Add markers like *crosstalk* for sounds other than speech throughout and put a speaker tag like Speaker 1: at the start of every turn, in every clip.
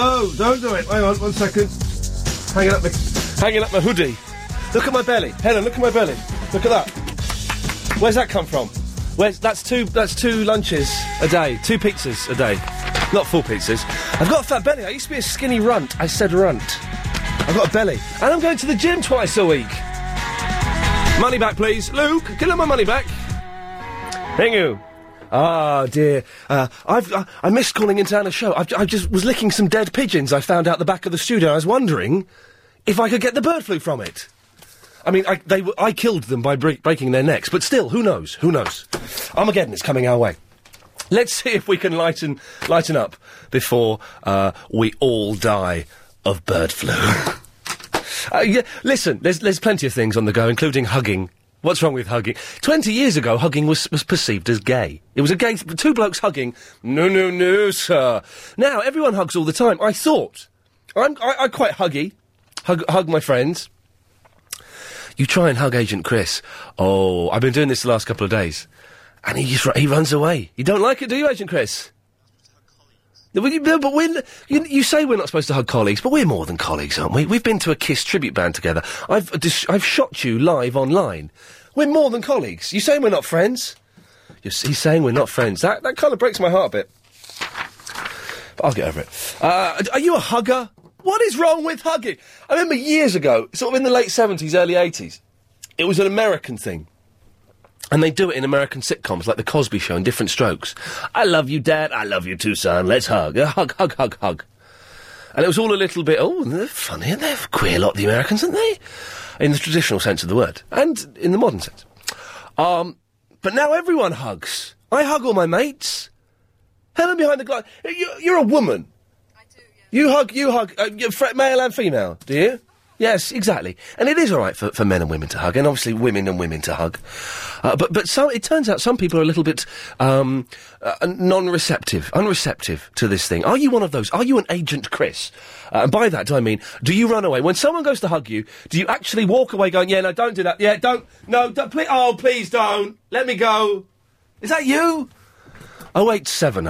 Speaker 1: No, Oh, don't do it. Hang on, one second. Hanging up my, hanging up my hoodie. Look at my belly, Helen. Look at my belly. Look at that. Where's that come from? Where's that's two? That's two lunches a day, two pizzas a day, not full pizzas. I've got a fat belly. I used to be a skinny runt. I said runt. I've got a belly, and I'm going to the gym twice a week. Money back, please, Luke. Can I have my money back? Thank you. Ah, dear. Uh, I've, I, I missed calling into Anna's show. I've, ju- I just was licking some dead pigeons I found out the back of the studio. I was wondering if I could get the bird flu from it. I mean, I, they, were- I killed them by break, breaking their necks, but still, who knows? Who knows? Armageddon is coming our way. Let's see if we can lighten, lighten up before uh, we all die of bird flu. *laughs* Uh, yeah, listen, there's, there's plenty of things on the go, including hugging. What's wrong with hugging? Twenty years ago, hugging was, was perceived as gay. It was a gay, two blokes hugging. No, no, no, sir. Now everyone hugs all the time. I thought, I'm, I, I'm quite huggy. Hug, hug my friends. You try and hug Agent Chris. Oh, I've been doing this the last couple of days, and he just ru- he runs away. You don't like it, do you, Agent Chris? No, but you- no, but we're, you, you say we're not supposed to hug colleagues, but we're more than colleagues, aren't we? We've been to a Kiss tribute band together. I've, uh, dis- I've shot you live online. We're more than colleagues. You saying we're not friends? You're, s- he's saying we're not friends. That, that kind of breaks my heart a bit. But I'll get over it. Uh, d- are you a hugger? What is wrong with hugging? I remember years ago, sort of in the late 70s, early 80s, it was an American thing. And they do it in American sitcoms like The Cosby Show in different strokes. I love you, Dad. I love you too, son. Let's hug. Uh, Hug, hug, hug, hug. And it was all a little bit, oh, they're funny and they're queer lot, the Americans, aren't they? In the traditional sense of the word and in the modern sense. Um, but now everyone hugs. I hug all my mates. Helen behind the glass. You, you're a woman. You hug, you hug, uh, you- fr- male and female, do you? Yes, exactly. And it is all right for, for men and women to hug, and obviously women and women to hug. Uh, but but some, it turns out some people are a little bit um, uh, non-receptive, unreceptive to this thing. Are you one of those? Are you an agent, Chris? Uh, and by that do I mean, do you run away when someone goes to hug you? Do you actually walk away going, yeah, no, don't do that, yeah, don't, no, don't, please, oh, please don't, let me go. Is that you? 0870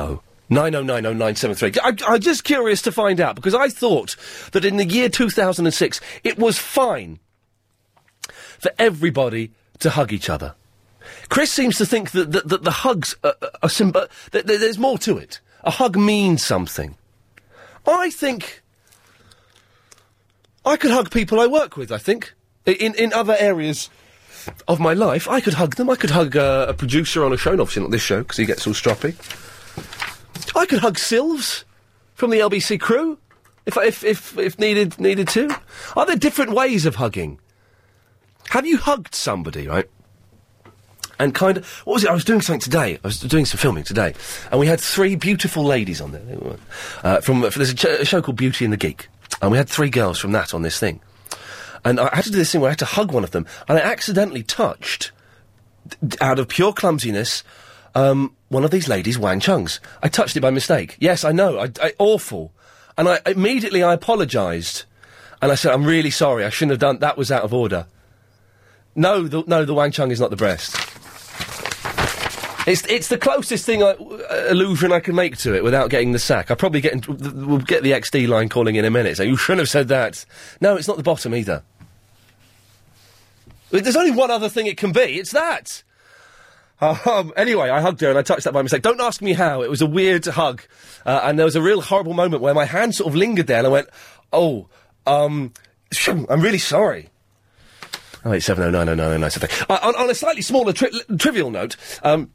Speaker 1: 9090973. I, I'm just curious to find out because I thought that in the year 2006 it was fine for everybody to hug each other. Chris seems to think that, that, that the hugs are, are symb- that, that there's more to it. A hug means something. I think I could hug people I work with, I think. I- In, in other areas of my life, I could hug them. I could hug uh, a producer on a show, and obviously not this show, because he gets all stroppy. I could hug Silves from the LBC crew, if, I- if, if, if needed, needed to. Are there different ways of hugging? Have you hugged somebody, right? and kind of what was it? I was doing something today. I was doing some filming today, and we had three beautiful ladies on there. They were, Uh, from there's a, ch- a show called Beauty and the Geek, and we had three girls from that on this thing. And I had to do this thing where I had to hug one of them, and I accidentally touched, d- d- out of pure clumsiness, um, one of these ladies' Wang Chungs. I touched it by mistake. Yes, I know. I, I- awful. And I immediately I apologised, and I said, "I'm really sorry. I shouldn't have done. That was out of order." No, the, no, the Wang Chung is not the breast. It's it's the closest thing I, uh, illusion I can make to it without getting the sack. I probably get in, th- th- we'll get the XD line calling in a minute. So you shouldn't have said that. No, it's not the bottom either. But There's only one other thing it can be. It's that. Um, anyway, I hugged her and I touched that by mistake. Don't ask me how. It was a weird hug, uh, and there was a real horrible moment where my hand sort of lingered there, and I went, "Oh, um, *clears throat* I'm really sorry." Oh eight seven oh nine oh nine oh nine something. Uh, on, on a slightly smaller tri- l- trivial note, um,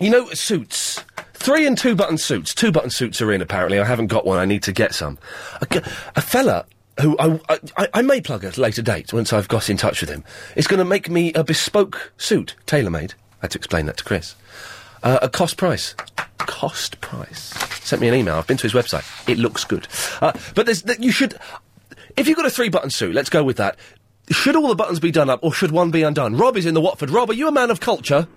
Speaker 1: you know suits. Three and two button suits. Two button suits are in apparently. I haven't got one. I need to get some. A, g- a fella who I, I- I, I may plug at a later date once I've got in touch with him is going to make me a bespoke suit, tailor made. I had to explain that to Chris. Uh, a cost price. Cost price. Sent me an email. I've been to his website. It looks good. Uh, but there's, th- you should. If you've got a three button suit, let's go with that. Should all the buttons be done up or should one be undone? Rob is in the Watford. Rob, are you a man of culture?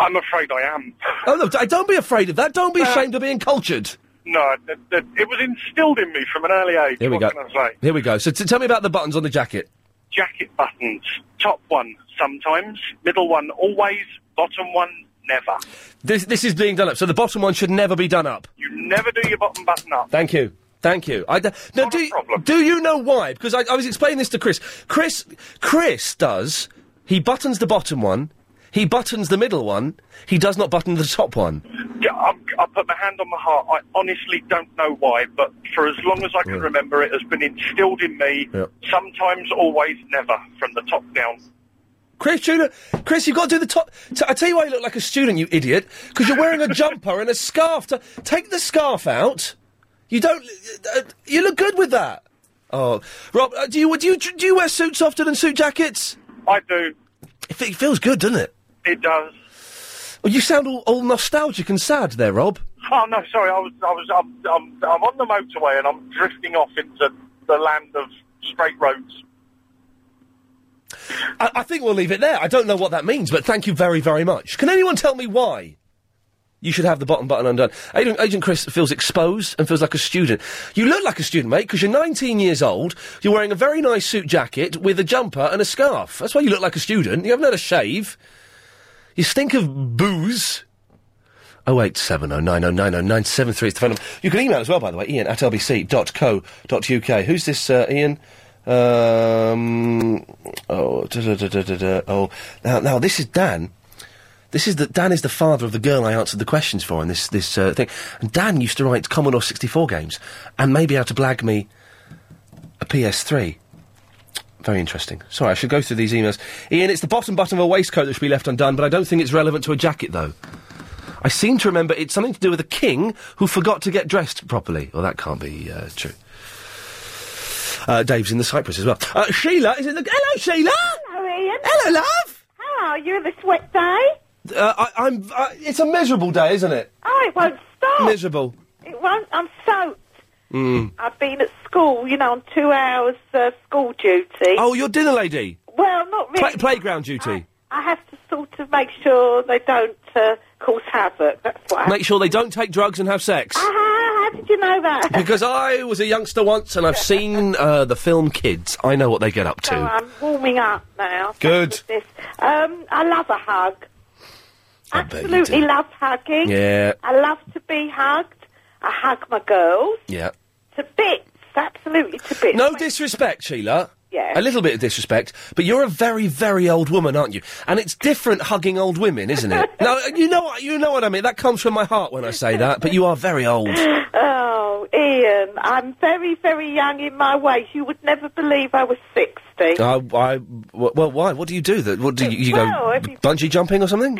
Speaker 2: I'm afraid I am. Uh,
Speaker 1: Oh, no, d- don't be afraid of that. Don't be ashamed of being cultured.
Speaker 2: No, th- th- it was instilled in me from an early age.
Speaker 1: Here we
Speaker 2: what
Speaker 1: go.
Speaker 2: can I say?
Speaker 1: Here we go. So t- tell me about the buttons on the jacket.
Speaker 2: Jacket buttons. Top one sometimes, middle one always, bottom one never.
Speaker 1: This, this is being done up, so the bottom one should never be done up.
Speaker 2: You never do your bottom button up.
Speaker 1: Thank you. Thank you. I d- now, do, do you know why? Because I, I was explaining this to Chris. Chris, Chris does. He buttons the bottom one. He buttons the middle one. He does not button the top one.
Speaker 2: Yeah, I, I put my hand on my heart. I honestly don't know why, but for as long as I can remember, it has been instilled in me.
Speaker 1: Yeah.
Speaker 2: Sometimes, always, never, from the top down.
Speaker 1: Chris, Tudor, Chris, you've got to do the top. T- I tell you why you look like a student, you idiot. Because you're wearing a jumper and a scarf. To- take the scarf out. You don't. Uh, you look good with that. Oh, Rob, uh, do you do you do you wear suits often and suit jackets?
Speaker 2: I do.
Speaker 1: It, fe- it feels good, doesn't it?
Speaker 2: It does. *laughs*
Speaker 1: Well, you sound all, all nostalgic and sad there, Rob.
Speaker 2: Oh no, sorry, I was, I was, I'm, I'm, I'm on the motorway and I'm drifting off into the land of straight roads.
Speaker 1: I, I think we'll leave it there. I don't know what that means, but thank you very, very much. Can anyone tell me why you should have the bottom button undone? Agent, Agent Chris feels exposed and feels like a student. You look like a student, mate, because you're 19 years old. You're wearing a very nice suit jacket with a jumper and a scarf. That's why you look like a student. You haven't had a shave. You stink of booze. 08709090973 is the phone number. You can email as well, by the way, ian at lbc.co.uk. Who's this, uh, Ian? Um, oh, da, da, da, da, da, da. oh, now, now this is Dan. This is the Dan is the father of the girl I answered the questions for in this this uh, thing. And Dan used to write Commodore 64 games and maybe how to blag me a PS3. Very interesting. Sorry, I should go through these emails. Ian, it's the bottom button of a waistcoat that should be left undone, but I don't think it's relevant to a jacket, though. I seem to remember it's something to do with a king who forgot to get dressed properly. Well, that can't be uh, true. Uh, Dave's in the Cypress as well. Uh, Sheila, is it the. Hello, Sheila!
Speaker 3: Hello, Ian.
Speaker 1: Hello, love.
Speaker 3: How are you? Have a sweat day?
Speaker 1: Uh, I, I'm. Uh, it's a miserable day, isn't it?
Speaker 3: Oh, it won't stop.
Speaker 1: Miserable.
Speaker 3: It won't. I'm soaked.
Speaker 1: Mm.
Speaker 3: I've been at school, you know, on two hours uh, school duty.
Speaker 1: Oh, you're dinner lady.
Speaker 3: Well, not really.
Speaker 1: Pla- playground duty.
Speaker 3: I have to sort of make sure they don't uh, cause havoc. That's what I
Speaker 1: Make sure they don't take drugs and have sex.
Speaker 3: Ah, how did you know that?
Speaker 1: Because I was a youngster once and I've seen uh, the film Kids. I know what they get up
Speaker 3: So
Speaker 1: to.
Speaker 3: I'm warming up now. Thank
Speaker 1: Good.
Speaker 3: goodness. Um, I love a hug.
Speaker 1: bet you
Speaker 3: Absolutely
Speaker 1: do.
Speaker 3: love hugging.
Speaker 1: Yeah.
Speaker 3: I love to be hugged. I hug my girls
Speaker 1: Yeah.
Speaker 3: to bits. Absolutely to bits.
Speaker 1: No disrespect, Sheila.
Speaker 3: Yeah.
Speaker 1: A little bit of disrespect, but you're a very, very old woman, aren't you? And it's different hugging old women, isn't
Speaker 3: *laughs*
Speaker 1: it? now you know what you know what I mean. That comes from my heart when I say that. But you are very
Speaker 3: *laughs*
Speaker 1: old.
Speaker 3: *gasps* Oh, Ian, I'm very, very young in my ways. You would never believe I was 60.
Speaker 1: I, I, well, why? What do you do? That what do you, you
Speaker 3: Well,
Speaker 1: go
Speaker 3: if you-
Speaker 1: bungee jumping or something?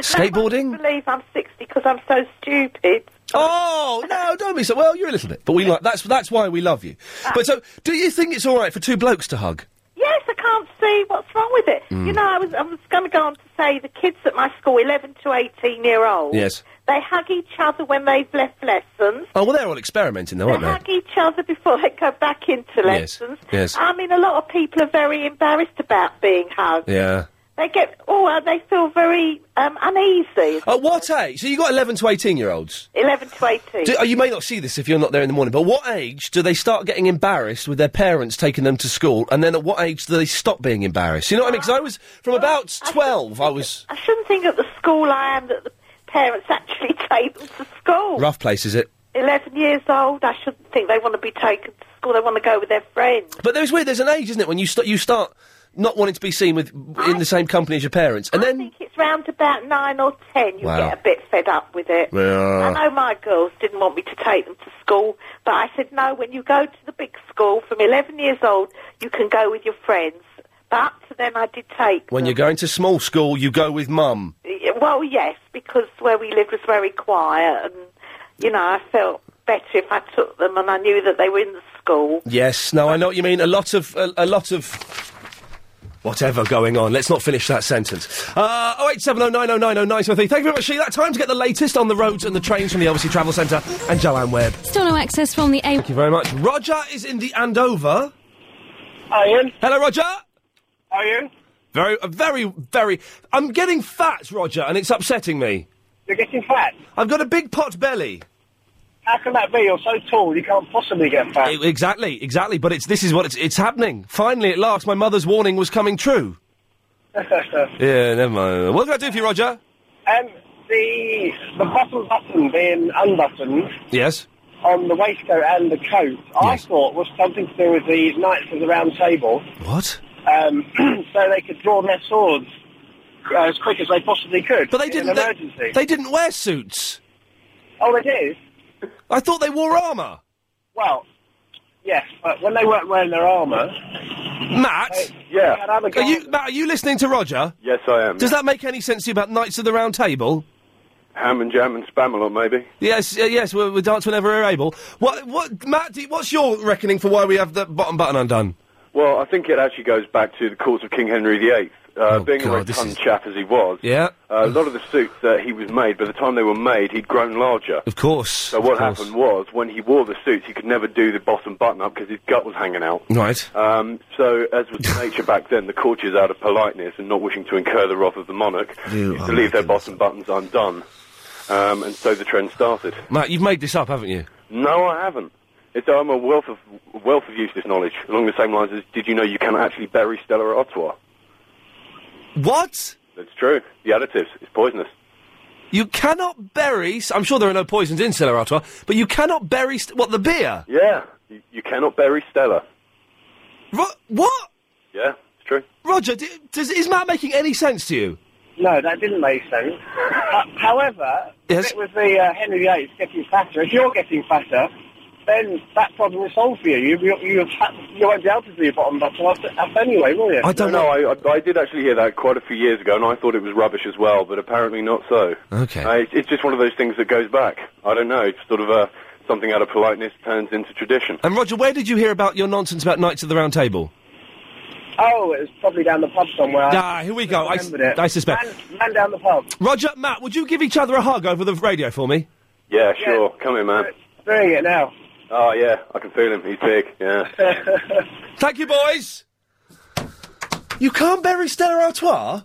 Speaker 1: Skateboarding?
Speaker 3: I believe I'm 60 because I'm so stupid.
Speaker 1: Oh no, don't be so. Well, you're a little bit, but we like that's that's why we love you.
Speaker 3: Ah.
Speaker 1: But so, do you think it's all right for two blokes to hug?
Speaker 3: Yes, I can't see what's wrong with it.
Speaker 1: Mm.
Speaker 3: You know, I was, I was going to go on to say the kids at my school, 11 to 18 year olds,
Speaker 1: Yes.
Speaker 3: they hug each other when they've left lessons.
Speaker 1: Oh well, they're all experimenting, though, aren't
Speaker 3: They
Speaker 1: they?
Speaker 3: hug each other before they go back into
Speaker 1: Yes,
Speaker 3: lessons.
Speaker 1: yes.
Speaker 3: I mean, a lot of people are very embarrassed about being hugged.
Speaker 1: Yeah.
Speaker 3: They get, oh, uh, they feel very um, uneasy.
Speaker 1: At what age? So you got eleven to eighteen year olds.
Speaker 3: 11 to 18.
Speaker 1: Do, oh, you may not see this if you're not there in the morning, but what age do they start getting embarrassed with their parents taking them to school, and then at what age do they stop being embarrassed? You know what I mean? Because I was from about twelve. I was
Speaker 3: I shouldn't think at the school I am that the parents actually *laughs* take them to school.
Speaker 1: rough place, is it?
Speaker 3: 11 years old, I shouldn't think they want to be taken to school. They want to go with their friends.
Speaker 1: But there's weird. There's an age, isn't it, when you start you start not wanting to be seen with in the same company as your parents, and then
Speaker 3: It's round about 9 or 10. You
Speaker 1: Wow. uh,
Speaker 3: get a bit fed up with it.
Speaker 1: Yeah.
Speaker 3: I know my girls didn't want me to take them to school, but I said, no, when you go to the big school from 11 years old, you can go with your friends. But up to then, I did take
Speaker 1: when you're going to small school, you go with mum.
Speaker 3: Yeah, Well, yes, because where we lived was very quiet, and you know, I felt better if I took them, and I knew that they were in the school.
Speaker 1: Yes, no, I know what you mean. A lot of a, a lot of whatever going on. Let's not finish that sentence. Uh, 08709090973. Thank you very much, Sheila. Time to get the latest on the roads and the trains from the LBC Travel Centre and Joanne Webb. Thank
Speaker 4: Still no access from the A.
Speaker 1: you very much. Roger is in the Andover.
Speaker 2: Hi, Ian.
Speaker 1: Hello, Roger.
Speaker 2: How are you?
Speaker 1: Very, uh, very, very. I'm getting fat, Roger, and it's upsetting me.
Speaker 2: You're getting fat.
Speaker 1: I've got a big pot belly.
Speaker 2: How can that be? You're so tall, you can't possibly get fat.
Speaker 1: E- exactly, exactly. But it's this is what it's it's happening. Finally, at last, my mother's warning was coming true. Yeah, never mind. What do I do for you, Roger?
Speaker 2: um, the the bottom button being unbuttoned,
Speaker 1: Yes.
Speaker 4: on the waistcoat and the coat, I thought was something to do with the Knights of the Round Table,
Speaker 1: What?
Speaker 4: um, *clears throat* so they could draw their swords uh, as quick as they possibly could. But they
Speaker 1: didn't-
Speaker 4: In an
Speaker 1: they-
Speaker 4: emergency.
Speaker 1: They didn't wear suits.
Speaker 4: Oh, they did.
Speaker 1: I thought they wore armour.
Speaker 4: Well, yes, but when they weren't wearing their armour,
Speaker 1: Matt?
Speaker 4: Yeah. had other
Speaker 1: Are you, Matt, are you listening to Roger?
Speaker 5: Yes, I am.
Speaker 1: Does that make any sense to you about Knights of the Round Table?
Speaker 5: Ham and jam and spam a lot, maybe.
Speaker 1: Yes, uh, yes, we we dance whenever we're able. What, what, Matt? Do, what's your reckoning for why we have the bottom button undone?
Speaker 5: Well, I think it actually goes back to the court of King Henry VIII. Uh, being a
Speaker 1: Oh, this
Speaker 5: rotund chap as he was,
Speaker 1: Yeah.
Speaker 5: uh, a lot of the suits that he was made, by the time they were made, he'd grown larger.
Speaker 1: Of course.
Speaker 5: So what happened was, when he wore the suits, he could never do the bottom button up because his gut was hanging out.
Speaker 1: Right.
Speaker 5: Um, so, as
Speaker 1: *laughs*
Speaker 5: was the nature back then, the courtiers, out of politeness and not wishing to incur the wrath of the monarch,
Speaker 1: You-
Speaker 5: used
Speaker 1: oh
Speaker 5: to
Speaker 1: my
Speaker 5: leave their bottom buttons undone. Um, and so the trend started.
Speaker 1: Matt, you've made this up, haven't you?
Speaker 5: No, I haven't. It's, I'm a wealth of wealth of useless knowledge. Along the same lines as, did you know you can actually bury Stella at Ottawa?
Speaker 1: What?
Speaker 5: That's true. The additives. It's poisonous.
Speaker 1: You cannot bury. I'm sure there are no poisons in Stella Artois, but you cannot bury. St- what the beer?
Speaker 5: Yeah. You, you cannot bury Stella.
Speaker 1: Ro- what?
Speaker 5: Yeah, it's true.
Speaker 1: Roger, do, does, is Matt making any sense to you?
Speaker 4: No, that didn't make sense. uh, however,
Speaker 1: Yes.
Speaker 4: if it was the uh, Henry VIII getting fatter, if you're getting fatter, then that problem is solved for you. You, you, you, you won't be able to do your bottom button up, up anyway, will you?
Speaker 5: no, know. I, I, I did actually hear that quite a few years ago, and I thought it was rubbish as well, but apparently not so.
Speaker 1: Okay.
Speaker 5: Uh, it's, it's just one of those things that goes back. I don't know. It's sort of uh, something out of politeness turns into tradition.
Speaker 1: And Roger, where did you hear about your nonsense about Knights of the Round Table?
Speaker 4: Oh, it was probably down the pub somewhere.
Speaker 1: Ah, here we go. I, s-
Speaker 4: remembered it.
Speaker 1: I suspect.
Speaker 4: Man, man down the pub.
Speaker 1: Roger, Matt, would you give each other a hug over the radio for me?
Speaker 5: Yeah, sure. Come in, man.
Speaker 4: Doing it now.
Speaker 5: Oh, yeah. I can feel him. He's big. *laughs* Yeah.
Speaker 1: Thank you, boys. You can't bury Stella Artois.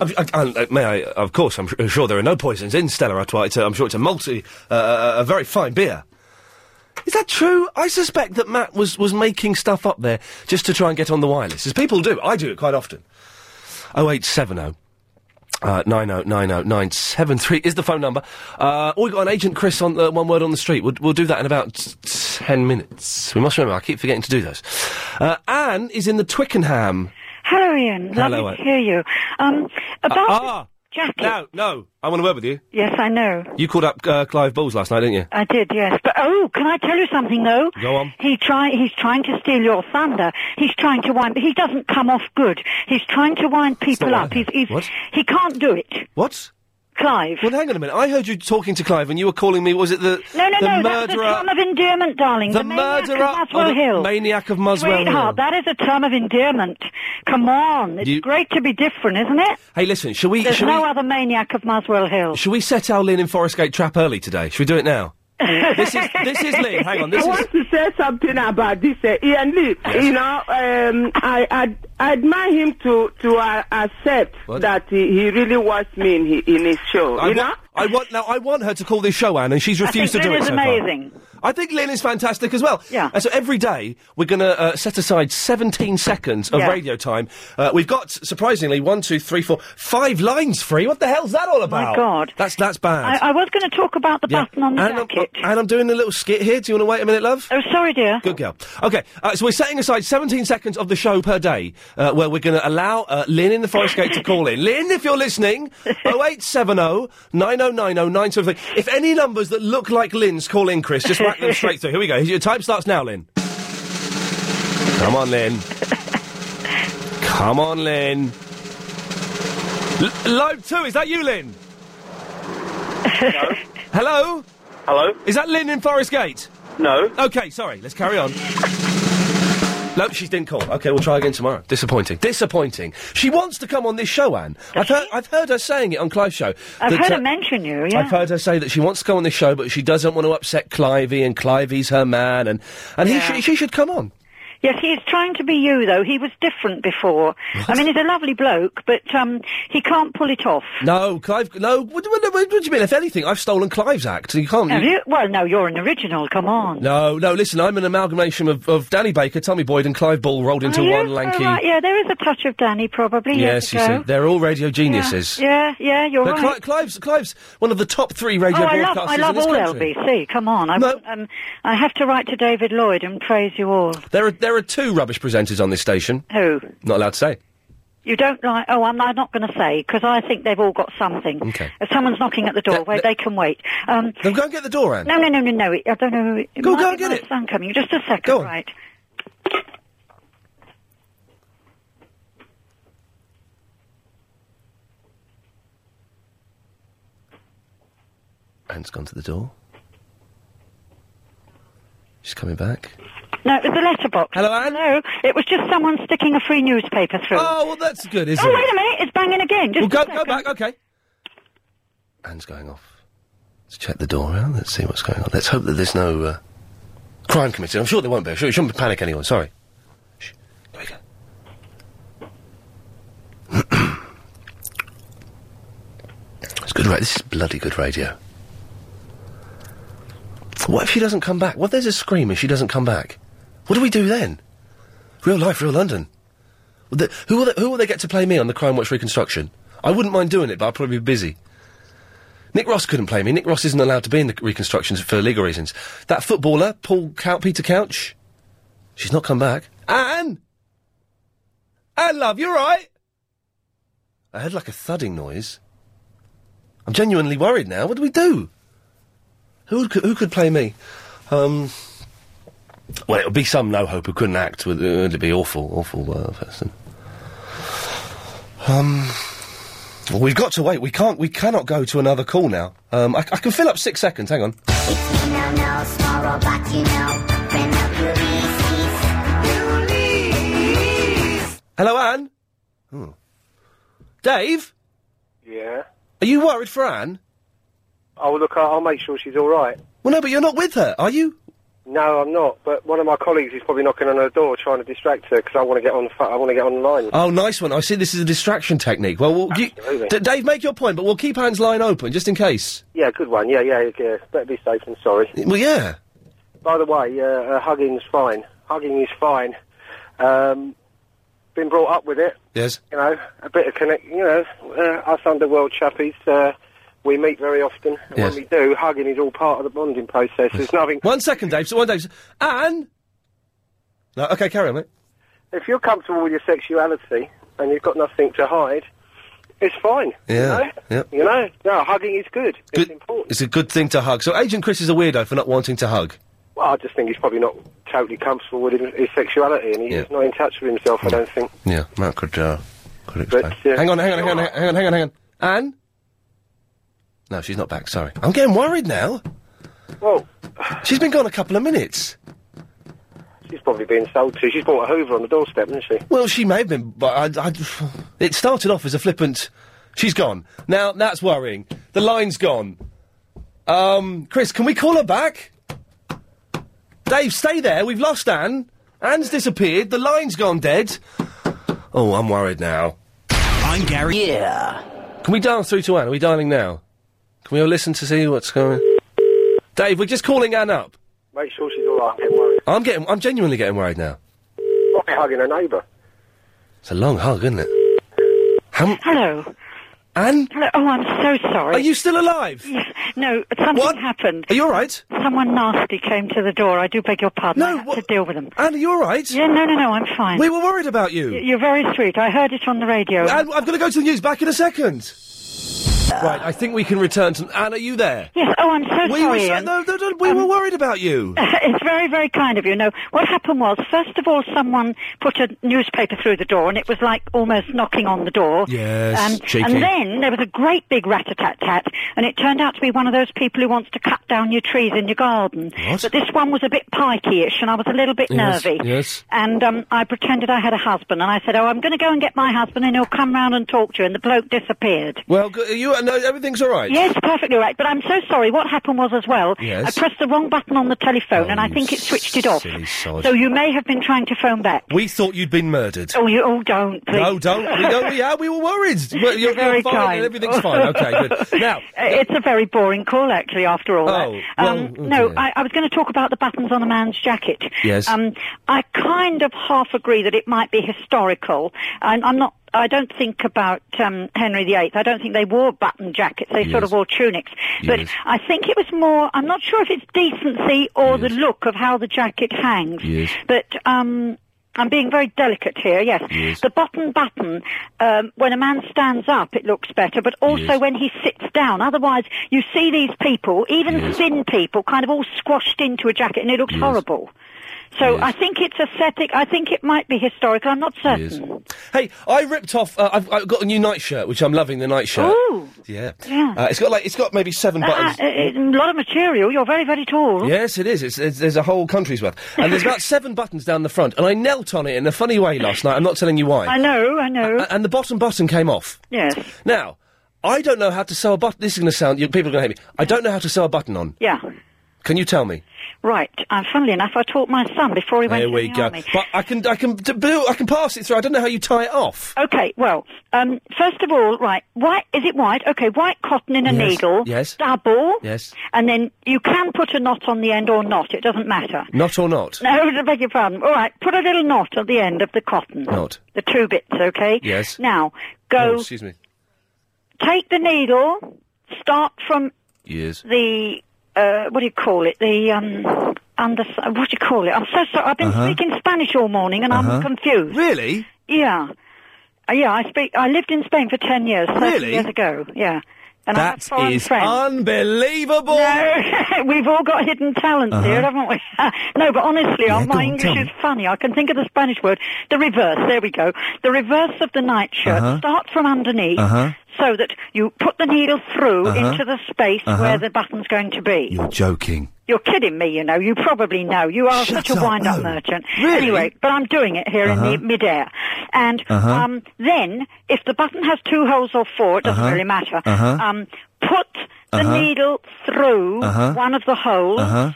Speaker 1: I'm, I, I, uh, may I? Of course, I'm su- sure there are no poisons in Stella Artois. It's a, I'm sure it's a multi, uh, a very fine beer. Is that true? I suspect that Matt was, was making stuff up there just to try and get on the wireless, as people do. I do it quite often. 0870 uh, 9090973 is the phone number. Uh, oh, we've got an agent, Chris, on the one word on the street. We'll, we'll do that in about t- 10 minutes. We must remember, I keep forgetting to do those. Uh, Anne is in the Twickenham.
Speaker 6: Hello, Ian.
Speaker 1: Hello,
Speaker 6: Lovely to
Speaker 1: Ann.
Speaker 6: hear you. Um, about
Speaker 1: ah,
Speaker 6: the jacket.
Speaker 1: No, no, I want to word with you.
Speaker 6: Yes, I know.
Speaker 1: You called up uh, Clive Balls last night, didn't you?
Speaker 6: I did, yes. But oh, can I tell you something though?
Speaker 1: Go on.
Speaker 6: He try he's trying to steal your thunder. He's trying to wind but he doesn't come off good. He's trying to wind people up. He's, he's
Speaker 1: What?
Speaker 6: he can't do it.
Speaker 1: What?
Speaker 6: Clive.
Speaker 1: Well, hang on a minute. I heard you talking to Clive and you were calling me, was it the,
Speaker 6: No, no,
Speaker 1: the
Speaker 6: no, that's a
Speaker 1: murderer?
Speaker 6: term of endearment, darling.
Speaker 1: The,
Speaker 6: The, maniac
Speaker 1: murderer
Speaker 6: of Muswell
Speaker 1: or the
Speaker 6: Hill.
Speaker 1: maniac of Muswell Hill.
Speaker 6: Sweetheart, that is a term of endearment. Come on. It's
Speaker 1: You-
Speaker 6: great to be different, isn't it?
Speaker 1: Hey, listen, shall we,
Speaker 6: There's
Speaker 1: shall,
Speaker 6: no
Speaker 1: we,
Speaker 6: other maniac of Muswell Hill.
Speaker 1: shall we set our Lynn in Forest Gate trap early today? Shall we do it now? this is this is Lynn. Hang on, this
Speaker 7: *laughs* I
Speaker 1: is
Speaker 7: want to say something about this uh, Ian Lee. You know, um, I, I I admire him to to uh, accept that he, he really was me in, he, in his show.
Speaker 1: I
Speaker 7: you know,
Speaker 1: want, I want now. I want her to call this show Anne, and she's
Speaker 7: I
Speaker 1: refused
Speaker 7: think
Speaker 1: to do
Speaker 7: Lynn
Speaker 1: it.
Speaker 7: is
Speaker 1: so far.
Speaker 7: amazing.
Speaker 1: I think Lynn is fantastic as well. Yeah. And so every day we're going to uh, set aside 17 seconds of
Speaker 8: Yeah.
Speaker 1: radio time. Uh, we've got surprisingly one, two, three, four, five lines free. What the hell's that all about?
Speaker 6: God.
Speaker 1: that's that's bad.
Speaker 6: I, I was going to talk about the
Speaker 1: Yeah.
Speaker 6: button on the
Speaker 1: and
Speaker 6: jacket.
Speaker 1: I'm, and I'm doing a little skit here. Do you want to wait a minute, love?
Speaker 6: Oh, sorry, dear.
Speaker 1: Good girl. Okay, uh, so we're setting aside 17 seconds of the show per day uh, where we're going to allow uh, Lynn in the Forest Gate to call in. Lynn, if you're
Speaker 6: *laughs*
Speaker 1: listening, 0870 9090973. If any numbers that look like Lynn's call in, Chris, just
Speaker 6: *laughs*
Speaker 1: whack them straight through. Here we go. Your time starts now, Lynn. Come on, Lynn. Come on, Lynn. L- Lobe 2, is that you, Lynn? Hello?
Speaker 9: Hello?
Speaker 1: Is that Lynn in Forest Gate?
Speaker 9: No.
Speaker 1: Okay, sorry, let's carry on. Nope, she didn't call. Okay, we'll try again tomorrow. Disappointing. Disappointing. She wants to come on this show, Anne. I've heard, I've heard her saying it on Clive's show.
Speaker 6: I've
Speaker 1: that,
Speaker 6: heard
Speaker 1: uh,
Speaker 6: her mention you, yeah.
Speaker 1: I've heard her say that she wants to come on this show, but she doesn't want to upset Clivey, and Clivey's her man, and, and he sh- she should come on.
Speaker 6: Yes, he is trying to be you though. He was different before. I mean, he's a lovely bloke, but um, he can't pull it off.
Speaker 1: No, Clive. No, what, what, what, what do you mean? If anything, I've stolen Clive's act. You can't.
Speaker 6: Have you? Well, no, you're an original. Come on.
Speaker 1: No, no. Listen, I'm an amalgamation of, of Danny Baker, Tommy Boyd, and Clive Ball rolled into
Speaker 6: Are you?
Speaker 1: one lanky.
Speaker 6: All right, yeah, there is a touch of Danny probably.
Speaker 1: yes,
Speaker 6: years
Speaker 1: you
Speaker 6: ago.
Speaker 1: see, they're all radio geniuses.
Speaker 6: Yeah, yeah, you're
Speaker 1: But
Speaker 6: right.
Speaker 1: Cli- Clive's Clive's one of the top three radio
Speaker 6: oh, I
Speaker 1: broadcasters
Speaker 6: love, I love
Speaker 1: in this
Speaker 6: all
Speaker 1: country.
Speaker 6: LBC. Come on, I, um, I have to write to David Lloyd and praise you all.
Speaker 1: There are there are two rubbish presenters on this station.
Speaker 6: Who
Speaker 1: Not allowed to say.
Speaker 6: you don't like? Oh, I'm, I'm not going to say because I think they've all got something.
Speaker 1: Okay.
Speaker 6: If someone's knocking at the door, where they can wait. Um,
Speaker 1: Then go and get the door, Anne.
Speaker 6: no, no, no, no, no. It, I don't know. It
Speaker 1: Go-
Speaker 6: might
Speaker 1: go
Speaker 6: be
Speaker 1: get
Speaker 6: my
Speaker 1: it.
Speaker 6: Son coming. Just a second,
Speaker 1: Go on.
Speaker 6: right?
Speaker 1: Anne's gone to the door. She's coming back.
Speaker 6: No, it was a letterbox. Hello, Anne. No, it was just someone sticking a free newspaper through.
Speaker 1: Oh, well, that's good, isn't
Speaker 6: oh,
Speaker 1: it?
Speaker 6: wait a minute, it's banging again. Just
Speaker 1: Well, go-
Speaker 6: a
Speaker 1: go
Speaker 6: second.
Speaker 1: back, okay. Anne's going off. Let's check the door out. Let's see what's going on. Let's hope that there's no uh, crime committed. I'm sure there won't be. I'm sure you shouldn't panic anyone. Sorry. Shh. Here we go. *clears throat* it's good radio. This is bloody good radio. What if she doesn't come back? What if there's a scream and she doesn't come back? What do we do then? Real life, real London. Well, the- Who will, they, who will they get to play me on the Crime Watch reconstruction? I wouldn't mind doing it, but I'd probably be busy. Nick Ross couldn't play me. Nick Ross isn't allowed to be in the reconstructions for legal reasons. That footballer, Paul Cow- Peter Couch, she's not come back. Anne! Anne, love, you're right. I heard like a thudding noise. I'm genuinely worried now. What do we do? Who could, who could play me? Um, well, it would be some no hope who couldn't act. With, uh, it'd be awful, awful uh, person. Um, well, we've got to wait. We can't. We cannot go to another call now. Um, I, I can fill up six seconds. Hang on. Hello, Anne. Oh. Dave,
Speaker 8: Yeah.
Speaker 1: are you worried for Anne?
Speaker 8: Oh, look, I'll I'll make sure she's all right.
Speaker 1: Well, no, but you're not with her, Uh, are you?
Speaker 8: No, I'm not. But one of my colleagues is probably knocking on her door, trying to distract her because I want to get on. the pho- I want to get online.
Speaker 1: Oh, nice one. I see. This is a distraction technique. Well, we'll you,
Speaker 8: Absolutely.
Speaker 1: D- Dave, make your point, but we'll keep Anne's line open just in case.
Speaker 8: yeah, good one. Yeah, yeah, yeah. Better be safe than sorry.
Speaker 1: Well, yeah.
Speaker 8: By the way, uh, uh, hugging's fine. Hugging is fine. Um, been brought up with it.
Speaker 1: Yes.
Speaker 8: You know, a bit of connect. You know, uh, us underworld chappies. Uh, we meet very often, and
Speaker 1: Yes.
Speaker 8: when we do, hugging is all part of the bonding process. There's nothing.
Speaker 1: One second, Dave. So one, Dave. Anne. No, okay, carry on, mate.
Speaker 8: If you're comfortable with your sexuality and you've got nothing to hide, it's fine.
Speaker 1: Yeah.
Speaker 8: You know?
Speaker 1: yeah.
Speaker 8: You know, no, hugging is good. It's important.
Speaker 1: It's a good thing to hug. So Agent Chris is a weirdo for not wanting to hug.
Speaker 8: Well, I just think he's probably not totally comfortable with his, his sexuality, and he's
Speaker 1: Yeah.
Speaker 8: just not in touch with himself. I don't think.
Speaker 1: Yeah, that could, uh, could
Speaker 8: But uh,
Speaker 1: Hang on, hang on, hang on, hang on, hang on, hang on. Anne? No, she's not back, sorry. I'm getting worried now. Oh.
Speaker 8: Well...
Speaker 1: She's been gone a couple of minutes.
Speaker 8: she's probably being sold to. She's bought a Hoover on the doorstep, hasn't she?
Speaker 1: Well, she may have been, but I, I, it started off as a flippant. She's gone. Now, that's worrying. The line's gone. Um, Chris, can we call her back? Dave, stay there. We've lost Anne. Anne's disappeared. The line's gone dead. Oh, I'm worried now.
Speaker 9: I'm Gary. Yeah.
Speaker 1: Can we dial through to Anne? Are we dialing now? Can we all listen to see what's going Dave, we're just calling Anne up.
Speaker 8: Make sure she's all right. I'm getting worried.
Speaker 1: I'm getting, I'm genuinely getting worried now.
Speaker 8: Probably hugging her neighbour.
Speaker 1: It's a long hug, isn't it? How m-
Speaker 6: Hello.
Speaker 1: Anne?
Speaker 6: Hello. Oh, I'm so sorry.
Speaker 1: Are you still alive?
Speaker 6: Yes. *laughs* No, something happened.
Speaker 1: Are you all right?
Speaker 6: Someone nasty came to the door. I do beg your pardon. No, I had to deal with them.
Speaker 1: Anne, are you all right?
Speaker 6: Yeah, no, no, no, I'm fine.
Speaker 1: We were worried about you.
Speaker 6: Y- You're very sweet. I heard it on the radio.
Speaker 1: Anne, I've got to go to the news. Back in a second. Right, I think we can return to. Anne, are you there?
Speaker 6: Yes. Oh, I'm so
Speaker 1: we
Speaker 6: sorry.
Speaker 1: Were, so-
Speaker 6: Ian. Um,
Speaker 1: no, no, no, we were worried about you.
Speaker 6: *laughs* it's very, very kind of you. No, what happened was, first of all, someone put a newspaper through the door, and it was like almost knocking on the door.
Speaker 10: Yes,
Speaker 6: Um,
Speaker 10: cheeky.
Speaker 6: and then there was a great big rat-a-tat-tat, and it turned out to be one of those people who wants to cut down your trees in your garden. But this one was a bit pikey-ish, and I was a little bit
Speaker 10: Yes,
Speaker 6: nervy.
Speaker 10: yes.
Speaker 6: And um, I pretended I had a husband, and I said, "Oh, I'm going to go and get my husband, and he'll come round and talk to you." And the bloke disappeared.
Speaker 1: Well, g- are you right? No, everything's all right.
Speaker 6: Yes, perfectly all right. But I'm so sorry. What happened was as well.
Speaker 1: Yes. Oh,
Speaker 6: I pressed the wrong button on the telephone, and I think it switched it off.
Speaker 1: silly sod.
Speaker 6: So you may have been trying to phone back.
Speaker 1: We thought you'd been murdered.
Speaker 6: Oh, you oh don't. Please.
Speaker 1: No, don't. We, no, we, are. we were worried. Well, You're, you're
Speaker 6: very
Speaker 1: fine.
Speaker 6: kind.
Speaker 1: Everything's fine. Okay, good. Now,
Speaker 6: *laughs* It's a very boring call, actually, after all that.
Speaker 1: Oh,
Speaker 6: Um,
Speaker 1: well,
Speaker 6: no,
Speaker 1: okay.
Speaker 6: I, I was going to talk about the buttons on a man's jacket.
Speaker 1: Yes.
Speaker 6: Um, I kind of half agree that it might be historical. I'm, I'm not. I don't think about um, Henry VIII. I don't think they wore button jackets. They sort of wore tunics. But
Speaker 10: Yes.
Speaker 6: I think it was more. I'm not sure if it's decency or the look of how the jacket hangs.
Speaker 10: Yes.
Speaker 6: But um, I'm being very delicate here, yes.
Speaker 10: Yes.
Speaker 6: The bottom button, um, when a man stands up, it looks better, but also
Speaker 10: Yes.
Speaker 6: when he sits down. Otherwise, you see these people, even thin people, kind of all squashed into a jacket, and it looks horrible. So I think it's aesthetic. I think it might be historical. I'm not certain.
Speaker 1: hey, I ripped off. Uh, I've, I've got a new night shirt, which I'm loving. The night shirt.
Speaker 6: Ooh.
Speaker 1: Yeah.
Speaker 6: Yeah.
Speaker 1: Uh, it's got like it's got maybe seven
Speaker 6: Ah,
Speaker 1: buttons.
Speaker 6: uh, uh, a lot of material. You're very, very tall.
Speaker 1: Yes, it is. It's, it's, there's a whole country's worth. And there's
Speaker 6: *laughs*
Speaker 1: about seven buttons down the front. And I knelt on it in a funny way last night. I'm not telling you why.
Speaker 6: I know, I know.
Speaker 1: A- and the bottom button came off.
Speaker 6: yes.
Speaker 1: Now, I don't know how to sew a button. This is going to sound. You, people are going to hate me. I don't know how to sew a button on.
Speaker 6: Yeah.
Speaker 1: Can you tell me?
Speaker 6: Right. And funnily enough, I taught my son before he went
Speaker 1: There
Speaker 6: to
Speaker 1: we
Speaker 6: the
Speaker 1: go.
Speaker 6: army.
Speaker 1: But I can, I can, d- do- I can pass it through. I don't know how you tie it off.
Speaker 6: Okay, well, um, first of all, right, white, is it white? Okay, white cotton in a
Speaker 1: Yes,
Speaker 6: needle.
Speaker 1: yes.
Speaker 6: Double.
Speaker 1: Yes.
Speaker 6: And then you can put a knot on the end or not, it doesn't matter.
Speaker 1: Not or not.
Speaker 6: No, *laughs* I beg your pardon. All right, put a little knot at the end of the cotton.
Speaker 1: Not.
Speaker 6: The two bits, okay?
Speaker 1: Yes.
Speaker 6: Now, go,
Speaker 1: Oh, excuse me.
Speaker 6: take the needle, start from
Speaker 1: Yes.
Speaker 6: the, uh, what do you call it? The, um, under, what do you call it? I'm so sorry, I've been
Speaker 1: Uh-huh.
Speaker 6: speaking Spanish all morning and
Speaker 1: Uh-huh.
Speaker 6: I'm confused.
Speaker 1: Really?
Speaker 6: Yeah, Uh, yeah. I speak. I lived in Spain for ten years. 30
Speaker 1: Really?
Speaker 6: Years ago. Yeah. And I have
Speaker 1: That
Speaker 6: foreign
Speaker 1: is
Speaker 6: friends.
Speaker 1: unbelievable. Uh-huh.
Speaker 6: No, *laughs* we've all got hidden talents here, haven't we? *laughs* no, but honestly, oh, my English is funny. I can think of the Spanish word. The reverse. There we go. The reverse of the nightshirt.
Speaker 10: Uh-huh.
Speaker 6: Start from underneath.
Speaker 10: Uh-huh.
Speaker 6: So that you put the needle through
Speaker 10: Uh-huh.
Speaker 6: into the space
Speaker 10: Uh-huh.
Speaker 6: where the button's going to be.
Speaker 10: You're joking.
Speaker 6: You're kidding me, you know. You probably know. You are
Speaker 10: Shut
Speaker 6: such a
Speaker 10: up,
Speaker 6: wind up
Speaker 10: no.
Speaker 6: merchant.
Speaker 10: Really?
Speaker 6: Anyway, but I'm doing it here
Speaker 10: Uh-huh.
Speaker 6: in the midair. And
Speaker 10: Uh-huh.
Speaker 6: um, then, if the button has two holes or four, it doesn't
Speaker 10: Uh-huh.
Speaker 6: really matter.
Speaker 10: Uh-huh.
Speaker 6: Um, put the
Speaker 10: Uh-huh.
Speaker 6: needle through
Speaker 10: Uh-huh.
Speaker 6: one of the holes
Speaker 10: Uh-huh.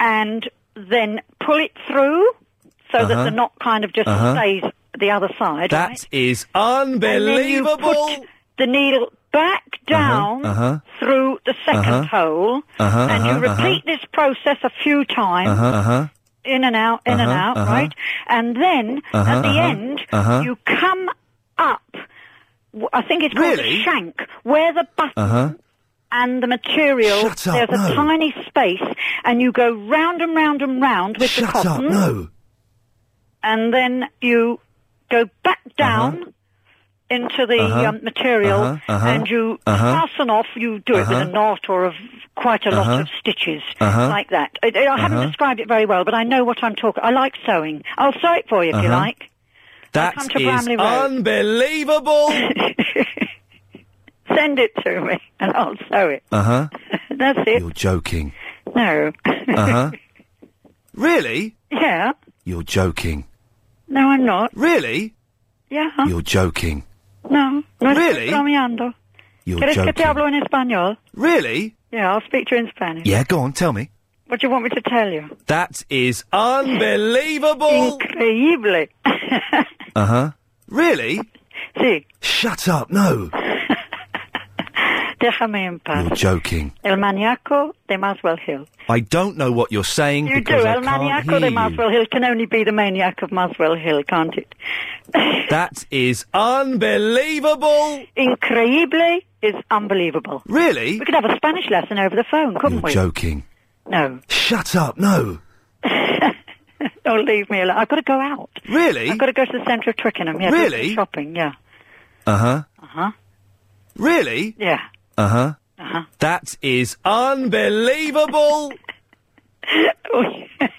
Speaker 6: and then pull it through so that
Speaker 1: Uh-huh.
Speaker 6: the knot kind of just
Speaker 1: Uh-huh.
Speaker 6: stays the other side. right?
Speaker 1: That is unbelievable.
Speaker 6: And then you put the needle back down
Speaker 1: Uh-huh.
Speaker 6: through the 2nd
Speaker 1: Uh-huh. Uh-huh,
Speaker 6: hole,
Speaker 10: Uh-huh,
Speaker 6: and you
Speaker 10: uh-huh,
Speaker 6: repeat this process a few times,
Speaker 10: Uh huh. Uh huh.
Speaker 6: in and out, in and
Speaker 10: Uh-huh,
Speaker 6: out,
Speaker 10: uh-huh.
Speaker 6: right? And then
Speaker 10: Uh-huh,
Speaker 6: at the
Speaker 10: uh-huh,
Speaker 6: end,
Speaker 10: uh-huh.
Speaker 6: you come up. w- I think it's called
Speaker 10: Really?
Speaker 6: a shank, where the button
Speaker 10: Uh
Speaker 1: uh-huh,
Speaker 10: huh.
Speaker 6: and the material
Speaker 10: Shut up,
Speaker 6: there's
Speaker 10: no.
Speaker 6: a tiny space, and you go round and round and round with the
Speaker 10: Shut up.
Speaker 6: cotton
Speaker 10: No.
Speaker 6: and then you go back down into the
Speaker 10: Uh-huh.
Speaker 6: um, material
Speaker 10: Uh-huh. Uh-huh.
Speaker 6: and you
Speaker 10: Uh-huh.
Speaker 6: fasten off. You do it
Speaker 10: Uh-huh.
Speaker 6: with a knot or of quite a lot
Speaker 10: Uh-huh.
Speaker 6: of stitches
Speaker 10: Uh-huh.
Speaker 6: like that. I, I haven't
Speaker 10: Uh-huh.
Speaker 6: described it very well, but I know what I'm talking. I like sewing. I'll sew it for you if you
Speaker 10: Uh-huh.
Speaker 6: like.
Speaker 1: That
Speaker 6: come to
Speaker 1: is
Speaker 6: Bramley Road.
Speaker 1: unbelievable.
Speaker 6: *laughs* Send it to me and I'll sew it.
Speaker 10: Uh huh.
Speaker 6: That's it.
Speaker 10: You're joking.
Speaker 6: No.
Speaker 10: Uh
Speaker 1: uh-huh.
Speaker 10: huh.
Speaker 6: *laughs*
Speaker 10: really?
Speaker 6: yeah.
Speaker 10: You're joking.
Speaker 6: No, I'm not.
Speaker 1: Really?
Speaker 6: Yeah.
Speaker 10: You're joking.
Speaker 6: No. No estoy
Speaker 10: Really?
Speaker 6: bromeando.
Speaker 10: You're
Speaker 6: ¿Quieres que te
Speaker 10: joking.
Speaker 6: hablo en español?
Speaker 1: Really?
Speaker 6: Yeah, I'll speak to you in Spanish.
Speaker 10: Yeah. Go on. Tell me.
Speaker 6: What do you want me to tell you?
Speaker 1: That is unbelievable.
Speaker 6: Increíble. *laughs*
Speaker 10: Uh huh.
Speaker 1: really?
Speaker 6: Sí,
Speaker 10: Shut up. No.
Speaker 6: déjame en paz.
Speaker 10: You're joking.
Speaker 6: El maníaco de Maswell Hill.
Speaker 10: I don't know what you're saying
Speaker 6: You do.
Speaker 10: because I
Speaker 6: El
Speaker 10: can't
Speaker 6: maníaco
Speaker 10: hear
Speaker 6: de *laughs*
Speaker 10: you.
Speaker 6: Maswell Hill can only be the maniac of Maswell Hill, can't it?
Speaker 1: That is unbelievable.
Speaker 6: Increíble is unbelievable.
Speaker 1: Really?
Speaker 6: We could have a Spanish lesson over the phone, couldn't
Speaker 10: You're
Speaker 6: we?
Speaker 10: joking.
Speaker 6: *laughs* No.
Speaker 10: Shut up. No.
Speaker 6: Oh, leave me alone. I've got to go out.
Speaker 1: Really?
Speaker 6: I've got to go to the centre of Twickenham. Yeah, do
Speaker 10: Really?
Speaker 6: some shopping, yeah.
Speaker 10: Uh huh.
Speaker 6: Uh-huh.
Speaker 1: Really?
Speaker 6: Yeah. *laughs*
Speaker 10: Uh huh.
Speaker 6: Uh-huh.
Speaker 1: That is unbelievable.
Speaker 6: Oh, yeah.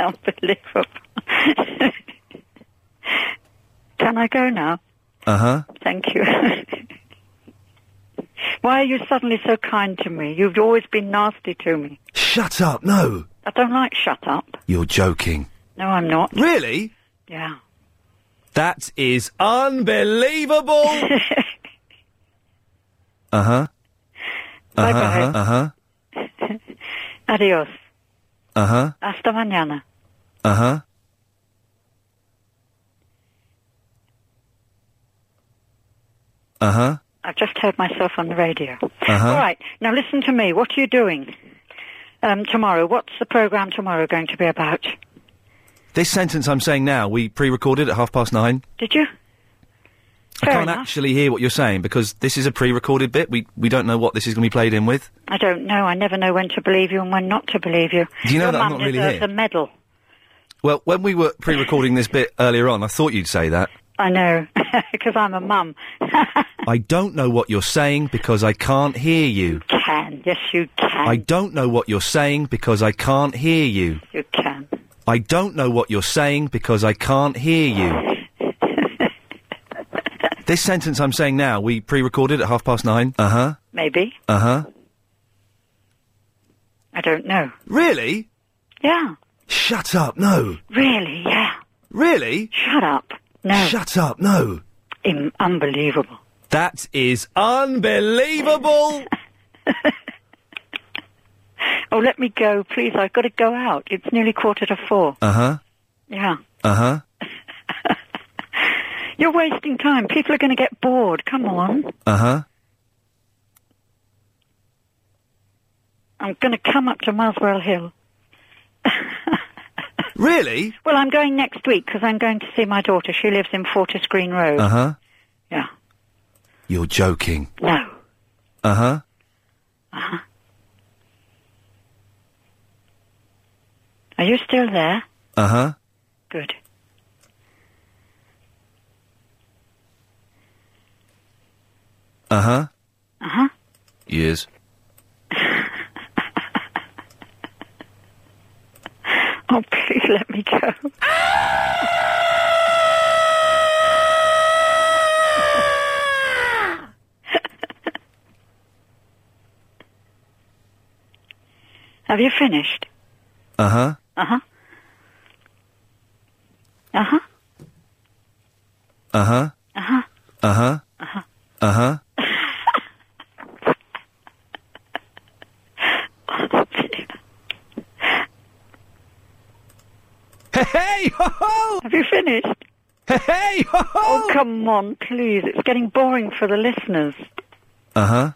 Speaker 6: unbelievable. Can I go now?
Speaker 10: Uh
Speaker 1: uh-huh,
Speaker 10: huh.
Speaker 6: Thank you. *laughs* Why are you suddenly so kind to me? You've always been nasty to me.
Speaker 10: Shut up. No.
Speaker 6: I don't like shut up.
Speaker 10: You're joking.
Speaker 6: No, I'm not.
Speaker 1: Really?
Speaker 6: Yeah. *laughs*
Speaker 1: That is unbelievable. Uh huh. Uh
Speaker 6: Bye-bye.
Speaker 1: huh. Uh huh.
Speaker 6: Adios.
Speaker 1: Uh huh.
Speaker 6: Hasta mañana.
Speaker 1: Uh huh. Uh huh.
Speaker 6: I've just heard myself on the radio.
Speaker 1: Uh-huh.
Speaker 6: All right, now listen to me. What are you doing um, tomorrow? What's the program tomorrow going to be about?
Speaker 1: This sentence I'm saying now, we pre-recorded at half past nine.
Speaker 6: Did you?
Speaker 1: I
Speaker 6: Fair
Speaker 1: can't
Speaker 6: enough.
Speaker 1: actually hear what you're saying because this is a pre-recorded bit. We we don't know what this is going to be played in with.
Speaker 6: I don't know. I never know when to believe you and when not to believe you.
Speaker 1: Do you know
Speaker 6: Your
Speaker 1: that I'm
Speaker 6: mum
Speaker 1: not really
Speaker 6: deserves
Speaker 1: here?
Speaker 6: a medal.
Speaker 1: Well, when we were pre-recording this bit earlier on, I thought you'd say that.
Speaker 6: I know, *laughs* because I'm a mum.
Speaker 1: I don't know what you're saying because I can't hear you.
Speaker 6: Can. Yes, you can.
Speaker 1: I don't know what you're saying because I can't hear you.
Speaker 6: You can.
Speaker 1: I don't know what you're saying because I can't hear you.
Speaker 6: *laughs*
Speaker 1: this sentence I'm saying now, we pre-recorded at half past nine. Uh huh.
Speaker 6: Maybe.
Speaker 1: Uh huh.
Speaker 6: I don't know.
Speaker 1: Really?
Speaker 6: Yeah.
Speaker 1: Shut up! No.
Speaker 6: Really? Yeah.
Speaker 1: Really?
Speaker 6: Shut up. No.
Speaker 1: Shut up! No.
Speaker 6: Im- unbelievable.
Speaker 1: That is
Speaker 6: *laughs*
Speaker 1: unbelievable.
Speaker 6: Oh, let me go, please. I've got to go out. It's nearly quarter to four.
Speaker 1: Uh huh.
Speaker 6: Yeah.
Speaker 1: Uh huh.
Speaker 6: You're wasting time. People are going to get bored. Come on.
Speaker 1: Uh huh.
Speaker 6: I'm going to come up to Muswell Hill. *laughs*
Speaker 1: really?
Speaker 6: Well, I'm going next week because I'm going to see my daughter. She lives in Fortis Green Road.
Speaker 1: Uh huh.
Speaker 6: Yeah.
Speaker 1: You're joking.
Speaker 6: No.
Speaker 1: Uh huh.
Speaker 6: Are you still there?
Speaker 1: Uh
Speaker 10: Uh-huh.
Speaker 1: huh.
Speaker 6: Good.
Speaker 1: Uh huh.
Speaker 6: Uh huh.
Speaker 1: Yes.
Speaker 6: *laughs* Oh, please let me go. Have you finished?
Speaker 1: Uh huh.
Speaker 6: Uh huh. Uh huh.
Speaker 1: Uh huh.
Speaker 6: Uh huh.
Speaker 1: Uh huh.
Speaker 6: Uh-huh.
Speaker 1: Uh huh. Hey, ho, ho!
Speaker 6: Have you finished?
Speaker 1: Hey, ho, ho!
Speaker 6: Oh, come on, please. It's getting boring for the listeners.
Speaker 1: Uh huh.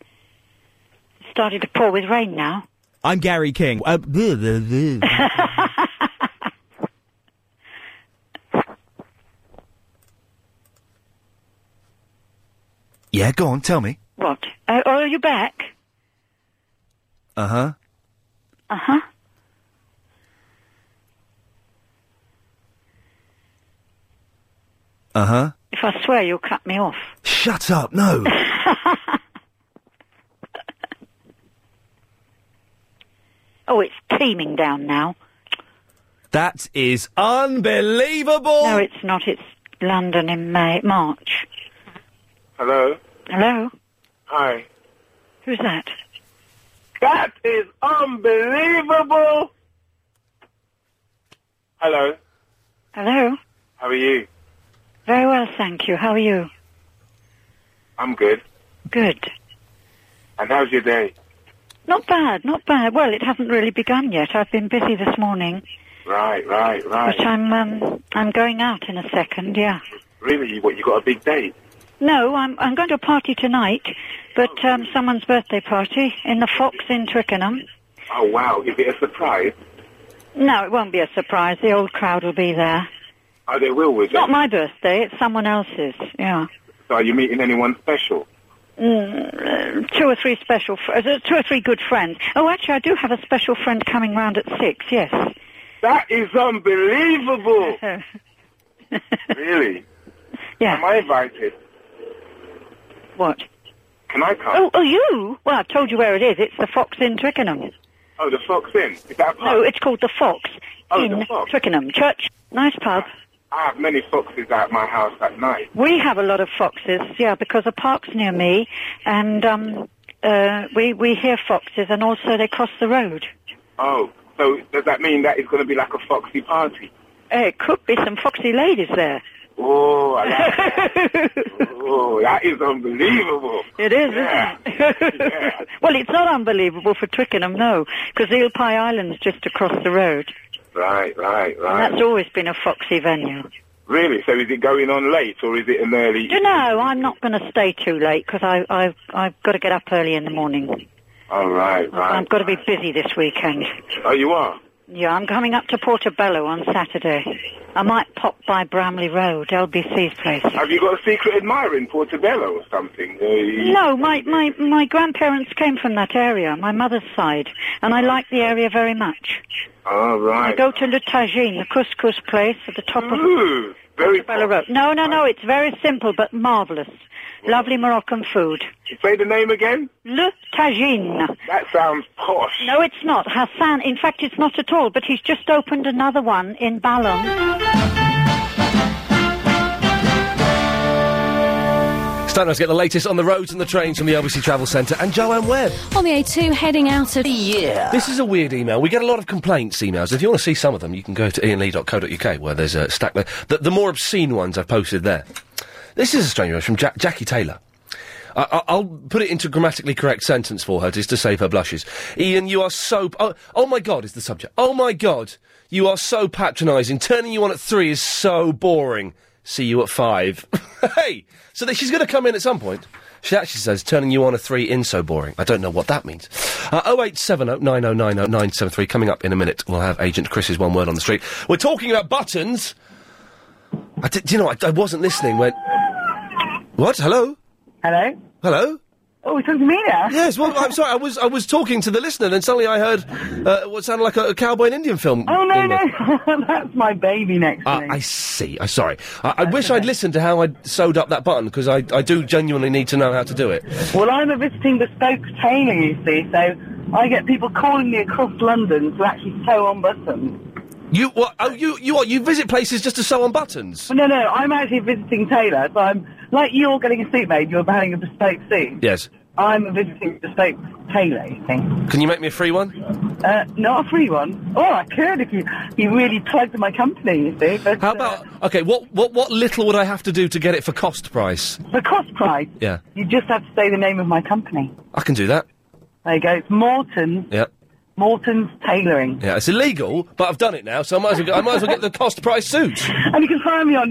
Speaker 6: It's starting to pour with rain now.
Speaker 11: I'm Gary King.
Speaker 1: *laughs*
Speaker 11: Uh, bleh, bleh, bleh.
Speaker 1: Yeah, go on, tell me.
Speaker 6: What? Uh, oh, are you back?
Speaker 1: Uh huh.
Speaker 6: Uh huh.
Speaker 1: Uh huh.
Speaker 6: If I swear, you'll cut me off. *laughs*
Speaker 1: Shut up, no.
Speaker 6: Oh, it's teeming down now.
Speaker 1: that is unbelievable.
Speaker 6: No, it's not. It's London in May, March.
Speaker 10: Hello.
Speaker 6: Hello,
Speaker 10: Hi.
Speaker 6: who's that?
Speaker 10: That is unbelievable. Hello.
Speaker 6: Hello.
Speaker 10: How are you?
Speaker 6: Very well, thank you. How are you?
Speaker 10: I'm good.
Speaker 6: Good.
Speaker 10: And how's your day?
Speaker 6: Not bad, not bad. Well, it hasn't really begun yet. I've been busy this morning,
Speaker 10: Right, right, right.
Speaker 6: but I'm um, I'm going out in a second. Yeah.
Speaker 10: Really, you- what you got a big day?
Speaker 6: No, I'm I'm going to a party tonight, but um, someone's birthday party in the Fox in Twickenham.
Speaker 10: Oh wow! Is it a
Speaker 12: *laughs*
Speaker 10: surprise?
Speaker 6: No, it won't be a surprise. The old crowd will be there.
Speaker 10: Oh, they will with
Speaker 6: It's not my birthday. It's someone else's. Yeah.
Speaker 10: So are you meeting anyone
Speaker 6: *laughs*
Speaker 10: special?
Speaker 6: Mm, uh, two or three special, fr- uh, two or three good friends. Oh, actually, I do have a special friend coming round at six. Yes.
Speaker 10: That is unbelievable. really?
Speaker 6: Yeah.
Speaker 10: Am I invited?
Speaker 6: What?
Speaker 10: Can I come?
Speaker 6: Oh, oh, you? Well, I've told you where it is. It's the Fox in Twickenham.
Speaker 10: Oh, the Fox Inn. Is that a pub?
Speaker 6: No, it's called the Fox
Speaker 10: Oh,
Speaker 6: in
Speaker 10: the Fox.
Speaker 6: Twickenham Church. Nice pub.
Speaker 10: I have many foxes at my house at night.
Speaker 6: We have a lot of foxes, yeah, because a park's near me, and um, uh, we we hear foxes, and also they cross the road.
Speaker 10: Oh, so does that mean that it's going to be like a foxy party?
Speaker 6: Eh, It could be some foxy ladies there.
Speaker 13: Oh,
Speaker 6: *laughs*
Speaker 13: I like that. oh, that is unbelievable.
Speaker 6: It is,
Speaker 13: Yeah.
Speaker 6: isn't it? well, it's not unbelievable for Twickenham, no, because Eel Pie Island's just across the road.
Speaker 13: Right, right,
Speaker 6: And
Speaker 13: right.
Speaker 6: that's always been a foxy venue.
Speaker 13: Really? So is it going on late or is it an early?
Speaker 6: You know, I'm not going to stay too late because I, I, I've got to get up early in the morning.
Speaker 13: Oh, right,
Speaker 6: I've
Speaker 13: right.
Speaker 6: got to be busy this weekend.
Speaker 13: Oh, you are?
Speaker 6: Yeah, I'm coming up to Portobello on Saturday. I might pop by Bramley Road, LBC's place.
Speaker 13: Have you got a secret admirer in Portobello or something? Uh, you-
Speaker 6: No, my, my, my grandparents came from that area, my mother's side, and I like the area very much.
Speaker 13: Oh,
Speaker 6: I
Speaker 13: right.
Speaker 6: go to Le Tagine, the couscous place at the top
Speaker 13: Ooh,
Speaker 6: of
Speaker 13: very
Speaker 6: Portobello Road. No, no, no, it's very simple but marvellous. Lovely Moroccan food.
Speaker 13: Say the name again?
Speaker 6: Le Tagine.
Speaker 13: That sounds posh.
Speaker 6: No, it's not. Hassan, in fact, it's not at all, but he's just opened another one in Ballon.
Speaker 1: It's time now to get the latest on the roads and the trains from the LBC Travel Centre and Joanne Webb.
Speaker 14: On the A2, heading out of yeah.
Speaker 1: This is a weird email. We get a lot of complaints emails. If you want to see some of them, you can go to ianlee.co.uk where there's a stack. The, the more obscene ones I've posted there. This is a strange one It's from Jack, Jackie Taylor. I, I, I'll put it into grammatically correct sentence for her just to save her blushes. Ian, you are so. Oh, oh my God, is the subject. Oh my God, you are so patronising. Turning you on at three is so boring. See you at five. *laughs* hey, so that she's going to come in at some point. She actually says, turning you on a three in so boring. I don't know what that means. Uh, 0870 9090 973. Coming up in a minute, we'll have Agent Chris's one word on the street. We're talking about buttons. I did, do you know, I, I wasn't listening when. What? Hello?
Speaker 15: Hello?
Speaker 1: Hello?
Speaker 15: Oh, it's me now.
Speaker 1: Yes, well, I'm sorry, I was, I was talking to the listener, then suddenly I heard uh, what sounded like a, a cowboy and Indian film.
Speaker 15: Oh, no,
Speaker 1: being-
Speaker 15: no. *laughs* That's my baby next to
Speaker 1: Ah,
Speaker 15: me.
Speaker 1: I see. I'm sorry. I, I wish I'd listened to how I sewed up that button, because I, I do genuinely need to know how to do it.
Speaker 15: Well, I'm a visiting bespoke tailor, you see, so I get people calling me across London to actually sew on buttons.
Speaker 1: You what? Oh, you you what? You visit places just to sew on buttons?
Speaker 15: Well, no, no, I'm actually a visiting tailor, so I'm, like you're getting a suit made, you're having a bespoke suit.
Speaker 1: Yes.
Speaker 15: I'm a visiting bespoke tailor, you see.
Speaker 1: Can you make me a free one?
Speaker 15: Uh, not a free one. Oh, I could if you, you really plugged my company, you see, but... uh, How about...
Speaker 1: Uh, Okay. What what what little would I have to do to get it for cost price?
Speaker 15: the cost price,
Speaker 1: Yeah,
Speaker 15: you just have to say the name of my company.
Speaker 1: I can do that.
Speaker 15: There you go, it's Morton's,
Speaker 1: Yeah.
Speaker 15: Morton's Tailoring.
Speaker 1: Yeah, it's illegal, but I've done it now, so I might as well, get- I might as well get the cost price suit.
Speaker 15: And you can find me on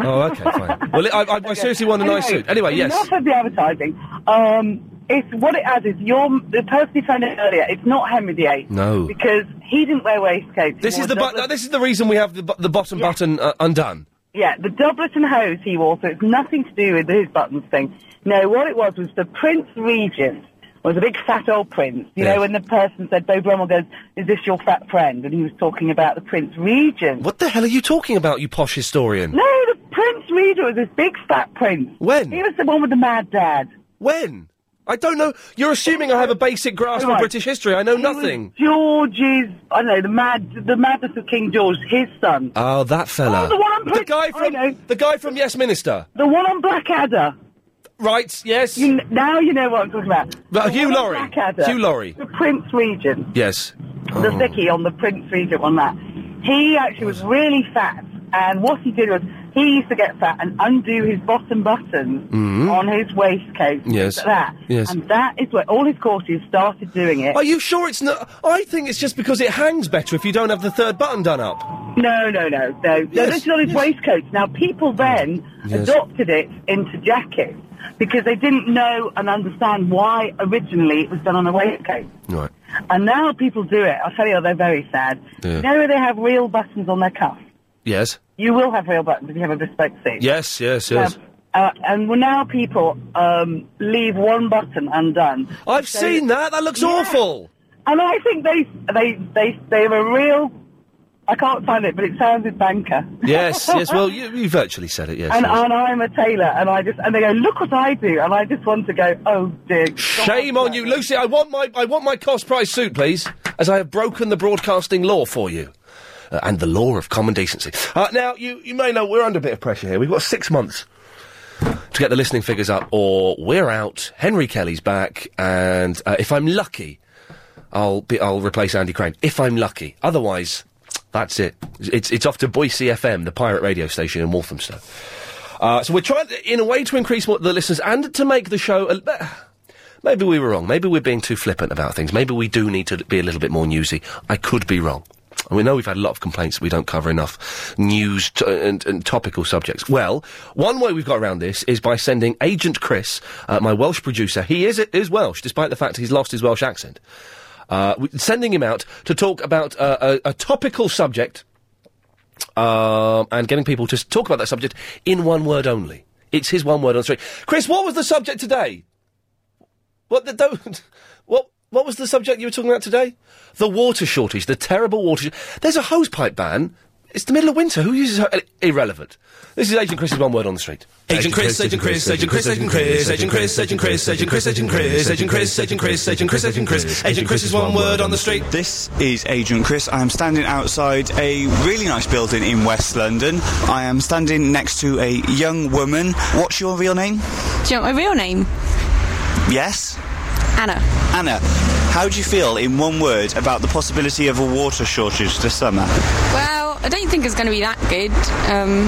Speaker 1: *laughs* Oh, okay,
Speaker 15: *laughs*
Speaker 1: fine. Well, I, I, I seriously want a nice suit. Anyway, yes.
Speaker 15: Enough of the advertising. Um, it's what it adds is your the person you found it earlier. It's not Henry VIII.
Speaker 1: No.
Speaker 15: because he didn't wear waistcoats.
Speaker 1: This
Speaker 15: He
Speaker 1: is
Speaker 15: wore
Speaker 1: the but,
Speaker 15: doublet-
Speaker 1: no, this is the reason we have the, bu- the bottom button uh, undone.
Speaker 15: yeah the doublet and hose he wore. So it's nothing to do with his buttons thing. No, what it was was the Prince Regent was a big fat old prince. You know when the person said Beau Brummel goes, "Is this your fat friend?" and he was talking about the Prince Regent.
Speaker 1: What the hell are you talking about, you posh historian?
Speaker 15: No, the Prince Regent was this big fat prince.
Speaker 1: When?
Speaker 15: He was the one with the mad dad.
Speaker 1: When? I don't know. You're assuming I have a basic grasp of
Speaker 15: Right.
Speaker 1: British history. I know
Speaker 15: He was
Speaker 1: nothing.
Speaker 15: George's, I don't know, the mad, the madness of King George, his son.
Speaker 1: Oh, that fella.
Speaker 15: Oh, the one on
Speaker 1: the guy from the guy from Yes Minister.
Speaker 15: The one on Blackadder.
Speaker 1: Right, yes.
Speaker 15: You, kn- now you know what I'm talking about.
Speaker 1: But
Speaker 15: The
Speaker 1: Hugh
Speaker 15: one on
Speaker 1: Laurie.
Speaker 15: Blackadder,
Speaker 1: Hugh Laurie. Oh.
Speaker 15: The Prince Regent.
Speaker 1: Yes.
Speaker 15: the Vicky on the Prince Regent one that. He actually was really fat, and what he did was he used to get fat and undo his bottom buttons
Speaker 1: Mhm.
Speaker 15: on his waistcoat.
Speaker 1: Yes.
Speaker 15: like That.
Speaker 1: Yes.
Speaker 15: And that is where all his courtiers started doing it.
Speaker 1: Are you sure it's not? I think it's just because it hangs better if you don't have the third button done up.
Speaker 15: No, no, no, no. No,
Speaker 1: Yes,
Speaker 15: this is on his waistcoats. Now, people then
Speaker 1: Yes.
Speaker 15: adopted it into jackets because they didn't know and understand why originally it was done on a waistcoat.
Speaker 1: Right.
Speaker 15: And now people do it. I'll tell you, they're very sad.
Speaker 1: Yeah.
Speaker 15: Now they have real buttons on their cuff.
Speaker 1: Yes.
Speaker 15: You will have real buttons if you have a bespoke suit.
Speaker 1: Yes. Yes. Yes.
Speaker 15: Um, uh, and well, now people um, leave one button undone.
Speaker 1: I've seen that. That looks
Speaker 15: Yeah.
Speaker 1: awful.
Speaker 15: And I think they they they they have a real. I can't find it, but it sounds with banker.
Speaker 1: Yes. yes. Well, you, you virtually said it. Yes.
Speaker 15: and,
Speaker 1: yes.
Speaker 15: and I'm a tailor, and I just and they go, look what I do, and I just want to go, oh dear.
Speaker 1: Shame on you, Lucy. I want my I want my cost price suit, please, as I have broken the broadcasting law for you. Uh, and the law of common decency. Uh, now, you, you may know we're under a bit of pressure here. We've got six months to get the listening figures up, or we're out. Henry Kelly's back, and uh, if I'm lucky, I'll be, I'll replace Andy Crane. If I'm lucky, otherwise, That's it. It's it's off to Boise FM, the pirate radio station in Walthamstow. Uh, so we're trying, in a way, to increase what the listeners and to make the show. A, li- maybe we were wrong. Maybe we're being too flippant about things. Maybe we do need to be a little bit more newsy. I could be wrong. And we know we've had a lot of complaints that we don't cover enough news t- and, and topical subjects. Well, one way we've got around this is by sending Agent Chris, uh, my Welsh producer. He is is Welsh, despite the fact he's lost his Welsh accent. Uh, we- sending him out to talk about uh, a, a topical subject um, and getting people to s- talk about that subject in one word only. It's his one word on the street. Chris, what was the subject today? What the don't? What what was the subject you were talking about today? The water shortage, the terrible water. sh- There's a hose pipe ban. It's the middle of winter. Who uses ho- irrelevant? This is Agent Chris's one word on the street.
Speaker 16: Agent Chris, Agent Chris, Agent Chris, Agent Chris, Agent Chris, Agent Chris, Agent Chris, Agent Chris, Agent Chris, Agent Chris, Agent Chris, Agent Chris, Agent Chris is one word on the street.
Speaker 9: This is Agent Chris. I am standing outside a really nice building in West London. I am standing next to a young woman. What's your real name?
Speaker 17: Do you want my real name?
Speaker 9: Yes?
Speaker 17: Anna.
Speaker 9: Anna. How do you feel, in one word, about the possibility of a water shortage this summer?
Speaker 17: Well, I don't think it's going to be that good. Um,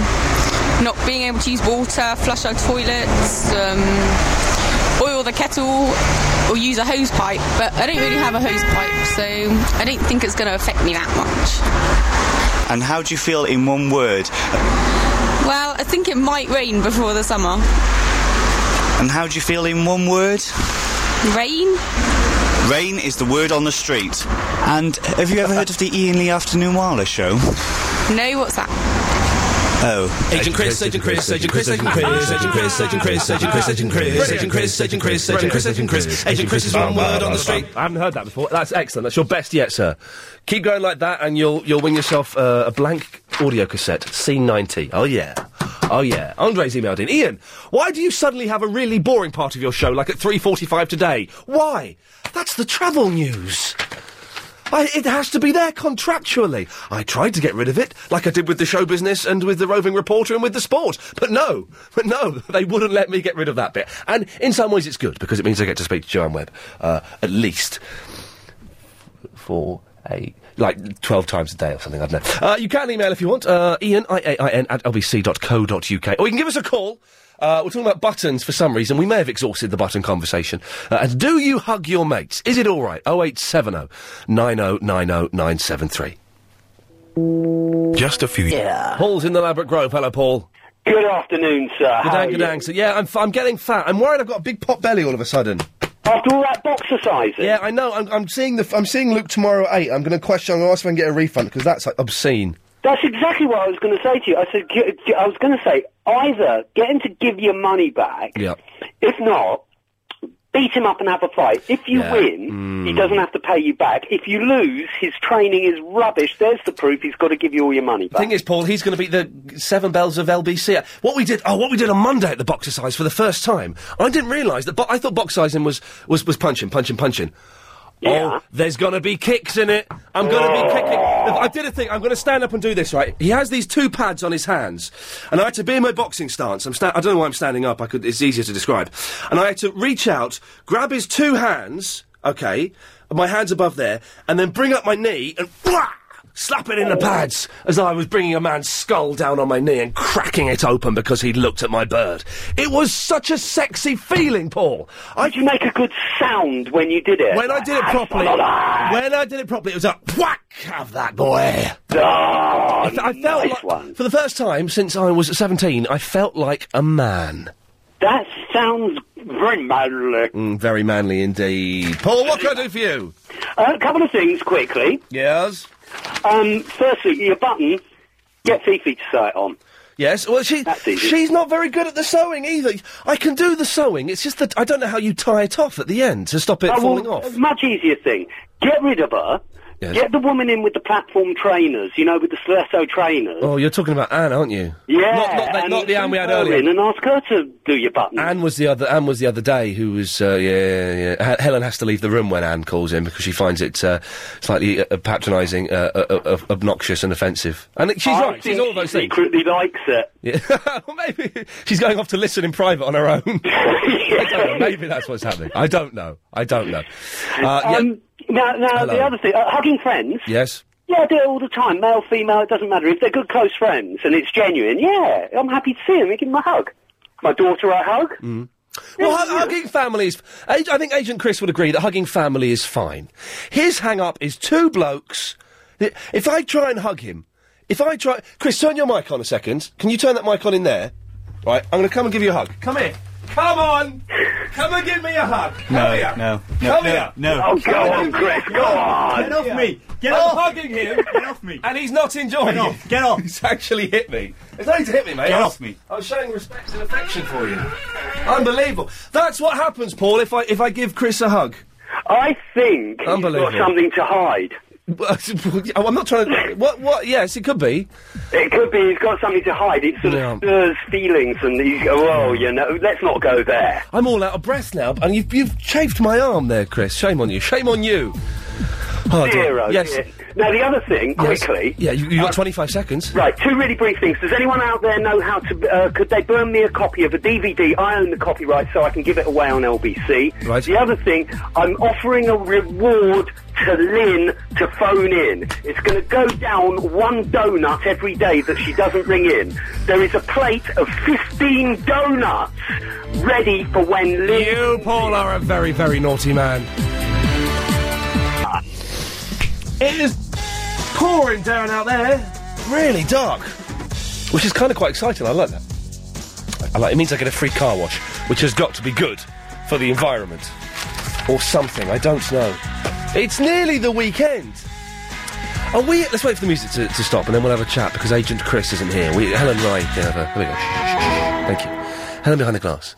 Speaker 17: not being able to use water, flush our toilets, um, oil the kettle, or use a hose pipe. But I don't really have a hose pipe, so I don't think it's going to affect me that much.
Speaker 9: And how do you feel, in one word?
Speaker 17: Well, I think it might rain before the summer.
Speaker 9: And how do you feel, in one word?
Speaker 17: Rain?
Speaker 9: Rain is the word on the street. And have you ever heard of the Ian Lee Afternoon Wireless show?
Speaker 17: No, what's that?
Speaker 9: Oh.
Speaker 16: Agent Chris, Agent Chris, Agent Chris, Agent Chris, Agent Chris, Agent Chris, Agent Chris, Agent Chris, Agent Chris, Agent Chris, Agent Chris, Agent Chris, Agent Chris is one word on the street.
Speaker 1: I haven't heard that before. That's excellent. That's your best yet, sir. Keep going like that, and you'll you'll win yourself uh, a blank audio cassette, C90. Oh yeah, oh yeah. Andre's emailed in. Ian, why do you suddenly have a really boring part of your show, like at 3:45 today? Why? That's the travel news. I, it has to be there contractually. I tried to get rid of it, like I did with the show business and with the roving reporter and with the sport. But no, *laughs* but no, they wouldn't let me get rid of that bit. And in some ways, it's good because it means I get to speak to Joanne Webb uh, at least four, eight, like 12 times a day or something, I don't know. Uh, you can email if you want, uh, ian, I-A-I-N, at lbc.co.uk. Or you can give us a call. Uh, we're talking about buttons for some reason. We may have exhausted the button conversation. Uh, and do you hug your mates? Is it all right? 0870 9090973. *laughs* Just a few. Yeah. Paul's in the Labrick Grove. Hello, Paul.
Speaker 11: Good afternoon, sir.
Speaker 1: Good
Speaker 11: How
Speaker 1: day,
Speaker 11: are
Speaker 1: good
Speaker 11: you?
Speaker 1: day, sir. Yeah, I'm, f- I'm getting fat. I'm worried I've got a big pot belly all of a sudden.
Speaker 11: After all that box exercise.
Speaker 1: Yeah, I know. I'm, I'm seeing the. f- I'm seeing Luke tomorrow at eight. I'm going to question. I'm going to ask if I can get a refund because that's like, obscene.
Speaker 11: That's exactly what I was going to say to you. I said, g- g- I was going to say, either get him to give your money back.
Speaker 1: Yeah.
Speaker 11: If not, beat him up and have a fight. If you
Speaker 1: Yeah. Mm. Hmm.
Speaker 11: win, he doesn't have to pay you back. If you lose, his training is rubbish. There's the proof. He's got to give you all your money
Speaker 1: The
Speaker 11: back.
Speaker 1: thing is, Paul, he's going to be the seven bells of LBC. What we did, oh, what we did on Monday at the boxer size for the first time, I didn't realise that. Bo- I thought box sizing was was was punching, punching, punching. Oh, there's going to be kicks in it. I'm going to be kicking. Look, I did a thing. I'm going to stand up and do this. Right, he has these two pads on his hands, and I had to be in my boxing stance. I'm sta- I don't know why I'm standing up. I could. It's easier to describe. And I had to reach out, grab his two hands. Okay, my hands above there, and then bring up my knee and. Slapping in the pads as I was bringing a man's skull down on my knee and cracking it open because he'd looked at my bird. It was such a sexy feeling, Paul. I
Speaker 11: Did you make a good sound when you did it?
Speaker 1: When I did it properly, when I did it properly, it was like whack. Have that, boy.
Speaker 11: Ah,
Speaker 1: I, fe- I felt like, for the first time since I was seventeen, I felt like a man.
Speaker 11: That sounds very manly.
Speaker 1: Mm, very manly indeed. Paul, what can I do for you?
Speaker 11: Uh, a couple of things quickly.
Speaker 1: Yes.
Speaker 11: Um, firstly, your button. Get Fifi to sew it on.
Speaker 1: Yes. Well, she she's not very good at the sewing either. I can do the sewing. It's just that I don't know how you tie it off at the end to stop it
Speaker 11: Oh,
Speaker 1: falling
Speaker 11: well,
Speaker 1: off.
Speaker 11: a Much easier thing. Get rid of her.
Speaker 1: Yes.
Speaker 11: Get the woman in with the platform trainers, you know, with the Slesso trainers.
Speaker 1: Oh, you're talking about Anne, aren't you?
Speaker 11: Yeah.
Speaker 1: Not, not, the,
Speaker 11: and
Speaker 1: not the Anne we had earlier.
Speaker 11: And ask her to do your button.
Speaker 1: Anne was the other. Anne was the other day. Who was? Uh, yeah, yeah. yeah. H- Helen has to leave the room when Anne calls in because she finds it uh, slightly uh, patronising, uh, uh, uh, obnoxious, and offensive. And it- she's
Speaker 11: I
Speaker 1: right. She's
Speaker 11: think
Speaker 1: all those
Speaker 11: she
Speaker 1: things.
Speaker 11: secretly likes it.
Speaker 1: Yeah. Well, maybe she's going off to listen in private on her own. *laughs* I don't know. Maybe that's what's happening. I don't know. I don't know. Uh, yeah.
Speaker 11: um, *laughs* Now, now
Speaker 1: Hello.
Speaker 11: the other thing, uh, hugging friends.
Speaker 1: Yes.
Speaker 18: Yeah, I do it all the time. Male, female, it doesn't matter. If they're good, close friends and it's genuine, yeah, I'm happy to see them and give them a hug. My daughter, I hug.
Speaker 1: Well, hu- hugging families. I I think Agent Chris would agree that hugging family is fine. His hang up is two blokes. I- If I try and hug him, if I try. Chris, turn your mic on a second. Can you turn that mic on in there? Right, I'm going to come and give you a hug. Come here. Come on! Come and give me a hug!
Speaker 19: No,
Speaker 1: Come here!
Speaker 19: no, no,
Speaker 1: Come
Speaker 19: no,
Speaker 1: here!
Speaker 19: no. Oh, go on, Chris, go on.
Speaker 1: Get off me! Get off hugging him! Get off me! And he's not enjoying it. Get off! *laughs* He's actually hit me. There's no need to hit me, mate.
Speaker 19: Get
Speaker 1: I was-
Speaker 19: off me.
Speaker 1: I was showing respect and affection for you. Unbelievable. That's what happens, Paul. If I if I give Chris a hug,
Speaker 18: I think
Speaker 1: unbelievable.
Speaker 18: you've got something to hide.
Speaker 1: *laughs* Oh, I'm not trying to. What? What? Yes, it could be.
Speaker 18: It could be he's got something to hide. It sort of stirs feelings and you go, oh, you know, let's not go there.
Speaker 1: I'm all out of breath now, and you've you've chafed my arm there, Chris. Shame on you. Shame on you. Oh, dear.
Speaker 18: Zero.
Speaker 1: Yes.
Speaker 18: Now, the other thing,
Speaker 1: Yes.
Speaker 18: quickly.
Speaker 1: Yeah, you, you got 25 seconds.
Speaker 18: Right, two really brief things. Does anyone out there know how to? Uh, could they burn me a copy of a DVD? I own the copyright, so I can give it away on LBC. Right. The other thing, I'm offering a reward to Lynn to phone in. It's going to go down one donut every day that she doesn't ring in. There is a plate of 15 donuts ready for when Lynn.
Speaker 1: You, Paul, are a very, very naughty man. It is pouring down out there. Really dark. Which is kind of quite exciting. I like that. I like, it means I get a free car wash, which has got to be good for the environment. Or something, I don't know. It's nearly the weekend. Are we. Let's wait for the music to, to stop and then we'll have a chat because Agent Chris isn't here. We, Helen Rye can have a. Here we go. Shh, shh, shh, shh. Thank you. Helen behind the glass.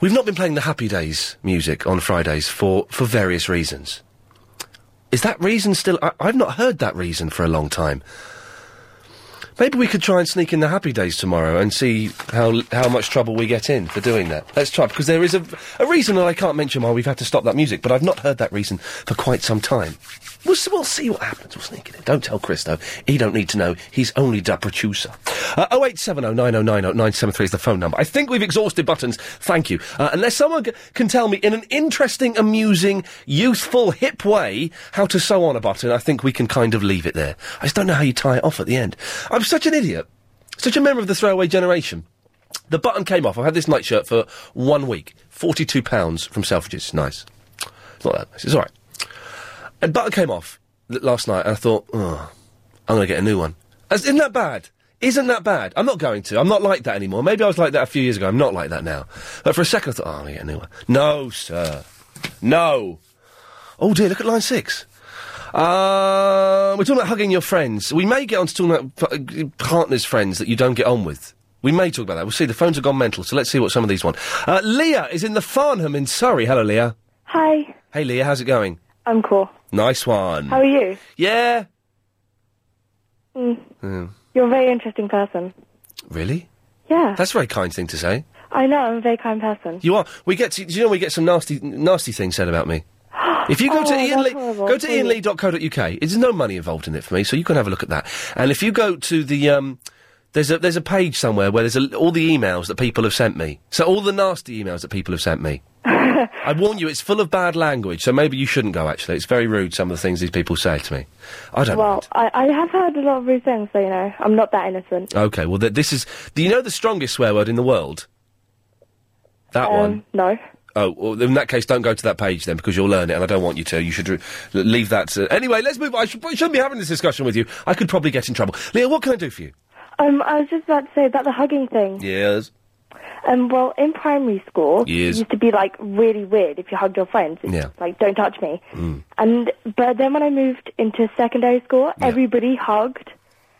Speaker 1: We've not been playing the Happy Days music on Fridays for, for various reasons. Is that reason still. I, I've not heard that reason for a long time. Maybe we could try and sneak in the happy days tomorrow and see how how much trouble we get in for doing that. Let's try because there is a, a reason that I can't mention why we've had to stop that music, but I've not heard that reason for quite some time. We'll, s- we'll see what happens. We'll sneak it in. Don't tell Chris though. He don't need to know. He's only the producer. Uh, 08709090973 is the phone number. I think we've exhausted buttons. Thank you. Uh, unless someone g- can tell me in an interesting, amusing, youthful, hip way how to sew on a button, I think we can kind of leave it there. I just don't know how you tie it off at the end. I'm such an idiot. Such a member of the throwaway generation. The button came off. I've had this nightshirt for one week. £42 from Selfridges. Nice. It's not that nice. It's all right. And butter came off l- last night, and I thought, oh, I'm going to get a new one. As, isn't that bad? Isn't that bad? I'm not going to. I'm not like that anymore. Maybe I was like that a few years ago. I'm not like that now. But for a second, I thought, oh, I'm going to get a new one. No, sir. No. Oh, dear, look at line six. Uh, we're talking about hugging your friends. We may get on to talking about p- uh, partners' friends that you don't get on with. We may talk about that. We'll see. The phones have gone mental, so let's see what some of these want. Uh, Leah is in the Farnham in Surrey. Hello, Leah.
Speaker 20: Hi,
Speaker 1: Hey, Leah, how's it going?
Speaker 20: I'm cool.
Speaker 1: Nice one.
Speaker 20: How are you?
Speaker 1: Yeah.
Speaker 20: Mm,
Speaker 1: Yeah.
Speaker 20: you're a very interesting person.
Speaker 1: Really?
Speaker 20: Yeah,
Speaker 1: That's a very kind thing to say.
Speaker 20: I know. I'm a very kind person.
Speaker 1: You are. We get. To, do you know we get some nasty, nasty things said about
Speaker 20: *gasps*
Speaker 1: me? If you go
Speaker 20: Oh,
Speaker 1: to Ian
Speaker 20: that's
Speaker 1: Lee,
Speaker 20: horrible.
Speaker 1: go to
Speaker 20: Please.
Speaker 1: ianlee.co.uk. There's no money involved in it for me, so you can have a look at that. And if you go to the um, there's a there's a page somewhere where there's a, all the emails that people have sent me. So all the nasty emails that people have sent
Speaker 20: *laughs*
Speaker 1: me. I warn you, it's full of bad language. So maybe you shouldn't go. Actually, it's very rude. Some of the things these people say to me. I don't.
Speaker 20: well, I, I have heard a lot of rude things, so you know, I'm not that innocent.
Speaker 1: Okay. Well, th- this is. Do you know the strongest swear word in the world? That
Speaker 20: um,
Speaker 1: one.
Speaker 20: No.
Speaker 1: Oh, well, in that case, don't go to that page then, because you'll learn it, and I don't want you to. You should re- leave that. To... Anyway, let's move. I should, probably shouldn't be having this discussion with you. I could probably get in trouble. Leah, what can I do for you?
Speaker 20: Um, I was just about to say about the hugging thing.
Speaker 1: Yes.
Speaker 20: Um, well, in primary school,
Speaker 1: Yes.
Speaker 20: it used to be like really weird if you hugged your friends. It's
Speaker 1: Yeah. Mm.
Speaker 20: just like don't touch me. And but then when I moved into secondary school, everybody hugged,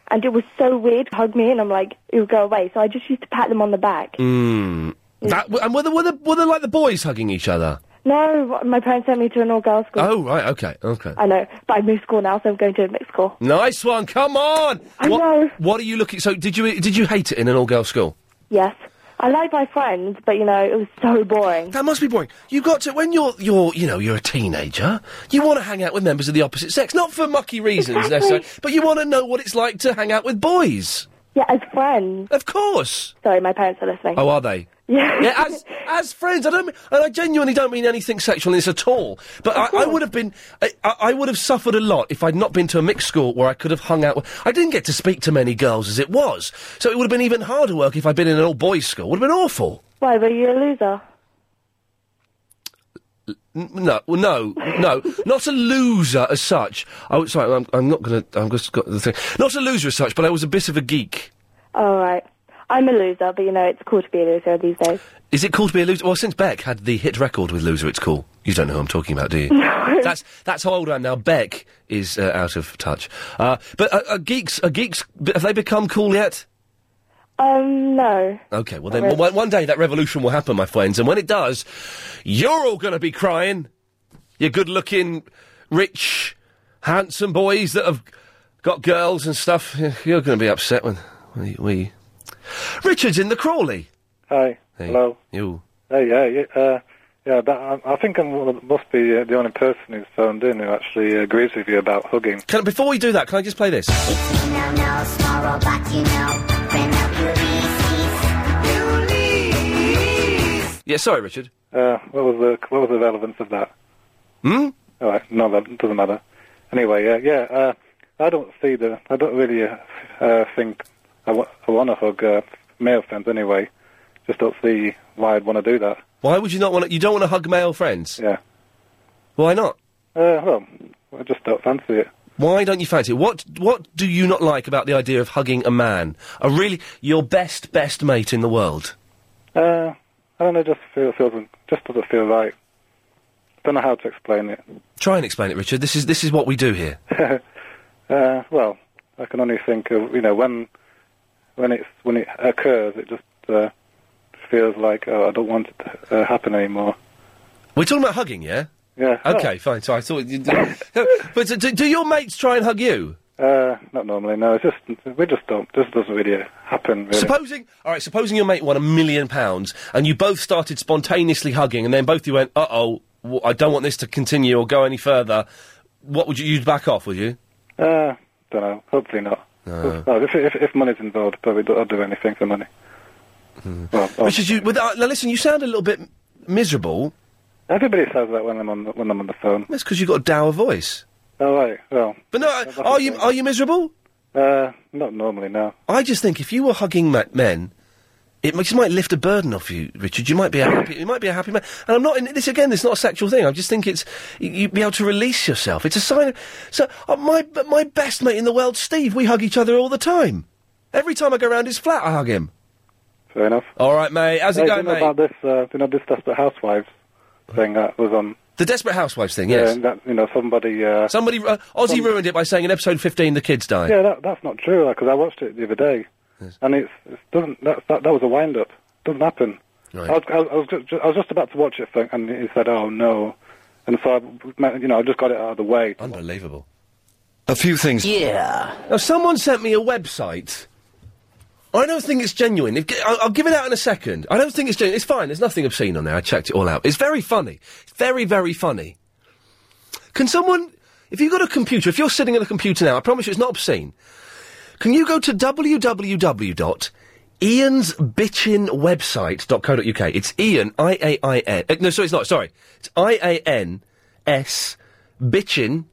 Speaker 20: and it was so weird. Hug me, and I'm like, "Ew, go away." So I just used to pat them on the back.
Speaker 1: Mm. That, w- and were there, were, there, were there like the boys hugging each other?
Speaker 20: No, my parents sent me to an all-girls school.
Speaker 1: Oh, right, okay, okay.
Speaker 20: I know, but I moved school now, so I'm going to a mixed school.
Speaker 1: Nice one, come on!
Speaker 20: I
Speaker 1: what,
Speaker 20: know.
Speaker 1: What are you looking So, did you did you hate it in an all girl school?
Speaker 20: Yes, I like my friends, but you know, it was so *laughs* boring.
Speaker 1: That must be boring. You got to when you're you're you know you're a teenager. You want to hang out with members of the opposite sex, not for mucky reasons
Speaker 20: Exactly.
Speaker 1: necessarily, but you want to know what it's like to hang out with boys.
Speaker 20: Yeah, as friends.
Speaker 1: Of course.
Speaker 20: Sorry, my parents are listening.
Speaker 1: Oh, are they?
Speaker 20: Yeah.
Speaker 1: yeah as as friends, I don't mean, and I genuinely don't mean anything sexual in this at all. But I, I would have been, I, I I would have suffered a lot if I'd not been to a mixed school where I could have hung out. with... I didn't get to speak to many girls as it was, so it would have been even harder work if I'd been in an all boys school. Would have been awful.
Speaker 20: Why were you a loser?
Speaker 1: N- No, well, no, no, not a loser as such. Oh, sorry, I'm, I'm not gonna. I'm just got the thing. Not a loser as such, but I was a bit of a geek.
Speaker 20: All right. I'm a loser, but you know it's cool to be a loser these days.
Speaker 1: Is it cool to be a loser? Well, since Beck had the hit record with Loser, it's cool. You don't know who I'm talking about, do you? No. *laughs* That's that's how old I am now. Beck is uh, out of touch. Uh, but uh, are geeks, are geeks, b- have they become cool yet?
Speaker 20: Um, no.
Speaker 1: Okay, well
Speaker 20: Not
Speaker 1: then,
Speaker 20: really.
Speaker 1: one, one day that revolution will happen, my friends, and when it does, you're all going to be crying. You're good-looking, rich, handsome boys that have got girls and stuff. You're going to be upset when we, we. Richard's in the Crawley.
Speaker 21: Hi.
Speaker 1: Hey.
Speaker 21: Hello.
Speaker 1: You.
Speaker 21: Hey, yeah, yeah, uh, yeah. That, I, I think I must be uh, the only person who's phoned in who actually agrees with you about hugging.
Speaker 1: Can, before we do that, can I just play this? Yeah, sorry, Richard.
Speaker 21: Uh, what was the what was the relevance of that?
Speaker 1: Hmm.
Speaker 21: All right, no, that doesn't matter. Anyway, uh, yeah, uh, I don't see the. I don't really uh, uh, think I want to hug uh, male friends anyway. Just don't see why I'd want to do that.
Speaker 1: Why would you not want to? You don't want to hug male friends?
Speaker 21: Yeah.
Speaker 1: Why not?
Speaker 21: Uh, well, I just don't fancy it.
Speaker 1: Why don't you fancy it? What What do you not like about the idea of hugging a man? A really your best best mate in the world?
Speaker 21: Uh, I don't know. Just feel feels just doesn't feel right. Don't know how to explain it. *laughs*
Speaker 1: Try and explain it, Richard. This is this is what we do here.
Speaker 21: uh, well, I can only think of you know when when it's when it occurs, it just uh, feels like oh, I don't want it to uh, happen anymore.
Speaker 1: We're talking about hugging, yeah?
Speaker 21: Yeah.
Speaker 1: Okay, fine. So I thought. You, *laughs* but do, do your mates try and hug you?
Speaker 21: Uh, not normally. No, it's just we just don't. This doesn't really happen. Really.
Speaker 1: *laughs* Supposing, all right, supposing your mate won a million pounds and you both started spontaneously hugging, and then both you went, "Uh oh, w- I don't want this to continue or go any further." What would you? You'd back off, would you?
Speaker 21: uh, don't know. Hopefully not.
Speaker 1: No.
Speaker 21: Well, if, if if money's involved, probably don't, I'll do anything for money. Well, oh,
Speaker 1: Richard, you, with, uh, now listen, you sound a little bit miserable.
Speaker 21: everybody says that when I'm on the, when I'm on the phone.
Speaker 1: That's because you've got a dour voice.
Speaker 21: Oh right, well.
Speaker 1: But no, uh, are you are you miserable?
Speaker 21: Uh, not normally. No.
Speaker 1: I just think if you were hugging ma- men, it just might lift a burden off you, Richard. You might be a happy, you might be a happy man. And I'm not in this again. It's not a sexual thing. I just think it's y- you'd be able to release yourself. It's a sign. Of, so uh, my but my best mate in the world, Steve. We hug each other all the time. Every time I go round his flat, I hug him.
Speaker 21: Fair enough.
Speaker 1: All right, mate. How's it
Speaker 21: Hey, do you
Speaker 1: going,
Speaker 21: know
Speaker 1: mate?
Speaker 21: About this, uh, do you know this Desperate Housewives thing that was on.
Speaker 1: The Desperate Housewives thing, yes.
Speaker 21: Yeah, that, you know somebody. Uh,
Speaker 1: Somebody uh, Ozzy ruined it by saying in episode 15 the kids die.
Speaker 21: Yeah, that, that's not true because I watched it the other day, and it's it doesn't that, that that was a wind up. Doesn't happen.
Speaker 1: Right.
Speaker 21: I was I was, I was just, I was just about to watch it, thing, and he said, "Oh no," and so I, you know, I just got it out of the way.
Speaker 1: Unbelievable.
Speaker 21: A few things.
Speaker 1: Yeah. Now, someone sent me a website. I don't think it's genuine. If, I'll, I'll give it out in a second. I don't think it's genuine. It's fine. There's nothing obscene on there. I checked it all out. It's very funny. It's very, very funny. Can someone, if you've got a computer, if you're sitting at a computer now, I promise you it's not obscene. Can you go to www.iansbitchinwebsite.co.uk? It's Ian, I A I N. eh, No, sorry, it's not. Sorry. It's I A N S bitchin,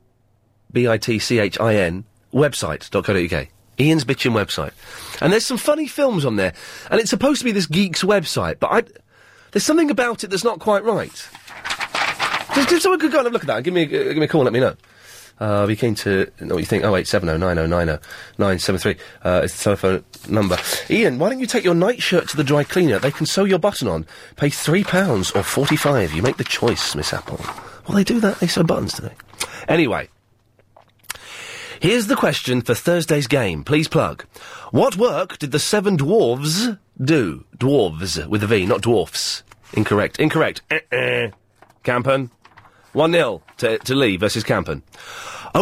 Speaker 1: B I T C H I N, website.co.uk. Ian's Bitchin website. And there's some funny films on there. And it's supposed to be this geek's website, but I. There's something about it that's not quite right. Just, if someone could go and have a look at that and give me, a, give me a call and let me know. Uh, I'll be keen to know what you think. Oh eight seven oh nine oh nine oh nine seven three. Uh, it's the telephone number. Ian, why don't you take your nightshirt to the dry cleaner? They can sew your button on. Pay three pounds or forty five. You make the choice, Miss Apple. Well, they do that. They sew buttons, do they? Anyway, here's the question for Thursday's game. Please plug. What work did the seven dwarves do? Dwarves with a V, not dwarfs. Incorrect. Incorrect. Eh-eh. Campen. 1 0 to, to Lee versus Campen.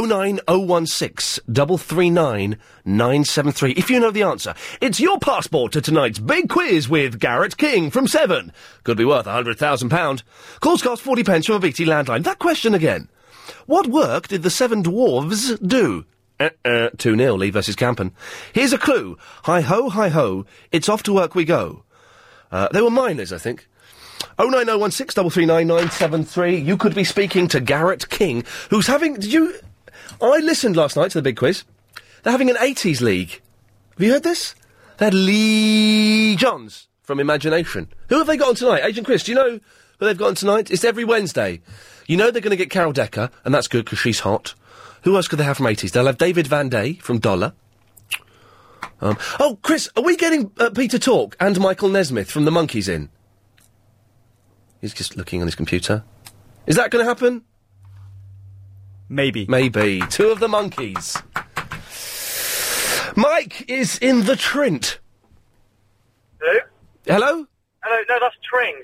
Speaker 1: 09016 339 973. If you know the answer, it's your passport to tonight's big quiz with Garrett King from 7. Could be worth £100,000. Calls cost 40 pence from a BT landline. That question again. What work did the seven dwarves do? uh, uh, 2 0, Lee versus Campen. Here's a clue. Hi ho, hi ho, it's off to work we go. Uh, they were miners, I think. 09016 339 973. You could be speaking to Garrett King, who's having. Did you. I listened last night to the big quiz. They're having an 80s league. Have you heard this? They had Lee Johns from Imagination. Who have they got on tonight? Agent Chris, do you know who they've got on tonight? It's every Wednesday. You know they're going to get Carol Decker, and that's good because she's hot. Who else could they have from 80s? They'll have David Van Day from Dollar. Um, oh, Chris, are we getting uh, Peter Talk and Michael Nesmith from the Monkeys in? He's just looking on his computer. Is that going to happen? Maybe. Maybe. Two of the monkeys. Mike is in the Trent.
Speaker 22: Hello?
Speaker 1: Hello?
Speaker 22: Hello, no, that's Tring.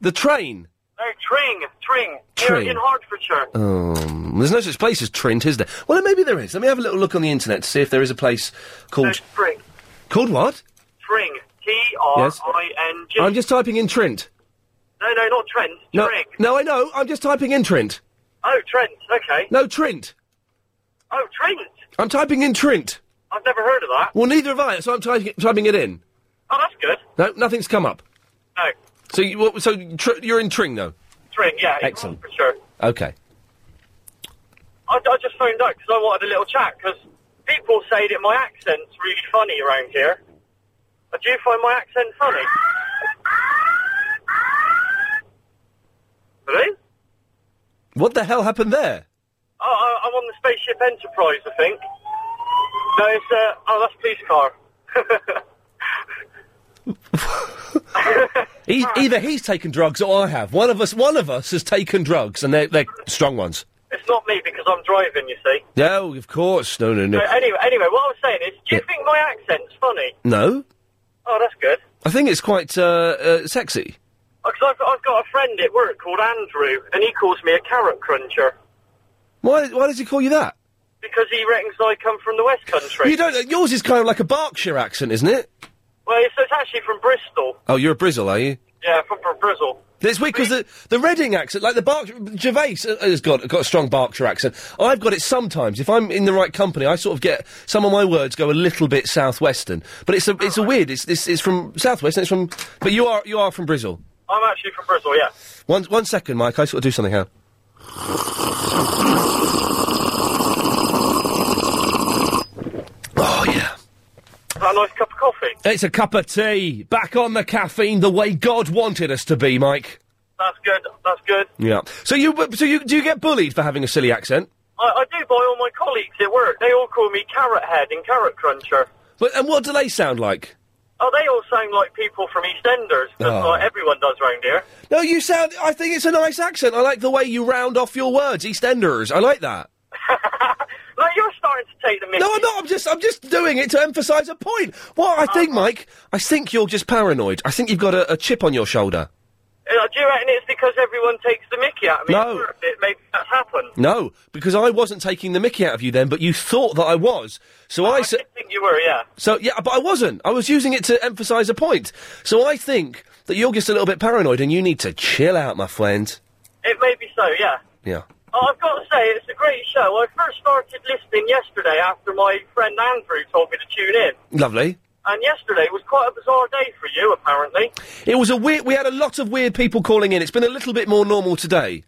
Speaker 1: The train.
Speaker 22: No, Tring, Tring.
Speaker 1: Tring.
Speaker 22: Here in Hertfordshire.
Speaker 1: Um, there's no such place as Trent, is there? Well, maybe there is. Let me have a little look on the internet to see if there is a place called.
Speaker 22: Tring.
Speaker 1: Called what?
Speaker 22: Tring.
Speaker 1: Yes.
Speaker 22: T-R-I-N-G.
Speaker 1: I'm just typing in Trent.
Speaker 22: No, no, not Trent.
Speaker 1: No,
Speaker 22: Tring.
Speaker 1: no, I know. I'm just typing in Trent.
Speaker 22: Oh, Trent, okay.
Speaker 1: No, Trent.
Speaker 22: Oh, Trent.
Speaker 1: I'm typing in Trent.
Speaker 22: I've never heard of that.
Speaker 1: Well, neither have I, so I'm typing, typing it in.
Speaker 22: Oh, that's good.
Speaker 1: No, nothing's come up.
Speaker 22: No,
Speaker 1: So, you, what- so tr- you're in Tring, though?
Speaker 22: Tring, yeah. in
Speaker 1: Excellent.
Speaker 22: Hertfordshire.
Speaker 1: Okay.
Speaker 22: I, I just phoned out because I wanted a little chat because people say that my accent's really funny around here. But do you find my accent funny? Hello?
Speaker 1: What the hell happened there?
Speaker 22: Oh, I, I'm on the Spaceship Enterprise, I think. No, it's, uh, oh, that's police car.
Speaker 1: He, either he's taken drugs or I have. One of us, one of us has taken drugs, and they're, they're strong ones.
Speaker 22: It's not me because I'm driving, you see.
Speaker 1: No, of course, no, no, no,
Speaker 22: So anyway, anyway, what I was saying is, do you
Speaker 1: Yeah.
Speaker 22: think my accent's funny?
Speaker 1: no.
Speaker 22: Oh, that's good.
Speaker 1: I think it's quite uh, uh, sexy.
Speaker 22: Because I've, I've got a friend at work called Andrew, and he calls me a carrot cruncher
Speaker 1: Why? Why does he call you that?
Speaker 22: because he reckons I come from the
Speaker 1: *laughs*
Speaker 22: West Country.
Speaker 1: You don't. Yours is kind of like a Berkshire accent, isn't it?
Speaker 22: Well, it's, it's actually from Bristol.
Speaker 1: Oh, you're a Brizzle, are you?
Speaker 22: Yeah, from, from Bristol.
Speaker 1: It's weird because the, the Reading accent, like the Berkshire, Gervais uh, has got, got a strong Berkshire accent. I've got it sometimes. If I'm in the right company, I sort of get some of my words go a little bit southwestern. But it's a it's a
Speaker 22: Ah.
Speaker 1: weird. It's it's, it's from southwest. And it's from. But you are you are from Bristol.
Speaker 22: I'm actually from Bristol, Oh, yeah.
Speaker 1: One one second, Mike. I sort of do something here.
Speaker 22: Is that a nice cup of coffee?
Speaker 1: Oh, It's a cup of tea. Back on the caffeine, the way God wanted us to be, Mike.
Speaker 22: That's good. That's good.
Speaker 1: Yeah. So you so you do you get bullied for having a silly accent?
Speaker 22: I, I do by all my colleagues at work. They all call me Carrot Head and Carrot Cruncher.
Speaker 1: But and what do they sound like?
Speaker 22: Oh, they all sound like people from EastEnders. That's
Speaker 1: Oh.
Speaker 22: what everyone does round here.
Speaker 1: No, you sound. I think it's a nice accent. I like the way you round off your words, EastEnders. I like
Speaker 22: *laughs*
Speaker 1: that.
Speaker 22: No, you're starting to take the mickey.
Speaker 1: No, I'm not. I'm just. I'm just doing it to emphasise a point. What I
Speaker 22: Uh-huh.
Speaker 1: think, Mike. I think you're just paranoid. I think you've got a, a chip on your shoulder.
Speaker 22: Uh, do you reckon it's because everyone takes the mickey out of me?
Speaker 1: No.
Speaker 22: at work? It made that happen.
Speaker 1: No, because I wasn't taking the Mickey out of you then, but you thought that I was. So I. s-
Speaker 22: Oh, I think you were, yeah.
Speaker 1: So yeah, but I wasn't. I was using it to emphasise a point. So I think that you're just a little bit paranoid, and you need to chill out, my friend.
Speaker 22: It may be so, yeah.
Speaker 1: Yeah.
Speaker 22: Oh, I've got to say, it's a great show. I first started listening yesterday after my friend Andrew told me to tune in.
Speaker 1: Lovely.
Speaker 22: And yesterday was quite a bizarre day for you, apparently.
Speaker 1: It was a weird. We had a lot of weird people calling in. It's been a little bit more normal today.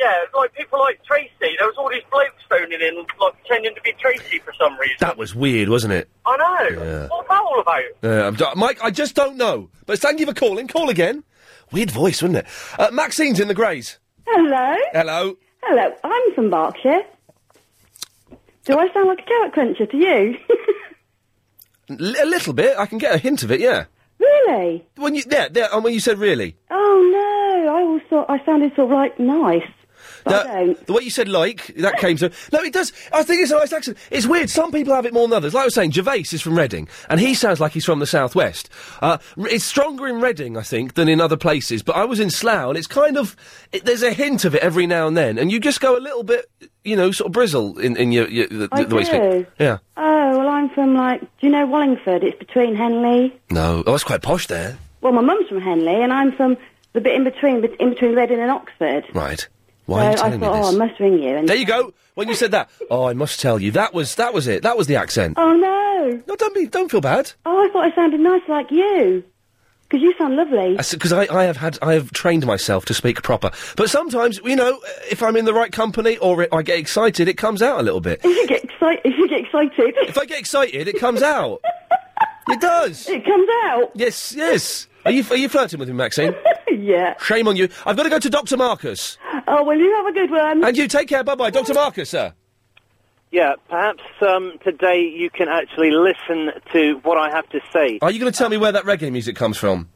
Speaker 22: Yeah, like people like Tracy. There was all these blokes phoning in, like pretending to be Tracy for some reason.
Speaker 1: That was weird, wasn't it?
Speaker 22: I know.
Speaker 1: Yeah.
Speaker 22: What's that all about?
Speaker 1: Uh, I'm d- Mike, I just don't know. But thank you for calling. Call again. Weird voice, wasn't it? Uh, Maxine's in the Greys.
Speaker 23: Hello.
Speaker 1: Hello.
Speaker 23: Hello. I'm from Berkshire. Do I sound like a carrot cruncher to you? *laughs*
Speaker 1: L- a little bit. I can get a hint of it. Yeah.
Speaker 23: really?
Speaker 1: When you yeah, yeah, and when you said really,
Speaker 23: Oh no! I always thought I sounded sort of like nice.
Speaker 1: No, the way you said like that came through. No, it does. I think it's a nice accent. It's weird. Some people have it more than others. Like I was saying, Gervais is from Reading, and he sounds like he's from the southwest. Uh, r- it's stronger in Reading, I think, than in other places. But I was in Slough, and it's kind of it, there's a hint of it every now and then, and you just go a little bit, you know, sort of brizzle in, in your, your the,
Speaker 23: I
Speaker 1: the way you
Speaker 23: do.
Speaker 1: speak. Yeah.
Speaker 23: Oh well, I'm from like. Do you know Wallingford? It's between Henley.
Speaker 1: No, oh, that's quite posh there.
Speaker 23: Well, my mum's from Henley, and I'm from the bit in between, bet- in between Reading and Oxford.
Speaker 1: Right. Why are you
Speaker 23: so I
Speaker 1: telling me
Speaker 23: thought,
Speaker 1: this?
Speaker 23: oh, I must ring you. And
Speaker 1: There you go. When you
Speaker 23: *laughs*
Speaker 1: said that, oh, I must tell you, that was that was it. That was the accent.
Speaker 23: Oh no.
Speaker 1: No, don't be. Don't feel bad.
Speaker 23: Oh, I thought I sounded nice like you, because you sound lovely. *laughs*
Speaker 1: Because I, I have had I have trained myself to speak proper. But sometimes, you know, if I'm in the right company or I get excited, it comes out a little bit.
Speaker 23: If you get excited, if you get excited,
Speaker 1: if I get excited, it comes
Speaker 23: *laughs*
Speaker 1: out. It does.
Speaker 23: It comes out.
Speaker 1: Yes, yes. Are you are you flirting with
Speaker 23: *laughs*
Speaker 1: me, Maxine?
Speaker 23: yeah.
Speaker 1: Shame on you. I've got to go to Doctor Marcus.
Speaker 23: Oh well, you have a good one.
Speaker 1: And you take care. Bye bye, Doctor Marcus, sir.
Speaker 3: Yeah, perhaps um, today you can actually listen to what I have to say.
Speaker 1: Are you going to tell me where that reggae music comes from?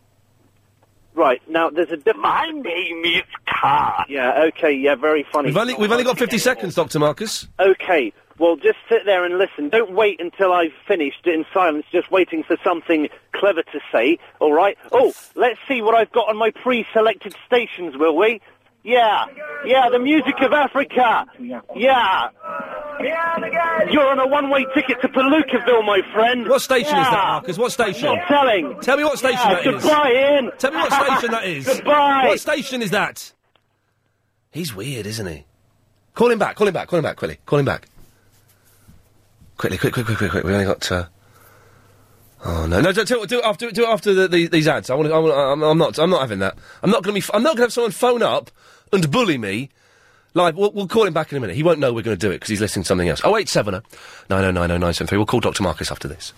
Speaker 3: Right now, there's a different. My name is Car. Yeah. Okay. Yeah. Very funny.
Speaker 1: We've only we've only got fifty seconds, Doctor Marcus.
Speaker 3: Okay. Well, just sit there and listen. Don't wait until I've finished in silence, just waiting for something clever to say. All right. Oh, let's see what I've got on my pre-selected stations, will we? Yeah. Yeah. The music of Africa. Yeah. You're on a one-way ticket to Palookaville, my friend.
Speaker 1: What station is that,
Speaker 3: Yeah.
Speaker 1: Marcus? What station?
Speaker 3: Not telling.
Speaker 1: Tell me what station
Speaker 3: Yeah,
Speaker 1: that is.
Speaker 3: goodbye, Ian.
Speaker 1: Tell me what station that is.
Speaker 3: Goodbye.
Speaker 1: What station is that? He's weird, isn't he? Call him back. Call him back. Call him back quickly. Call him back. Quickly, quick, quick, quick, quick, quick. We only got. Uh... Oh no, no! Do, do, do it after do it after the, the, these ads. I want. I want I'm, I'm not. I'm not having that. I'm not going to be. f- I'm not going to have someone phone up and bully me. Live. We'll, we'll call him back in a minute. He won't know we're going to do it because he's listening to something else. Oh eight seven oh nine oh nine oh nine seven three. We'll call Dr. Marcus after this.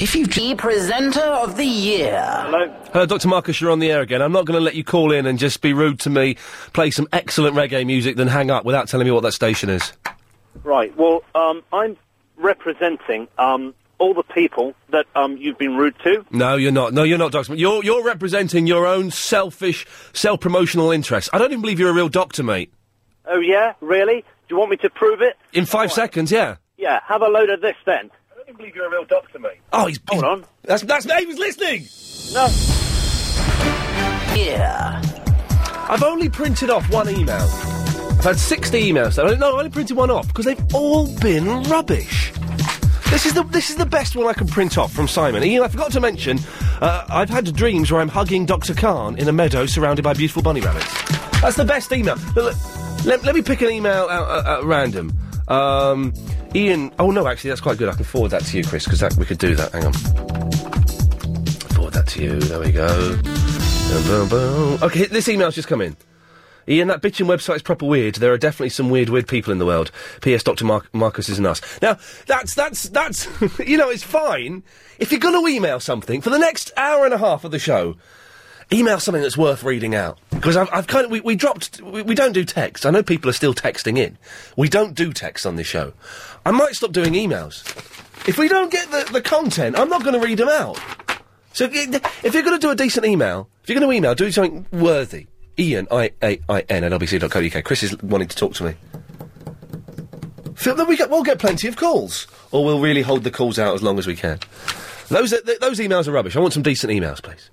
Speaker 14: If you the presenter of the year.
Speaker 3: Hello.
Speaker 1: Hello, Dr. Marcus, you're on the air again. I'm not going to let you call in and just be rude to me, play some excellent reggae music, then hang up without telling me what that station is.
Speaker 3: Right. Well, um, I'm representing um, all the people that um, you've been rude to.
Speaker 1: No, you're not. No, you're not, Doctor. Mar- You're, you're representing your own selfish, self promotional interests. I don't even believe you're a real doctor, mate.
Speaker 3: Oh yeah, really? Do you want me to prove it?
Speaker 1: In five seconds, yeah.
Speaker 3: Yeah. Have a load of this then. I don't believe you're a real doctor, mate.
Speaker 1: Oh, he's.
Speaker 3: Hold on.
Speaker 1: That's, that's, he was listening!
Speaker 3: No.
Speaker 14: Yeah.
Speaker 1: I've only printed off one email. I've had 60 emails. though. No, I only printed one off because they've all been rubbish. This is the this is the best one I can print off from Simon. Ian, I forgot to mention, uh, I've had dreams where I'm hugging Dr. Khan in a meadow surrounded by beautiful bunny rabbits. That's the best email. But look, let, let me pick an email out at, at random. Um, Ian, oh no, actually that's quite good. I can forward that to you, Chris, because we could do that. Hang on, forward that to you. There we go. Boom, boom, boom. Okay, this email's just come in. Ian, that bitching website's proper weird. There are definitely some weird, weird people in the world. P.S. Dr. Mar- Marcus is an ass. Now, that's, that's, that's, *laughs* you know, it's fine. If you're going to email something for the next hour and a half of the show, email something that's worth reading out. Because I've, I've kind of, we, we dropped, we, we don't do text. I know people are still texting in. We don't do text on this show. I might stop doing emails. If we don't get the, the content, I'm not going to read them out. So if if you're going to do a decent email, if you're going to email, do something worthy. Ian, I A I N at lbc.co.uk. Chris is wanting to talk to me. Phil, then we get, we'll get plenty of calls, or we'll really hold the calls out as long as we can. Those are, th- those emails are rubbish. I want some decent emails, please.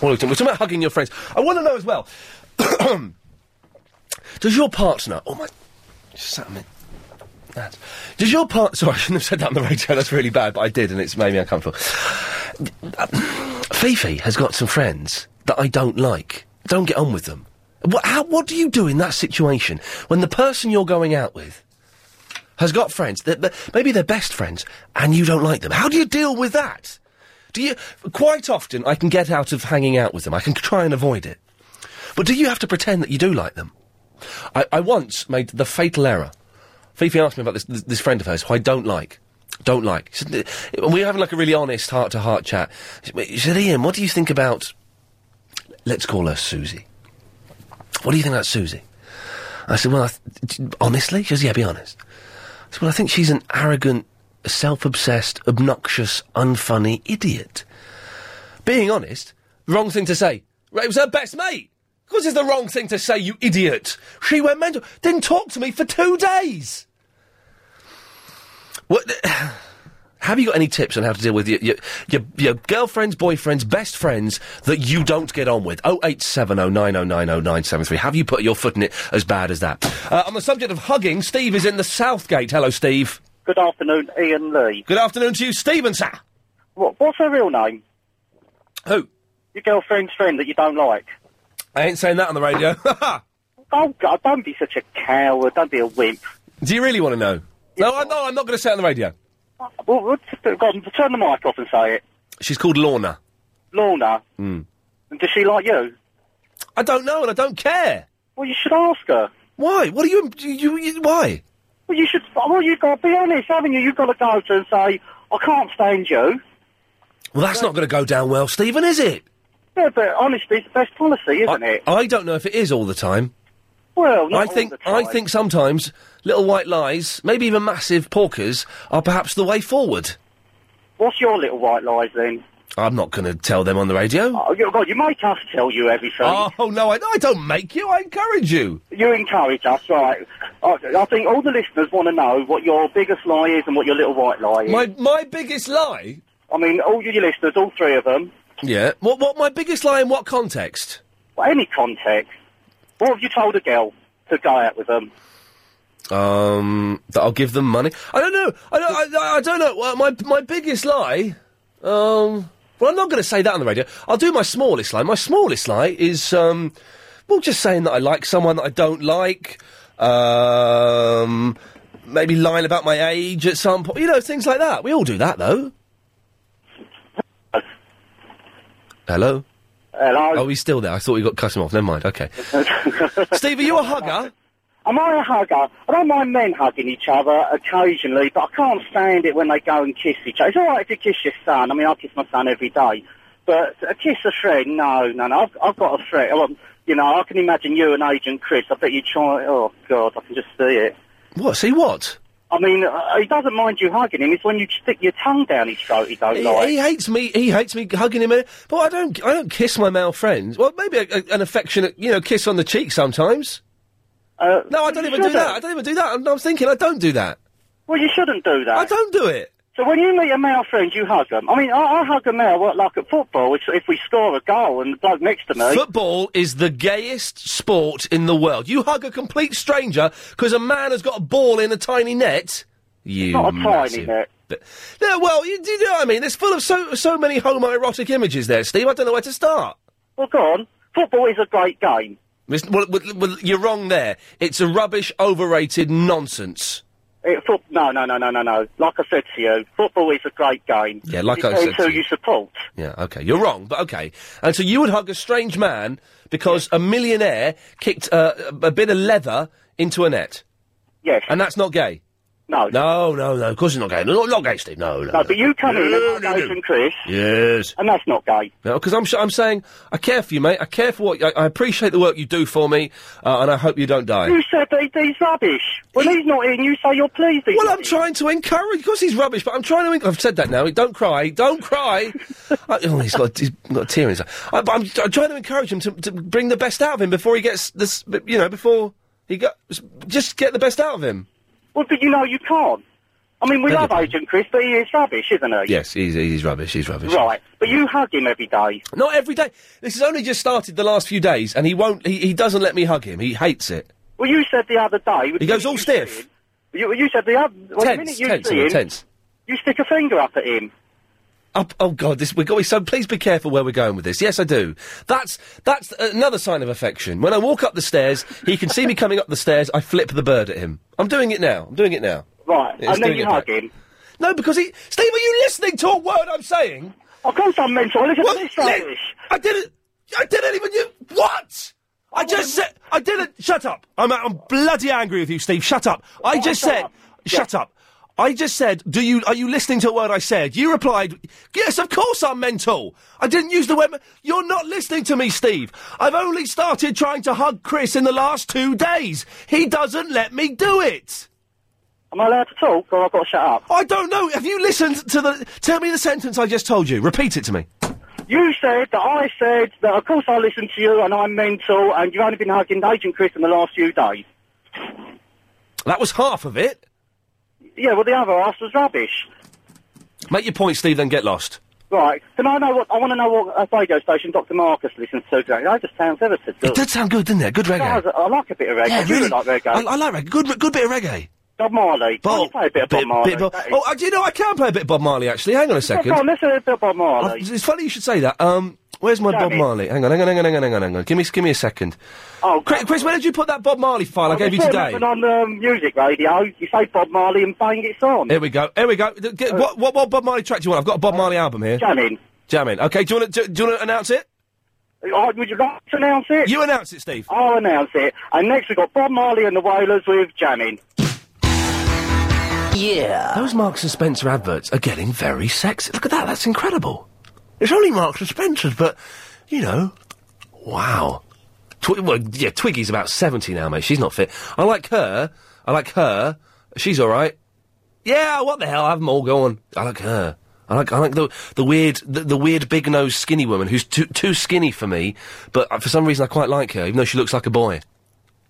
Speaker 1: What are we talking- We're talking about hugging your friends. I want to know as well. *coughs* does your partner? Oh my! Just sat a minute. That. Does your part? Sorry, I shouldn't have said that on the radio. That's really bad, but I did, and it's made me uncomfortable. Uh, Fifi has got some friends that I don't like. Don't get on with them. What, how, what do you do in that situation when the person you're going out with has got friends that that- maybe they're best friends and you don't like them? How do you deal with that? Do you quite often I can get out of hanging out with them. I can try and avoid it. But do you have to pretend that you do like them? I, I once made the fatal error. Fifi asked me about this, this, this friend of hers who I don't like. Don't like. She said, "Uh, we were having like a really honest heart to heart chat. She said, she said, Ian, what do you think about. Let's call her Susie. What do you think about Susie? I said, well, I th- d- honestly? She goes, yeah, be honest. I said, well, I think she's an arrogant, self obsessed, obnoxious, unfunny idiot. Being honest, wrong thing to say. Right, It was her best mate. Of course, it's the wrong thing to say, you idiot. She went mental. Didn't talk to me for two days. What? *sighs* Have you got any tips on how to deal with your your, your, your girlfriends, boyfriends, best friends that you don't get on with? Oh eight seven oh nine oh nine oh nine seven three. Have you put your foot in it as bad as that? Uh, on the subject of hugging, Steve is in the Southgate. Hello, Steve.
Speaker 11: Good afternoon, Ian Lee.
Speaker 1: Good afternoon to you, Stephen. Sir.
Speaker 11: What, what's her real name?
Speaker 1: Who? *laughs*
Speaker 11: Your girlfriend's friend that you don't like. *laughs*
Speaker 1: I ain't saying that on the radio.
Speaker 11: Oh, God, don't be such a coward. Don't be a wimp.
Speaker 1: Do you really want to know? No, I, no, I'm not going to say it on the radio.
Speaker 11: Well, well, just, uh, go on, turn the mic off and say it.
Speaker 1: She's called Lorna.
Speaker 11: Lorna,
Speaker 1: Mm.
Speaker 11: does she like you?
Speaker 1: I don't know, and I don't care.
Speaker 11: Well, you should ask her.
Speaker 1: Why? What are you, you, you why?
Speaker 11: Well, you should. Well, you've got to be honest, haven't you? You've got to go to her and say, I can't stand you.
Speaker 1: Well, that's not going to go down well, Stephen, is it?
Speaker 11: Yeah, but honesty is the best policy, isn't it?
Speaker 1: I don't know if it is all the time.
Speaker 11: Well, not
Speaker 1: I
Speaker 11: all
Speaker 1: think
Speaker 11: the
Speaker 1: I
Speaker 11: time.
Speaker 1: think sometimes little white lies, maybe even massive porkers, are perhaps the way forward.
Speaker 11: What's your little white lies then?
Speaker 1: I'm not going to tell them on the radio.
Speaker 11: Oh, you- God, you make us tell you everything.
Speaker 1: Oh no, I, I don't make you. I encourage you.
Speaker 11: You encourage us, right? I, I think all the listeners want to know what your biggest lie is and what your little white lie is.
Speaker 1: My my biggest lie.
Speaker 11: I mean, all your listeners, all three of them.
Speaker 1: Yeah. What what my biggest lie in what context?
Speaker 11: Well, any context. What have you told a girl to go out with them?
Speaker 1: Um, that I'll give them money. I don't know. I don't. I, I- I don't know. Well, my my biggest lie. Um. Well, I'm not going to say that on the radio. I'll do my smallest lie. My smallest lie is um, well, just saying that I like someone that I don't like. Um, maybe lying about my age at some point. You know, things like that. We all do that, though. Hello.
Speaker 11: Hello.
Speaker 1: Oh, he's still there. I thought we got cut him off. Never mind. Okay. Oh.
Speaker 11: *laughs*
Speaker 1: Steve, are you a hugger?
Speaker 11: Am I a hugger? I don't mind men hugging each other occasionally, but I can't stand it when they go and kiss each other. It's all right if you kiss your son. I mean, I kiss my son every day. But a kiss a friend? No, no, no. I've, I've got a friend. Well, you know, I can imagine you and Agent Chris. I bet you try. Oh, God, I can just see it.
Speaker 1: What? See what?
Speaker 11: I mean, uh, he doesn't mind you hugging him. It's when you stick your tongue down his throat he don't
Speaker 1: He,
Speaker 11: like.
Speaker 1: he hates me. He hates me hugging him. in- But I don't. I don't kiss my male friends. Well, maybe a, a, an affectionate, you know, kiss on the cheek sometimes.
Speaker 11: Uh,
Speaker 1: no, I don't
Speaker 11: you
Speaker 1: even do
Speaker 11: shouldn't.
Speaker 1: that. I don't even do that. I'm, I'm thinking I don't do that.
Speaker 11: Well, you shouldn't do that. I
Speaker 1: don't do it.
Speaker 11: So when you meet a male friend, you hug them. I mean, I, I hug a male what, like at football. If, if we score a goal and the bloke next to me,
Speaker 1: Football is the gayest sport in the world. You hug a complete stranger because a man has got a ball in a tiny net. You
Speaker 11: not a tiny
Speaker 1: massive
Speaker 11: net.
Speaker 1: bit- Yeah, well, you, do you know what I mean? It's full of so so many homoerotic images there, Steve. I don't know where to start.
Speaker 11: Well, go on. Football is a great game.
Speaker 1: well, well, well, you're wrong there. It's a rubbish, overrated nonsense.
Speaker 11: It, foot, no, no, no, no, no, no. Like I said to you, football is a great game.
Speaker 1: Yeah, like I
Speaker 11: Depends
Speaker 1: said to
Speaker 11: who
Speaker 1: you.
Speaker 11: you support.
Speaker 1: Yeah, okay. You're wrong, but okay. And so you would hug a strange man because a millionaire kicked uh, a a bit of leather into a net.
Speaker 11: Yes.
Speaker 1: And that's not gay?
Speaker 11: No.
Speaker 1: No, no, no. Of course it's not gay. No, not, not gay, Steve. No, no.
Speaker 11: No, but you come in and hug Agent Chris,
Speaker 1: Yes.
Speaker 11: and that's not gay.
Speaker 1: No, because I'm, s- I'm saying, I care for you, mate. I care for what, I, I appreciate the work you do for me, uh, and I hope you don't die.
Speaker 11: You said that he's rubbish. When he's not in, you say you're pleased. He's
Speaker 1: Well, I'm trying to encourage. Of course, he's rubbish, but I'm trying to. en- I've said that now. Don't cry. Don't cry. *laughs* I, oh, he's got, he's got a tear in his eye. I, but I'm, I'm trying to encourage him to, to bring the best out of him before he gets this. You know, before he got just get the best out of him.
Speaker 11: Well, but you know you can't. I mean, we love Agent Chris, but he is rubbish, isn't he?
Speaker 1: Yes, he's he's rubbish. He's rubbish.
Speaker 11: Right, but you hug him every day.
Speaker 1: Not every day. This has only just started the last few days, and he won't. He, he doesn't let me hug him. He hates it.
Speaker 11: Well, you said the other day.
Speaker 1: He goes all stiff.
Speaker 11: You, you said the other. Well, the
Speaker 1: Tense,
Speaker 11: minute you
Speaker 1: tense,
Speaker 11: see him,
Speaker 1: tense.
Speaker 11: you stick a finger up at him.
Speaker 1: Up, oh God, this we're going. So please be careful where we're going with this. Yes, I do. That's that's another sign of affection. When I walk up the stairs, he can see me coming up the stairs. I flip the bird at him. I'm doing it now. I'm doing it now.
Speaker 11: Right,
Speaker 1: It's
Speaker 11: and then
Speaker 1: doing
Speaker 11: you
Speaker 1: it
Speaker 11: hug
Speaker 1: back.
Speaker 11: him.
Speaker 1: No, because he. Steve, are you listening to a word I'm saying?
Speaker 11: Of course I'm mental. Listen
Speaker 1: What?
Speaker 11: to this
Speaker 1: Li-
Speaker 11: rubbish.
Speaker 1: I didn't. I didn't even. You, what? I just said. I didn't. Shut up. I'm. I'm bloody angry with you, Steve. Shut up. I just
Speaker 9: shut
Speaker 1: said.
Speaker 9: up.
Speaker 1: Shut up. I just said. Do you? Are you listening to a word I said? You replied. Yes, of course I'm mental. I didn't use the word. men- You're not listening to me, Steve. I've only started trying to hug Chris in the last two days. He doesn't let me do it.
Speaker 11: Am I allowed to talk, or I've got to shut up?
Speaker 1: I don't know. Have you listened to the? Tell me the sentence I just told you. Repeat it to me.
Speaker 11: You said that I said that of course I listen to you and I'm mental and you've only been hugging Agent Chris in the last few days.
Speaker 1: That was half of it.
Speaker 11: Yeah, well the other ass was rubbish.
Speaker 1: Make your point, Steve, then get lost.
Speaker 11: Right. Can I know what I want to know what uh, radio station Dr. Marcus listens to today? That just sounds ever so
Speaker 1: It
Speaker 11: good.
Speaker 1: did sound good, didn't it? Good reggae.
Speaker 11: Does, I like a bit of reggae.
Speaker 1: Yeah,
Speaker 11: You
Speaker 1: really.
Speaker 11: like reggae.
Speaker 1: I, I like reggae. Good, good bit of reggae.
Speaker 11: Bob Marley. Can you play a bit of Bob Marley?
Speaker 1: Bit Bob-
Speaker 11: That is-
Speaker 1: oh, uh, do you know I can play a bit of Bob Marley? Actually, hang on a second.
Speaker 11: Go on, let's hear a bit of Bob Marley.
Speaker 1: It's funny you should say that. Um, Where's my
Speaker 11: Damn
Speaker 1: Bob
Speaker 11: it.
Speaker 1: Marley? Hang on, hang on, hang on, hang on, hang on, hang on. Give me, give me a second.
Speaker 11: Oh,
Speaker 1: Chris, Chris, where did you put that Bob Marley file I,
Speaker 11: was
Speaker 1: gave you
Speaker 11: putting
Speaker 1: today?
Speaker 11: it on um, music radio. You say Bob Marley and bang, it's on.
Speaker 1: Here we go. Here we go. Th- get- what, what, what Bob Marley track do you want? I've got a Bob Marley album here.
Speaker 11: Uh, Jamming.
Speaker 1: Jamming. Okay. Do you want to? Do, do you want to announce it?
Speaker 11: Oh, would you like to announce it?
Speaker 1: You announce it, Steve.
Speaker 11: I'll announce it. And next we've got Bob Marley and the Wailers with jamming.
Speaker 1: Yeah. Those Marks and Spencer adverts are getting very sexy. Look at that. That's incredible. It's only Marks and Spencer's, but you know, wow. Twi- well, yeah, Twiggy's about seventy now, mate. She's not fit. I like her. I like her. She's all right. Yeah. What the hell? I have them all going. I like her. I like I like the the weird the, the weird big nosed skinny woman who's too too skinny for me, but uh, for some reason I quite like her, even though she looks like a boy.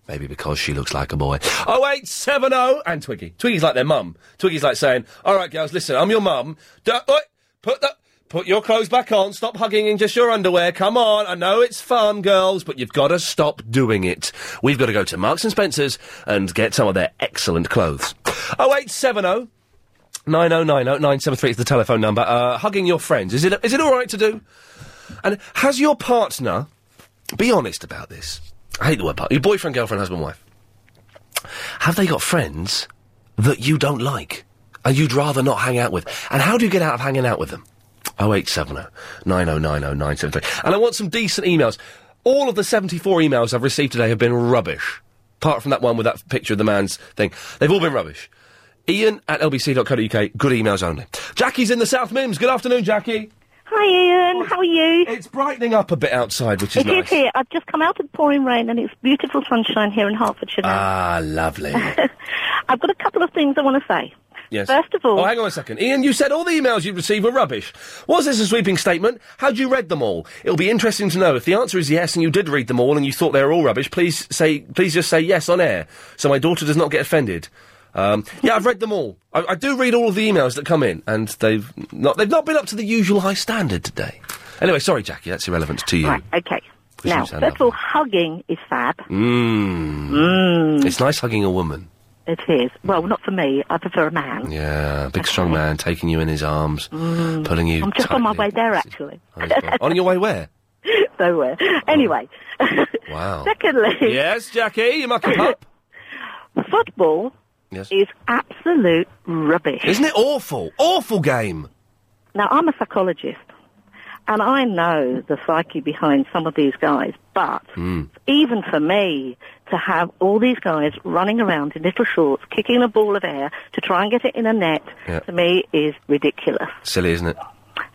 Speaker 1: Maybe because she looks like a boy. 0870 Oh, and Twiggy. Twiggy's like their mum. Twiggy's like saying, "All right, girls, listen, I'm your mum. Don't, oi, put the, put your clothes back on. Stop hugging in just your underwear. Come on. I know it's fun, girls, but you've got to stop doing it. We've got to go to Marks and Spencers and get some of their excellent clothes. oh, 0870 9090973 is the telephone number. Uh, hugging your friends. Is it is it all right to do? And has your partner be honest about this? I hate the word partner. Your boyfriend, girlfriend, husband, wife. Have they got friends that you don't like and you'd rather not hang out with? And how do you get out of hanging out with them? Oh, 0870 oh, 9090973. And I want some decent emails. All of the 74 emails I've received today have been rubbish. Apart from that one with that picture of the man's thing. They've all been rubbish. Ian at lbc.co.uk. Good emails only. Jackie's in the South Mims. Good afternoon, Jackie.
Speaker 4: Hi, Ian. How are you?
Speaker 1: It's brightening up a bit outside, which
Speaker 4: It
Speaker 1: is
Speaker 4: is
Speaker 1: nice.
Speaker 4: here. I've just come out of the pouring rain and it's beautiful sunshine here in Hertfordshire now.
Speaker 1: Ah, lovely.
Speaker 4: *laughs* I've got a couple of things I want to say.
Speaker 1: Yes.
Speaker 4: First of all-
Speaker 1: oh, hang on a second, Ian. You said all the emails you'd received were rubbish. Was this a sweeping statement? How'd you read them all? It'll be interesting to know if the answer is yes, and you did read them all, and you thought they were all rubbish. Please say, please just say yes on air, so my daughter does not get offended. Um, yeah, I've read them all. I, I do read all of the emails that come in, and they've not they've not been up to the usual high standard today. Anyway, sorry, Jackie, that's irrelevant to you.
Speaker 4: Right, okay.
Speaker 1: Which
Speaker 4: now,
Speaker 1: is
Speaker 4: first of all, hugging is fab.
Speaker 1: Mm. It's nice hugging a woman.
Speaker 4: It is. Well, not for me. I prefer a man.
Speaker 1: Yeah, a big strong man taking you in his arms,
Speaker 4: Mm.
Speaker 1: pulling you.
Speaker 4: I'm just on my
Speaker 1: tightly.
Speaker 4: way there, actually. *laughs*
Speaker 1: *laughs* on your way where?
Speaker 4: Nowhere.
Speaker 1: Oh.
Speaker 4: Anyway,
Speaker 1: Wow.
Speaker 4: secondly,
Speaker 1: Yes, Jackie, you mucky pup.
Speaker 4: football
Speaker 1: Yes.
Speaker 4: is absolute
Speaker 1: *laughs*
Speaker 4: rubbish.
Speaker 1: Isn't it awful? Awful game.
Speaker 4: Now, I'm a psychologist, and I know the psyche behind some of these guys, but
Speaker 1: Hmm,
Speaker 4: even for me, to have all these guys running around in little shorts, kicking a ball of air to try and get it in a net,
Speaker 1: Yeah.
Speaker 4: to me is ridiculous.
Speaker 1: Silly, isn't it?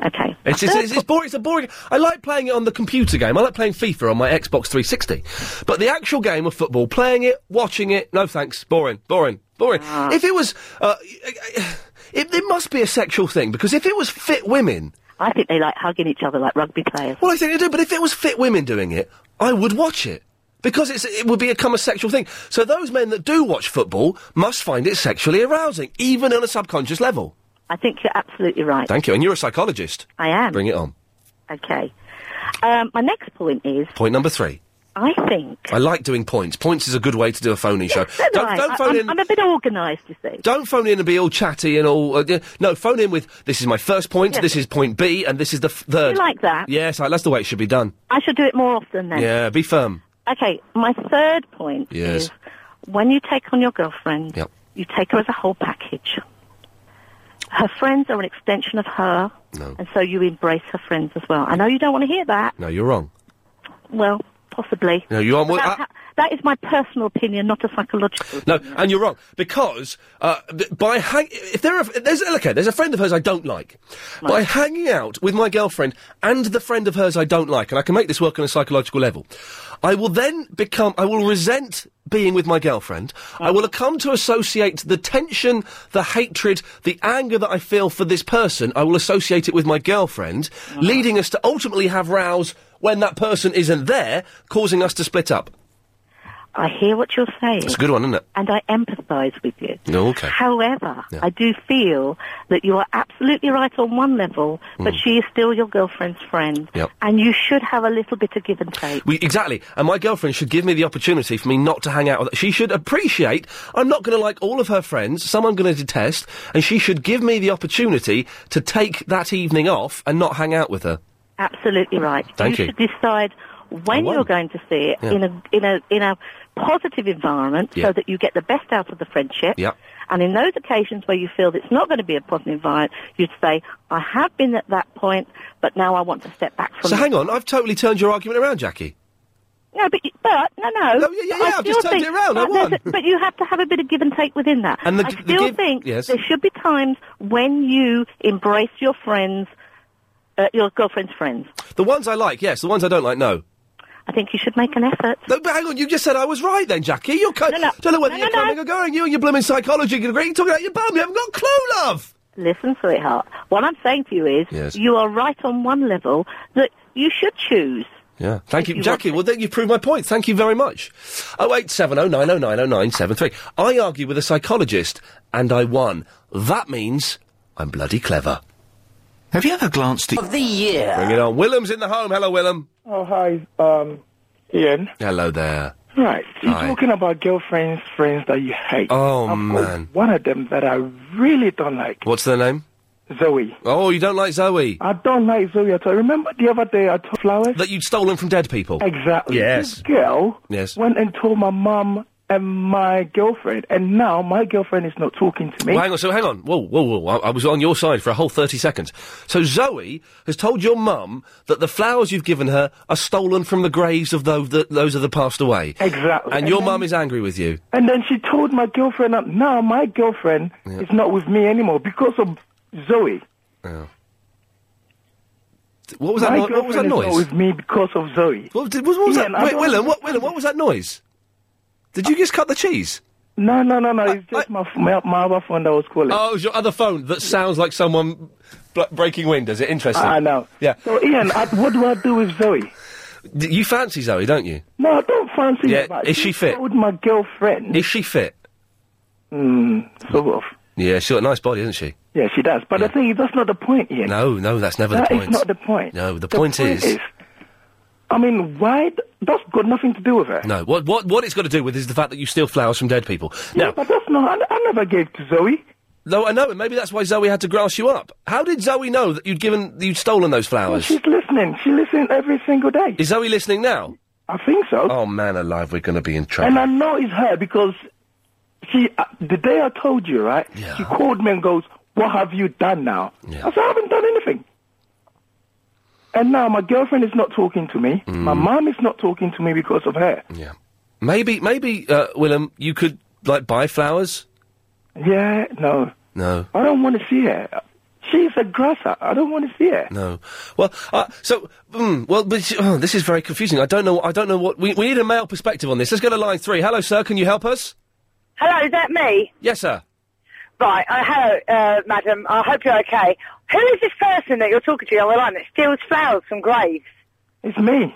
Speaker 4: Okay.
Speaker 1: It's, it's, it's, it's boring. It's a boring. I like playing it on the computer game. I like playing FIFA on my Xbox 360. But the actual game of football, playing it, watching it, no thanks. Boring, boring, boring.
Speaker 4: Ah.
Speaker 1: If it was, uh, it, it must be a sexual thing because if it was fit women,
Speaker 4: I think they like hugging each other like rugby players.
Speaker 1: Well, I think they do, but if it was fit women doing it, I would watch it. Because it's, it would become a sexual thing. So those men that do watch football must find it sexually arousing, even on a subconscious level.
Speaker 4: I think you're absolutely right.
Speaker 1: Thank you. And you're a psychologist.
Speaker 4: I am.
Speaker 1: Bring it on.
Speaker 4: Okay. Um, my next point is,
Speaker 1: Point number three.
Speaker 4: I think...
Speaker 1: I like doing points. Points is a good way to do a phone
Speaker 4: *laughs*
Speaker 1: in show.
Speaker 4: Don't,
Speaker 1: Don't, don't phone in.
Speaker 4: I, am I'm a bit organised, you see.
Speaker 1: Don't phone in and be all chatty and all. Uh, yeah. no, phone in with this is my first point,
Speaker 4: Yeah.
Speaker 1: this is point B, and this is the f- third.
Speaker 4: like that?
Speaker 1: Yes, I- that's the way it should be done.
Speaker 4: I should do it more often then.
Speaker 1: Yeah, be firm.
Speaker 4: Okay, my third point
Speaker 1: Yes.
Speaker 4: is when you take on your girlfriend,
Speaker 1: Yep.
Speaker 4: you take her as a whole package. Her friends are an extension of her,
Speaker 1: No.
Speaker 4: and so you embrace her friends as well. I know you don't want to hear that.
Speaker 1: No, you're wrong.
Speaker 4: Well, possibly.
Speaker 1: No, you aren't.
Speaker 4: But
Speaker 1: well, I-
Speaker 4: that, that is my personal opinion, not a psychological.
Speaker 1: No, and you're wrong because uh, b- by hang- if there are if there's okay, there's a friend of hers I don't like. By hanging out with my girlfriend and the friend of hers I don't like, and I can make this work on a psychological level, I will then become I will resent being with my girlfriend. I will come to associate the tension, the hatred, the anger that I feel for this person. I will associate it with my girlfriend, leading us to ultimately have rows when that person isn't there, causing us to split up.
Speaker 4: I hear what you're saying,
Speaker 1: It's a good one, isn't it?
Speaker 4: and I empathise with you.
Speaker 1: No, okay.
Speaker 4: However,
Speaker 1: Yeah.
Speaker 4: I do feel that you are absolutely right on one level, but she is still your girlfriend's friend,
Speaker 1: Mm. Yep.
Speaker 4: and you should have a little bit of give and take.
Speaker 1: We, exactly. And my girlfriend should give me the opportunity for me not to hang out with her. She should appreciate I'm not going to like all of her friends, some I'm going to detest, and she should give me the opportunity to take that evening off and not hang out with her.
Speaker 4: absolutely right.
Speaker 1: Thank you.
Speaker 4: should decide when
Speaker 1: won.
Speaker 4: you're going to see it
Speaker 1: Yeah.
Speaker 4: in a in a in a positive environment
Speaker 1: Yeah.
Speaker 4: so that you get the best out of the friendship.
Speaker 1: Yep.
Speaker 4: And in those occasions where you feel it's not going to be a positive environment, you'd say, I have been at that point, but now I want to step back from
Speaker 1: So
Speaker 4: it.
Speaker 1: hang on, I've totally turned your argument around, Jackie.
Speaker 4: No, but, you- but no, no.
Speaker 1: No, yeah, yeah,
Speaker 4: I
Speaker 1: yeah, I've just
Speaker 4: still
Speaker 1: turned
Speaker 4: think-
Speaker 1: it around, I
Speaker 4: But, there's
Speaker 1: won.
Speaker 4: a- but you have to have a bit of give and take within that.
Speaker 1: And the
Speaker 4: I
Speaker 1: g- the
Speaker 4: still
Speaker 1: give-
Speaker 4: think
Speaker 1: yes.
Speaker 4: there should be times when you embrace your friends, uh, your girlfriend's friends.
Speaker 1: The ones I like, yes. The ones I don't like, no.
Speaker 4: I think you should make an effort.
Speaker 1: No, but hang on, you just said I was right then, Jackie. You're co- don't know whether you're coming or going. You and your blooming psychology degree, you're talking about your bum. You haven't got a clue, love.
Speaker 4: Listen, sweetheart. What I'm saying to you is,
Speaker 1: Yes.
Speaker 4: you are right on one level that you should choose.
Speaker 1: Yeah. Thank you,
Speaker 4: you
Speaker 1: Jackie. Well, then you proved my point. Thank you very much. Oh eight seven oh nine oh nine oh nine seven three. I argued with a psychologist and I won. That means I'm bloody clever. Have you ever glanced at
Speaker 14: Of the year.
Speaker 1: Bring it on. Willem's in the home. Hello, Willem.
Speaker 7: Oh, hi, um, Ian.
Speaker 1: Hello there.
Speaker 7: Right, you're
Speaker 1: Hi.
Speaker 7: talking about girlfriends, friends that you hate.
Speaker 1: Oh,
Speaker 7: I've got
Speaker 1: man.
Speaker 7: One of them that I really don't like,
Speaker 1: What's their name?
Speaker 7: Zoe.
Speaker 1: Oh, you don't like Zoe?
Speaker 7: I don't like Zoe at all. Remember the other day I took flowers?
Speaker 1: That you'd stolen from dead people.
Speaker 7: Exactly.
Speaker 1: Yes.
Speaker 7: This girl
Speaker 1: Yes.
Speaker 7: went and told my mum and my girlfriend, and now my girlfriend is not talking to me.
Speaker 1: Well, hang on. So hang on. Whoa, whoa, whoa! I, I was on your side for a whole thirty seconds. So Zoe has told your mum that the flowers you've given her are stolen from the graves of those that those that have passed away.
Speaker 7: Exactly.
Speaker 1: And
Speaker 7: And
Speaker 1: your
Speaker 7: then-
Speaker 1: mum is angry with you.
Speaker 7: And then she told my girlfriend, that now my girlfriend is not with me anymore because of Zoe.
Speaker 1: Yeah. Oh. What was that?
Speaker 7: My
Speaker 1: noi- what was that
Speaker 7: girlfriend is
Speaker 1: noise?
Speaker 7: not with me because of Zoe.
Speaker 1: What, did, what was
Speaker 7: Ian,
Speaker 1: that?
Speaker 7: I
Speaker 1: Wait,
Speaker 7: don't
Speaker 1: Willem,
Speaker 7: understand.
Speaker 1: what, Willem, what was that noise? Did you just cut the cheese?
Speaker 7: No, no, no, no. it's just my, f- my my other phone that was calling.
Speaker 1: Oh, it was your other phone that sounds like someone bl- breaking windows. It interesting.
Speaker 7: I know.
Speaker 1: Yeah.
Speaker 7: So, Ian, I, what do I do with Zoe?
Speaker 1: D- you fancy Zoe, don't you?
Speaker 7: No, I don't fancy
Speaker 1: Yeah,
Speaker 7: her. but
Speaker 1: is she fit?
Speaker 7: told my girlfriend.
Speaker 1: Is she fit?
Speaker 7: Hmm, sort of.
Speaker 1: Yeah, she's got a nice body, isn't she?
Speaker 7: Yeah, she does. But the thing is, that's not the point, Ian.
Speaker 1: No, no, that's never
Speaker 7: That
Speaker 1: the
Speaker 7: is
Speaker 1: point.
Speaker 7: not the point.
Speaker 1: No, the, point, is,
Speaker 7: I mean, why? th- That's got nothing to do with her.
Speaker 1: no. What what what it's got to do with is the fact that you steal flowers from dead people. Now,
Speaker 7: But that's not. I, I never gave to Zoe.
Speaker 1: no, I know, and maybe that's why Zoe had to grass you up. How did Zoe know that you'd given you'd stolen those flowers?
Speaker 7: She's listening. She listens every single day.
Speaker 1: Is Zoe listening now?
Speaker 7: I think so.
Speaker 1: Oh man, alive, we're going to be in trouble.
Speaker 7: And I know it's her because she, uh, the day I told you, right? She called me and goes, "What have you done now?" I said, "I haven't done anything." And now my girlfriend is not talking to me. My mom is not talking to me because of her.
Speaker 1: Yeah. Maybe maybe uh, Willem, you could like buy flowers.
Speaker 7: Yeah, no,
Speaker 1: No.
Speaker 7: I don't want to see her. She's a grasser. I don't want to see her.
Speaker 1: No. Well, uh, so mm, well, but oh, this is very confusing. I don't know. I don't know what we, we need a male perspective on this. Let's go to line three. Hello, sir. Can you help us?
Speaker 24: Hello, is that me?
Speaker 1: Yes, sir.
Speaker 24: Right, uh, hello, uh, madam. I hope you're okay. Who is this person that you're talking to Oh, on the line that steals flowers from graves?
Speaker 7: It's me.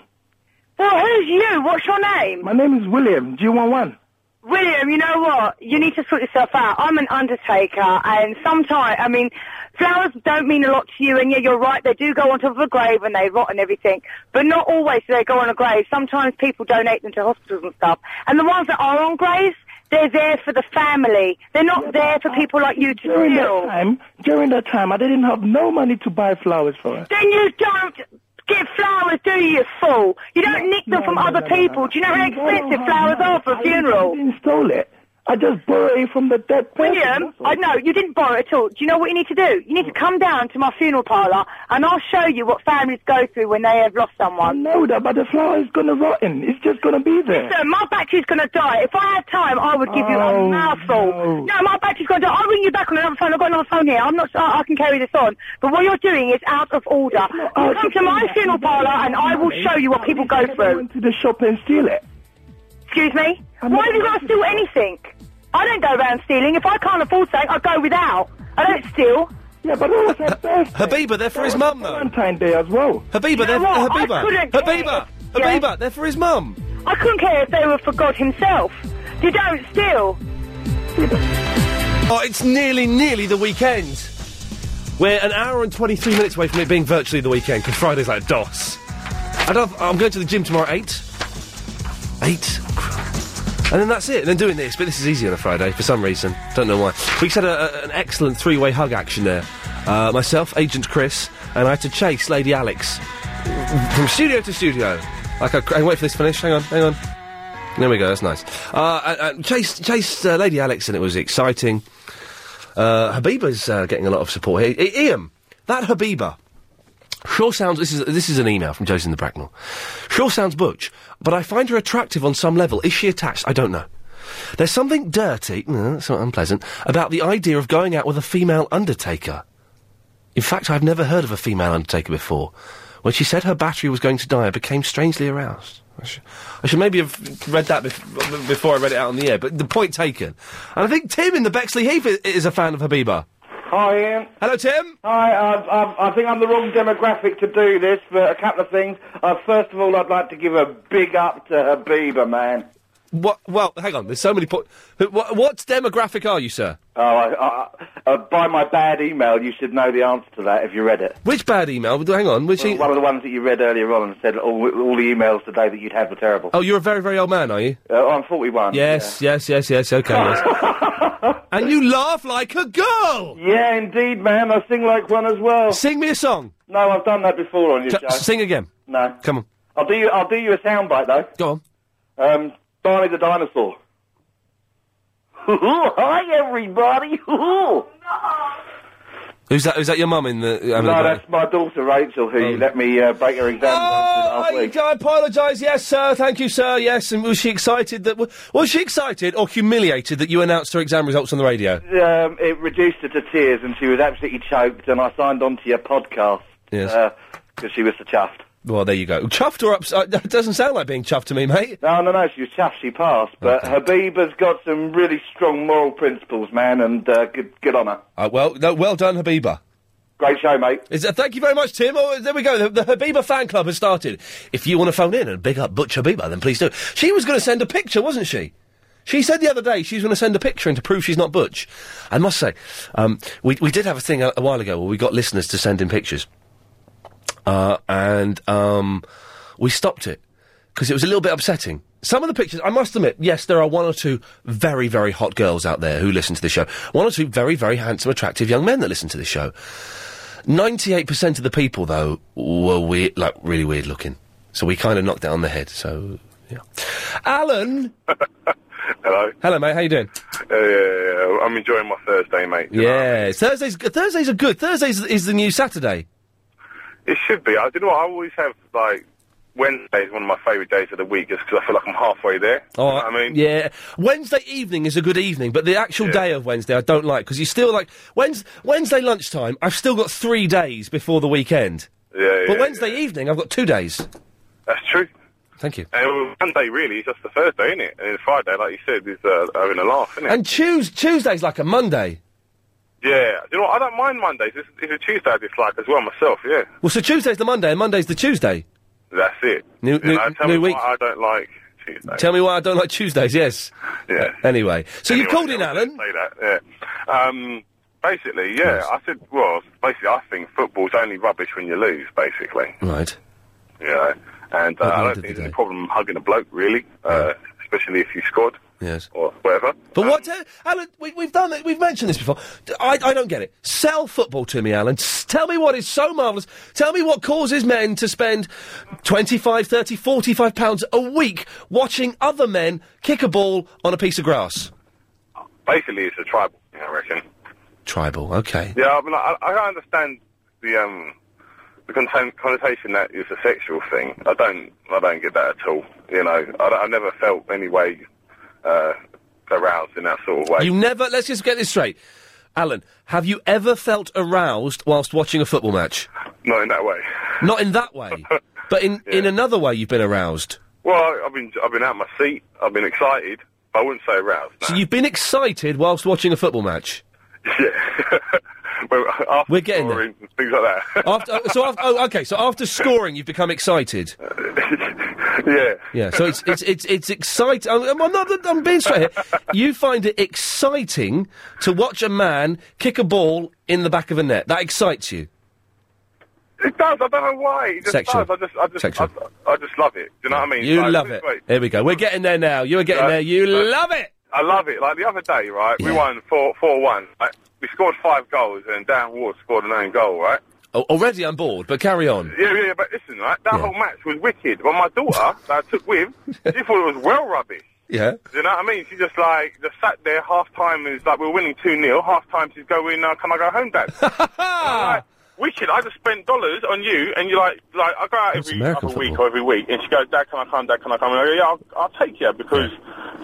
Speaker 24: Well, who's you? What's your name?
Speaker 7: My name is William G one one.
Speaker 24: William, you know what? You need to sort yourself out. I'm an undertaker, and sometimes, I mean, flowers don't mean a lot to you, and yeah, you're right, they do go on top of a grave and they rot and everything, but not always do they go on a grave. Sometimes people donate them to hospitals and stuff, and the ones that are on graves, they're there for the family. They're not there for people like you to
Speaker 7: During that
Speaker 24: steal.
Speaker 7: time, during that time, I didn't have no money to buy flowers for her.
Speaker 24: Then you don't get flowers, do you, you fool? You don't nick them from other people. Do you know how expensive flowers are for a funeral?
Speaker 7: I stole it. I just borrowed it from the dead person.
Speaker 24: William, I know you didn't borrow it at all. Do you know what you need to do? You need to come down to my funeral parlour, and I'll show you what families go through when they have lost someone.
Speaker 7: know that, but the flower is gonna rotten. It's just gonna be there.
Speaker 24: Listen, my battery's going to die. If I had time, I would give you
Speaker 7: Oh,
Speaker 24: a mouthful. No, my battery's going to die. I'll ring you back on another phone. I've got another phone here. I'm not sure I can carry this on. But what you're doing is out of order. You come to my funeral parlour, and I will show you what people go through.
Speaker 7: To the shop and steal it.
Speaker 24: Excuse me? Why have you got to steal anything? I don't go around stealing. If I can't afford something, I go without. I don't steal.
Speaker 7: Yeah, but it was her birthday.
Speaker 1: Habiba, they're for his mum though.
Speaker 7: Valentine's Day as well.
Speaker 1: Habiba, they're
Speaker 24: what? I
Speaker 1: Habiba.
Speaker 24: couldn't
Speaker 1: Habiba.
Speaker 24: Yeah.
Speaker 1: Habiba, they're for his mum.
Speaker 24: I couldn't care if they were for God Himself. You don't steal.
Speaker 1: Oh, it's nearly, nearly the weekend. We're an hour and 23 minutes away from it being virtually the weekend, because Friday's like DOS. I don't, I'm going to the gym tomorrow at 8. 8? And then that's it. And then doing this, but this is easy on a Friday for some reason. Don't know why. We just had a, a- an excellent three way hug action there. Uh, myself, Agent Chris, and I had to chase Lady Alex from studio to studio. Like I, cr- hang- wait for this to finish. Hang on, hang on. There we go. That's nice. Uh, uh, uh, chased chased uh, Lady Alex, and it was exciting. Uh, Habiba's uh, getting a lot of support here. I- Ian, that Habiba. Sure sounds. This is this is an email from Josie in the Bracknell. Sure sounds butch, but I find her attractive on some level. Is she attached? I don't know. There's something dirty, mm, that's not unpleasant, about the idea of going out with a female undertaker. In fact, I've never heard of a female undertaker before. When she said her battery was going to die, I became strangely aroused. I should, I should maybe have read that bef- before I read it out on the air, but the point taken. And I think Tim in the Bexley Heath is, is a fan of Habiba.
Speaker 11: Hi, Ian.
Speaker 1: Hello, Tim.
Speaker 11: Hi. I've, I've, I think I'm the wrong demographic to do this, but a couple of things. Uh, first of all, I'd like to give a big up to Habiba, man.
Speaker 1: What? Well, hang on. There's so many points. What, what demographic are you, sir?
Speaker 11: Oh, I, I, uh, by my bad email, you should know the answer to that if you read it.
Speaker 1: Which bad email? Hang on. Which e-
Speaker 11: One of the ones that you read earlier on and said all, all the emails today that you'd have were terrible.
Speaker 1: Oh, you're a very, very old man, are you?
Speaker 11: Uh, I'm 41.
Speaker 1: Yes, yes, yes, yes. Okay.
Speaker 11: *laughs*
Speaker 1: yes. and you laugh like a girl.
Speaker 11: Yeah, indeed, man. I sing like one as well.
Speaker 1: Sing me a song.
Speaker 11: No, I've done that before on your
Speaker 1: T-
Speaker 11: show.
Speaker 1: Sing again.
Speaker 11: No.
Speaker 1: Come on.
Speaker 11: I'll do you. I'll do you a soundbite though.
Speaker 1: Go on.
Speaker 11: Um, Barney the dinosaur. *laughs* Hi everybody. *laughs* no,
Speaker 1: Who's that? Who's that? Your mum in the? having a
Speaker 11: that's my daughter Rachel who you let me uh, break her exam.
Speaker 1: Oh, I, I apologise. Yes, sir. Thank you, sir. Yes. And was she excited that? Was she excited or humiliated that you announced her exam results on the radio?
Speaker 11: Um, it reduced her to tears and she was absolutely choked. And I signed on to your podcast. Uh,
Speaker 1: Yes.
Speaker 11: Because she was so chuffed.
Speaker 1: Well, there you go. Chuffed or *laughs* upset? That doesn't sound like being chuffed to me, mate.
Speaker 11: No, no, no. She was chuffed. She passed. But Habiba's got some really strong moral principles, man, and uh, good, good on her.
Speaker 1: Uh, well, no, well done, Habiba.
Speaker 11: Great show, mate.
Speaker 1: Is, uh, thank you very much, Tim. Oh, there we go. The, the Habiba fan club has started. If you want to phone in and big up Butch Habiba, then please do. She was going to send a picture, wasn't she? She said the other day she was going to send a picture in to prove she's not Butch. I must say, um, we, we did have a thing a, a while ago where we got listeners to send in pictures. Uh, and um, we stopped it because it was a little bit upsetting. Some of the pictures, I must admit, yes, there are one or two very, very hot girls out there who listen to the show. One or two very, very handsome, attractive young men that listen to the show. 98% of the people, though, were weird, like really weird looking. So we kind of knocked it on the head. So, yeah. Alan!
Speaker 10: Hello.
Speaker 1: Hello, mate. How you doing?
Speaker 10: Uh, yeah, yeah, yeah. I'm enjoying my Thursday, mate.
Speaker 1: Yeah. Thursdays, Thursdays are good. Thursdays is the new Saturday.
Speaker 10: It should be. I do you know. what, I always have like Wednesday is one of my favourite days of the week, just because I feel like I'm halfway there.
Speaker 1: Oh, I mean, yeah. Wednesday evening is a good evening, but the actual day of Wednesday I don't like because you still like Wednesday, Wednesday lunchtime. I've still got three days before the weekend.
Speaker 10: Yeah,
Speaker 1: but
Speaker 10: yeah,
Speaker 1: Wednesday evening I've got two days.
Speaker 10: That's true.
Speaker 1: Thank you.
Speaker 10: And well, Monday really is just the Thursday, isn't it? And then Friday, like you said, is uh, having a laugh, isn't it?
Speaker 1: And Tues Tuesday's like a Monday.
Speaker 10: yeah. Do you know, what, I don't mind Mondays. It's, it's a Tuesday I dislike as well myself. Yeah.
Speaker 1: Well, so Tuesday's the Monday and Monday's the Tuesday.
Speaker 10: That's it.
Speaker 1: New-
Speaker 10: You
Speaker 1: new-
Speaker 10: know, tell
Speaker 1: new
Speaker 10: me
Speaker 1: week.
Speaker 10: What I don't like Tuesday.
Speaker 1: Tell me why I don't like Tuesdays. Yes.
Speaker 10: Yeah.
Speaker 1: Anyway, so you've called in, Alan.
Speaker 10: Say that, yeah. Um, basically, yeah. I said, well, basically, I think football's only rubbish when you lose, basically.
Speaker 1: Right.
Speaker 10: You know, and uh, I don't think there's any problem hugging a bloke, really, uh, especially if you scored
Speaker 1: Yes.
Speaker 10: or whatever.
Speaker 1: But what, uh, Alan? We, we've done it. We've mentioned this before. D- I, I don't get it. Sell football to me, Alan. S- tell me what is so marvellous. Tell me what causes men to spend 25, 30, 45 pounds a week watching other men kick a ball on a piece of grass.
Speaker 10: Basically, it's a tribal thing, I reckon.
Speaker 1: Tribal. Okay.
Speaker 10: Yeah, I mean, I, I understand the um, the content, connotation that it's a sexual thing. I don't, I don't get that at all. You know, I, don't- I never felt any way uh, aroused in that sort of way.
Speaker 1: You never. Let's just get this straight, Alan. Have you ever felt aroused whilst watching a football match?
Speaker 10: Not in that way.
Speaker 1: Not in that way, but in in another way, you've been aroused.
Speaker 10: Well, I- I've been, I've been out of my seat. I've been excited. But I wouldn't say aroused. *laughs*
Speaker 1: So you've been excited whilst watching a football match.
Speaker 10: yeah. well, *laughs* after
Speaker 1: We're getting there.
Speaker 10: scoring, things like that.
Speaker 1: *laughs* after, oh, so after, oh, okay. So after scoring, you've become excited.
Speaker 10: *laughs* yeah.
Speaker 1: Yeah. So it's it's it's it's exciting. I'm, I'm not. I'm being straight here. You find it exciting to watch a man kick a ball in the back of a net. That excites you.
Speaker 10: It does. I don't know why. It just
Speaker 1: Sexual.
Speaker 10: does. I just, I just,
Speaker 1: Sexual.
Speaker 10: I, I just love it. Do you know what I mean?
Speaker 1: You
Speaker 10: Like,
Speaker 1: love
Speaker 10: this
Speaker 1: it.
Speaker 10: week-
Speaker 1: Here we go. We're getting there now. You're getting there. You
Speaker 10: But-
Speaker 1: love it.
Speaker 10: I love it. Like the other day, right? We won four four one. Right? We scored five goals, and Dan Ward scored an own goal, right?
Speaker 1: Oh, already I'm bored, but carry on.
Speaker 10: Yeah, yeah, but listen, right? That whole match was wicked. But my daughter that I took with, she thought it was well rubbish.
Speaker 1: Yeah.
Speaker 10: You know what I mean? She just like just sat there half time and it's like we're winning two 0 half time she's going, uh, can I go
Speaker 1: *laughs*
Speaker 10: home, Dad? I'm like, Wicked, I just spent dollars on you and you're like like I go out every
Speaker 1: American
Speaker 10: other week or every week and she goes, Dad, can I come, Dad, can I come? And I go, Yeah, I'll, I'll take you because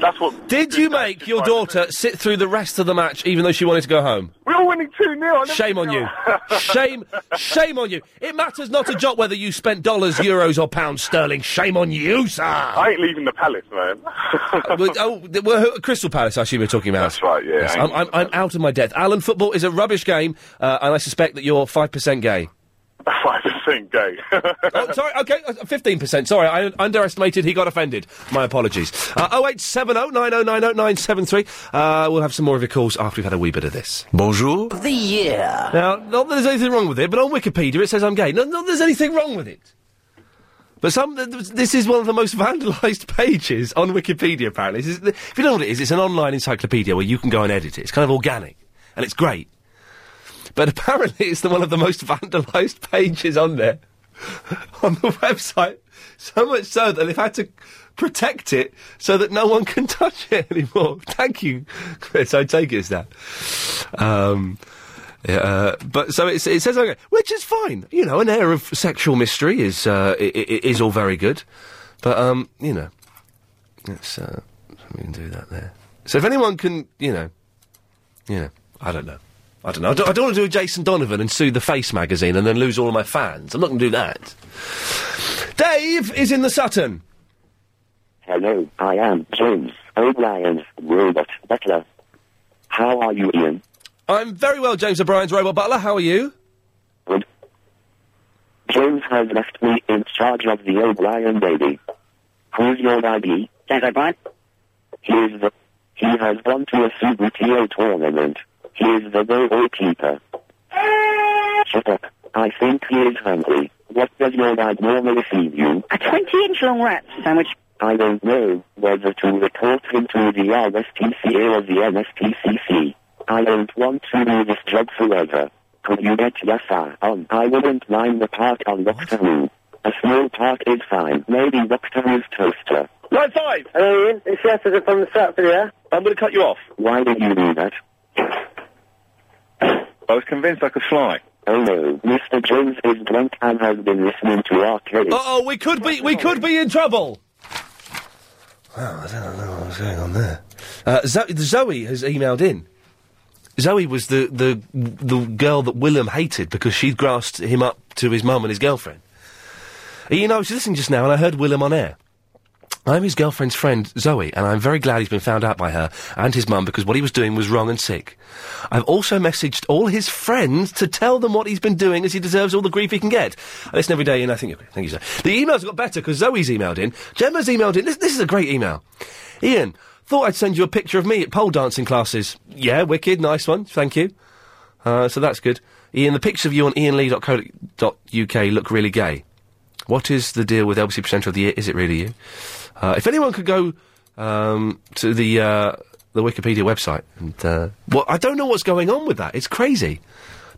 Speaker 10: that's what
Speaker 1: Did you make your daughter sit through the rest of the match even though she wanted to go home?
Speaker 10: we were winning two
Speaker 1: *laughs*
Speaker 10: 0
Speaker 1: Shame on you. Shame, shame on you. It matters not a jot whether you spent dollars, euros, or pounds sterling. Shame on you, sir. I
Speaker 10: ain't leaving the palace, man.
Speaker 1: oh, th- well,
Speaker 10: *laughs*
Speaker 1: Crystal Palace, I assume you're Oh, talking about. That's
Speaker 10: right, Oh, yeah.
Speaker 1: I'm, I'm, I'm out of my depth. Alan, football is a rubbish game, uh, and I suspect that you're 5%
Speaker 10: *laughs*
Speaker 1: gay.
Speaker 10: Five percent gay.
Speaker 1: oh, sorry. Okay, fifteen percent. Sorry, I underestimated. He got offended. My apologies. Oh eight seven oh nine oh nine oh nine seven three. Uh, We'll have some more of your calls after we've had a wee bit of this. Bonjour.
Speaker 14: The year.
Speaker 1: Now, not that there's anything wrong with it, but on Wikipedia it says I'm gay. No, not that there's anything wrong with it. But some, th- th- this is one of the most *laughs* vandalised pages on Wikipedia. Apparently, This is- if you don't know what it is, it's an online encyclopedia where you can go and edit it. It's kind of organic, and it's great. But *laughs* apparently, it's the one of the most *laughs* vandalised pages on there *laughs* on the website. So much so that they've had to protect it so that no one *laughs* can touch it anymore. Thank you, Chris. I take it as that. Um, yeah, uh, but so it's, it says okay, which is fine. You know, an air of sexual mystery is uh, i- i- is all very good, but um, you know, it's uh, we can do that there. So if anyone can, you know, you know, I don't know. I don't know. I don't, I don't want to do a Jason Donovan and sue the Face magazine and then lose all of my fans. I'm not going to do that. Dave is in the Sutton.
Speaker 2: Hello, I am James O'Brien's robot butler. How are you, Ian?
Speaker 1: I'm very well, James O'Brien's robot butler. How are you?
Speaker 2: James has left me in charge of the O'Brien baby. Who's your ID? James O'Brien. He is the. He has gone to a CBTO tournament. He is the goalkeeper. Shut up. I think he is hungry. What does your dad normally feed you?
Speaker 6: A 20 inch long wrap sandwich.
Speaker 2: I don't know whether to report him to the RSPCA or the NSPCC. I don't want to do this job forever. Could you get Yasa on? I wouldn't mind the part on Doctor Who. A small part is fine. Maybe Doctor Who's toaster.
Speaker 11: Nine five. Hello, Ian. It's Jessica from the Stratford here. I'm going to cut you off.
Speaker 2: Why did you do that?
Speaker 10: I was convinced I could fly.
Speaker 2: Oh no, Mr. Jones is drunk and has been listening to our case.
Speaker 1: Uh oh, we could be we could be in trouble. Wow, I don't know what was going on there. Uh, Zo- Zoe has emailed in. Zoe was the, the the girl that Willem hated because she'd grasped him up to his mum and his girlfriend. You know, I was listening just now and I heard Willem on air. I'm his girlfriend's friend, Zoe, and I'm very glad he's been found out by her and his mum because what he was doing was wrong and sick. I've also messaged all his friends to tell them what he's been doing as he deserves all the grief he can get. I listen every day, and I think you're great. Thank you, sir. The emails got better because Zoe's emailed in. Gemma's emailed in. This, this is a great email. Ian, thought I'd send you a picture of me at pole dancing classes. Yeah, wicked. Nice one. Thank you. Uh, so that's good. Ian, the pictures of you on ianlee.co.uk look really gay. What is the deal with LBC Presenter of the Year? Is it really you? Uh, if anyone could go um, to the uh, the Wikipedia website and uh, well, I don't know what's going on with that. It's crazy.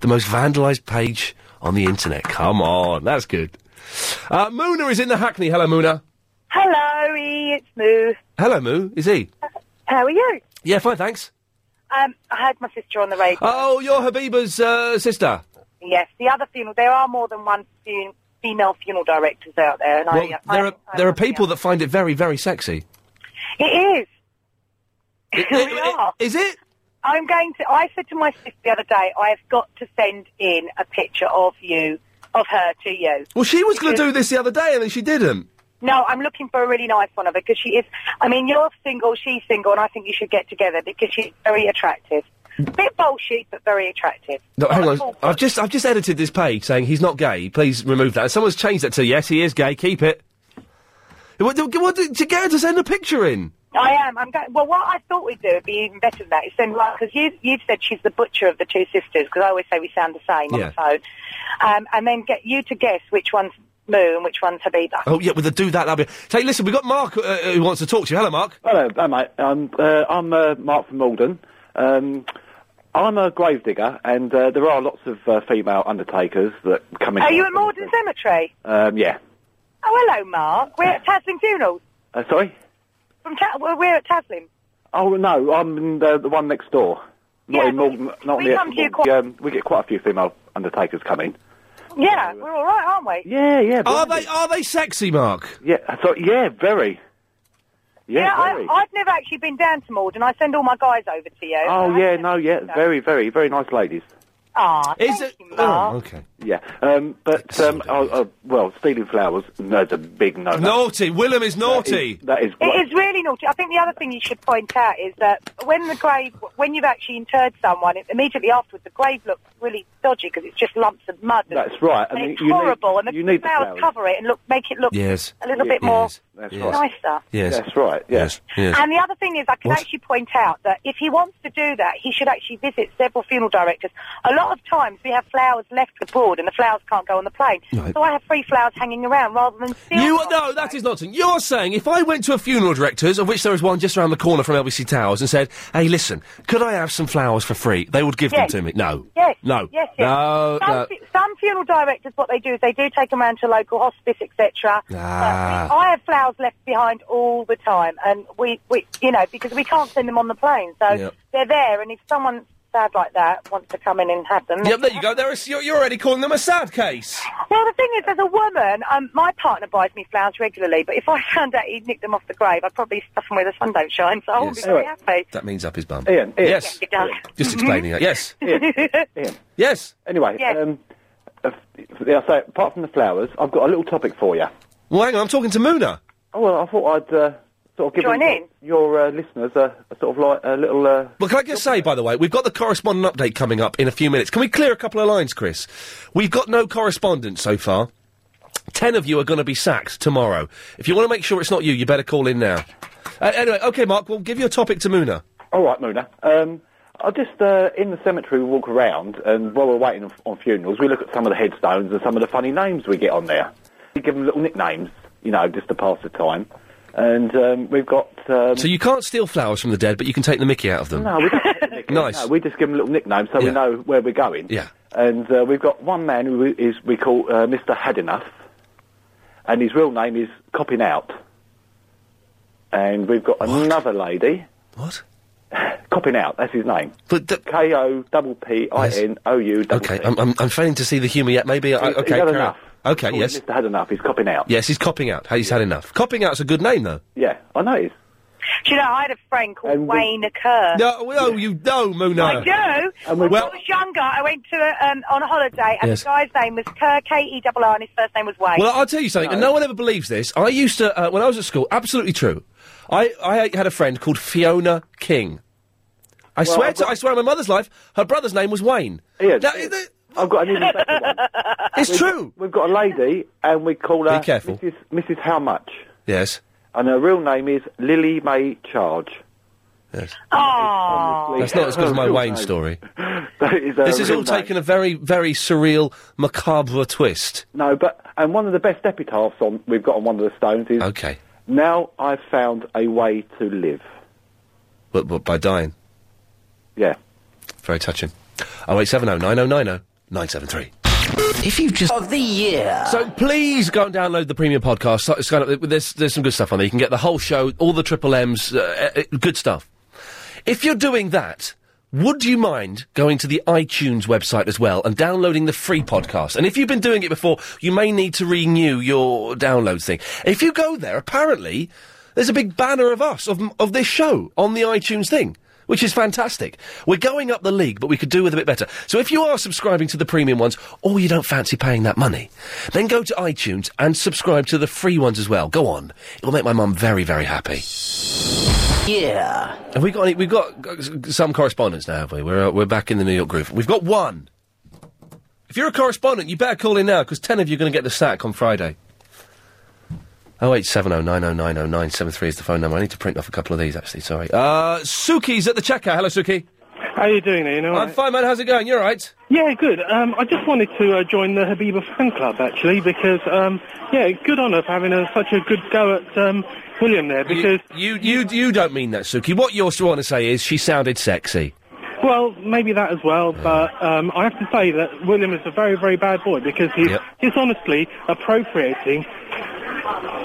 Speaker 1: The most vandalised page on the internet. Come on, that's good. Uh, Moona is in the Hackney. Hello, Moona.
Speaker 24: Hello, E, it's Moo.
Speaker 1: Hello, Moo. Is he?
Speaker 24: How are you?
Speaker 1: Yeah, fine, thanks.
Speaker 24: Um, I had my sister on the radio.
Speaker 1: Oh, you're Habiba's uh, sister.
Speaker 24: Yes, the other funeral. There are more than one fun- female funeral directors out there, and
Speaker 1: Well,
Speaker 24: I, I,
Speaker 1: there are there are people that find it very very sexy.
Speaker 24: It is. *laughs* we are.
Speaker 1: Is it?
Speaker 24: I'm going to. I said to my sister the other day, I have got to send in a picture of you, of her to you.
Speaker 1: Well, she was going to do this the other day and then she didn't.
Speaker 24: No, I'm looking for a really nice one of her because she is. I mean, you're single, she's single, and I think you should get together because she's very attractive. Bit bullshit, but very attractive.
Speaker 1: No, hang
Speaker 24: *laughs*
Speaker 1: on. I've just I've just edited this page saying he's not gay. Please remove that. Someone's changed that to yes, he is gay. Keep it. What, what, what, to get her to send a picture in.
Speaker 24: I am. I'm going. Well, what I thought we'd do would be even better than that. Is send like because you you've said she's the butcher of the two sisters because I always say we sound the same on
Speaker 1: Yeah.
Speaker 24: the phone, um, and then get you to guess which one's Moo and which one's Habiba.
Speaker 1: Oh yeah, with the do that. That'll be. Say, listen, we've got Mark uh, uh, who wants to talk to you. Hello, Mark.
Speaker 25: Hello, hi mate. I'm uh, I'm uh, Mark from Malden. Um, I'm a gravedigger, and uh, there are lots of uh, female undertakers that come in.
Speaker 24: Are you at Morden Cemetery?
Speaker 25: Um, yeah.
Speaker 24: Oh, hello, Mark. We're at Taslim Funerals.
Speaker 25: Uh, sorry?
Speaker 24: From Ta- well, we're at Taslim.
Speaker 25: Oh, no, I'm in the, the one next door. Not in Morgan, not
Speaker 24: we
Speaker 25: in the
Speaker 24: come to you
Speaker 25: Morgan- um, We get quite a few female undertakers coming.
Speaker 24: Yeah, we're all right, aren't we?
Speaker 25: Yeah, yeah.
Speaker 1: Are they are they sexy, Mark?
Speaker 25: Yeah, I thought, yeah, very. Yeah, very.
Speaker 24: I, I've never actually been down to Morden. I send all my guys over to you.
Speaker 25: oh, yeah, no, yeah,
Speaker 24: so.
Speaker 25: very, very, very nice ladies.
Speaker 24: Ah, thank you, Mark.
Speaker 1: okay.
Speaker 25: Yeah, um, but um, oh, oh, well, stealing flowers, no, it's a big no.
Speaker 1: Naughty. Willem is naughty.
Speaker 25: That is,
Speaker 24: It is really naughty. I think the other thing you should point out is that when the grave, when you've actually interred someone, it, immediately afterwards the grave looks really dodgy because it's just lumps of mud. And,
Speaker 25: That's right. I
Speaker 24: and
Speaker 25: mean,
Speaker 24: it's
Speaker 25: you need-
Speaker 24: horrible, and the
Speaker 25: you need the
Speaker 24: flowers
Speaker 25: flowers.
Speaker 24: cover it and look make it look
Speaker 25: Yes.
Speaker 24: a little
Speaker 25: Ye-
Speaker 24: bit more
Speaker 25: yes. That's right.
Speaker 24: nicer.
Speaker 25: Yes. That's right. Yes. Yes.
Speaker 24: And the other thing is, I can
Speaker 25: What?
Speaker 24: actually point out that if he wants to do that, he should actually visit several funeral directors. A lot of times we have flowers left abroad, and the flowers can't go on the plane.
Speaker 1: Right.
Speaker 24: So I have free flowers hanging around rather than steal.
Speaker 1: You are, no, that is nonsense. You are saying if I went to a funeral director's, of which there is one just around the corner from LBC Towers, and said, "Hey, listen, could I have some flowers for free?" They would give
Speaker 24: Yes.
Speaker 1: them to me. No,
Speaker 24: Yes.
Speaker 1: no,
Speaker 24: Yes, yes.
Speaker 1: no,
Speaker 24: some,
Speaker 1: no.
Speaker 24: fu- some funeral directors, what they do is they do take them around to local hospice, etc. *laughs*
Speaker 1: Ah.
Speaker 24: I have flowers left behind all the time, and we, we, you know, because we can't send them on the plane, so
Speaker 1: Yep.
Speaker 24: they're there. And if someone sad like that wants to come in and have them,
Speaker 1: Yeah, there you go. There is, you're, you're already calling them a sad case.
Speaker 24: well, the thing is, as a woman, um, my partner buys me flowers regularly, but if I found out he'd nicked them off the grave, I'd probably stuff them where the sun don't shine, so I wouldn't
Speaker 1: Yes.
Speaker 24: be Oh, very happy.
Speaker 1: That means up his bum.
Speaker 25: Ian, Ian.
Speaker 1: yes.
Speaker 24: It does.
Speaker 1: Just explaining that. Yes. Yes.
Speaker 25: Anyway, um, uh, yeah, so apart from the flowers, I've got a little topic for you.
Speaker 1: Well, hang on. I'm talking to Muna.
Speaker 25: Oh, well, I thought I'd uh, sort of give
Speaker 1: Join
Speaker 25: your,
Speaker 1: in.
Speaker 25: your uh, listeners a, a sort of like a little. Uh,
Speaker 1: Well, can I just say, by the way, we've got the correspondent update coming up in a few minutes. Can we clear a couple of lines, Chris? We've got no correspondence so far. Ten of you are going to be sacked tomorrow. If you want to make sure it's not you, you better call in now. Uh, anyway, okay, Mark, we'll give you a topic to Muna.
Speaker 25: All right, Muna. Um, I just uh, in the cemetery we walk around, and while we're waiting on, on funerals, we look at some of the headstones and some of the funny names we get on there. We give them little nicknames, you know, just to pass the time. And um, we've got. Um,
Speaker 1: So you can't steal flowers from the dead, but you can take the mickey out of them.
Speaker 25: No, we
Speaker 1: *laughs*
Speaker 25: don't give them nicknames.
Speaker 1: Nice.
Speaker 25: No, we just give them little nicknames so we know where we're going.
Speaker 1: Yeah.
Speaker 25: And uh, we've got one man who is we call uh, Mr. Had Enough, and his real name is Copping Out. And we've got another lady. *laughs*
Speaker 1: What?
Speaker 25: Copping Out. That's his name. K O double P I N O U.
Speaker 1: Okay, um, I'm, I'm, I'm failing to see the humour yet. Maybe I,
Speaker 25: He's-
Speaker 1: okay,
Speaker 25: he's had
Speaker 1: carry on.
Speaker 25: enough.
Speaker 1: Okay,
Speaker 25: Call him
Speaker 1: yes,
Speaker 25: Mr. Had Enough. He's copping out.
Speaker 1: yes, he's copping out. He's had enough. Copping out's a good name, though.
Speaker 25: Yeah, I know it is.
Speaker 24: Do *laughs* you know, I had a friend called Wayne Kerr.
Speaker 1: No, no, you no, Muna.
Speaker 24: Uh, I do.
Speaker 1: And we-
Speaker 24: when
Speaker 1: well-
Speaker 24: I was younger, I went to a, um, on a holiday, and
Speaker 1: Yes.
Speaker 24: the guy's name was Kerr, K E R R, and his first name was Wayne.
Speaker 1: Well, I'll tell you something, and no one ever believes this. I used to, uh, when I was at school, absolutely true. I, I had a friend called Fiona King. I
Speaker 25: Well,
Speaker 1: swear
Speaker 25: I've
Speaker 1: to, I swear on my mother's life, her brother's name was Wayne.
Speaker 25: Yeah,
Speaker 1: Now,
Speaker 25: yeah.
Speaker 1: is it-
Speaker 25: I've got an even better one.
Speaker 1: *laughs* It's
Speaker 25: We've-
Speaker 1: true.
Speaker 25: We've got a lady, and we call her
Speaker 1: Be careful.
Speaker 25: Mrs. Mrs. How much?
Speaker 1: Yes.
Speaker 25: And her real name is Lily May Charge.
Speaker 1: Yes.
Speaker 24: Oh.
Speaker 1: That's not as good as
Speaker 25: *laughs*
Speaker 1: my Wayne story.
Speaker 25: is her
Speaker 1: This has
Speaker 25: real
Speaker 1: all
Speaker 25: name.
Speaker 1: taken a very, very surreal, macabre twist.
Speaker 25: No, but and one of the best epitaphs on we've got on one of the stones is
Speaker 1: Okay.
Speaker 25: Now I've found a way to live.
Speaker 1: But, but by dying.
Speaker 25: Yeah.
Speaker 1: Very touching. Oh, 0870 9090 973.
Speaker 14: If you just of the year.
Speaker 1: So please go and download the premium podcast. So- It's kind of, there's, there's some good stuff on there. You can get the whole show, all the triple M's, uh, uh, good stuff. If you're doing that, would you mind going to the iTunes website as well and downloading the free podcast? And if you've been doing it before, you may need to renew your download thing. If you go there, apparently there's a big banner of us of of this show on the iTunes thing. Which is fantastic. We're going up the league, but we could do with a bit better. So if you are subscribing to the premium ones, or you don't fancy paying that money, then go to iTunes and subscribe to the free ones as well. Go on. It will make my mum very, very happy.
Speaker 14: Yeah.
Speaker 1: Have we got any, we've got uh, s- some correspondence now, have we? We're, uh, we're back in the New York groove. We've got one. If you're a correspondent, you better call in now, because 10 of you are going to get the sack on Friday. Oh, 0870 9090 973 is the phone number. I need to print off a couple of these, actually, sorry. Uh, Suki's at the checkout. Hello, Suki.
Speaker 26: How you doing, Ian? All
Speaker 1: I'm
Speaker 26: right?
Speaker 1: fine, man. How's it going? You all right?
Speaker 26: Yeah, good. Um, I just wanted to uh, join the Habiba fan club actually because um, yeah, good on her for having a, such a good go at um, William there because
Speaker 1: You, you, you don't mean that, Suki. What you're trying to say is she sounded sexy.
Speaker 26: Well, maybe that as well, but um, I have to say that William is a very, very bad boy because he's dishonestly appropriating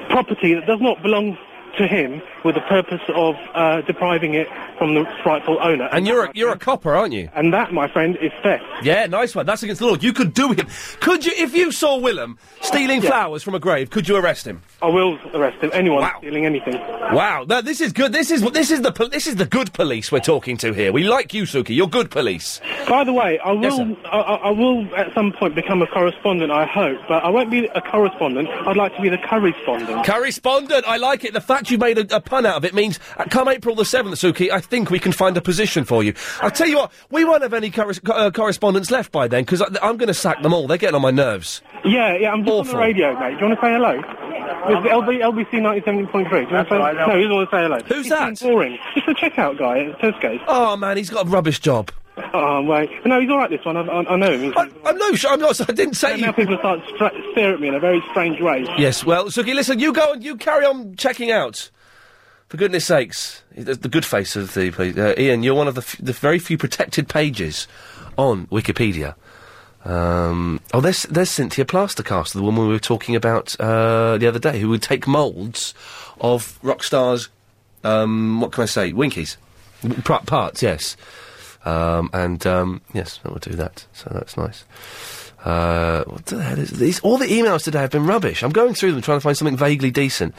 Speaker 26: property that does not belong to him with the purpose of uh, depriving it from the rightful owner.
Speaker 1: And you're a, you're a copper, aren't you?
Speaker 26: And that, my friend, is theft.
Speaker 1: Yeah, nice one. That's against the law. You could do him. Could you, if you saw Willem stealing flowers from a grave, could you arrest him?
Speaker 26: I will arrest him. Anyone stealing anything.
Speaker 1: Wow, no, this is good. This is what this is the pol- this is the good police we're talking to here. We like you, Suki. You're good police.
Speaker 26: By the way, I will,
Speaker 1: Yes,
Speaker 26: I, I I will at some point become a correspondent, I hope, but I won't be a correspondent. I'd like to be the correspondent.
Speaker 1: Correspondent, I like it. The fact you made a, a pun out of it means uh, come April the 7th, Suki, I think we can find a position for you. I'll tell you what, we won't have any corres- co- uh, correspondents left by then because I'm going to sack them all. They're getting on my nerves.
Speaker 26: Yeah, yeah, I'm just on the radio, mate. Do you want to say hello? It's LB, LBC 97.3. Do you want to say
Speaker 1: right,
Speaker 26: No, he doesn't want to say hello. Who's
Speaker 1: that?
Speaker 26: boring. It's the checkout guy at Tesco's.
Speaker 1: Oh, man, he's got a rubbish job.
Speaker 26: Oh, wait. No, he's all right, this one. I, I, I know him. I,
Speaker 1: I'm no sure. I'm not, I didn't say
Speaker 26: and now people start stra- stare at me in a very strange way.
Speaker 1: Yes, well, Suki, listen, you go and you carry on checking out. For goodness sakes, the, the good face of the please. Uh, Ian, you're one of the, f- the very few protected pages on Wikipedia. Um, oh, there's, there's Cynthia Plastercaster, the woman we were talking about uh, the other day, who would take moulds of rock stars, um, what can I say, Winkies. W- pra- parts, yes. Um, and um, yes, I will do that. So that's nice. Uh, what the hell is these? All the emails today have been rubbish. I'm going through them trying to find something vaguely decent.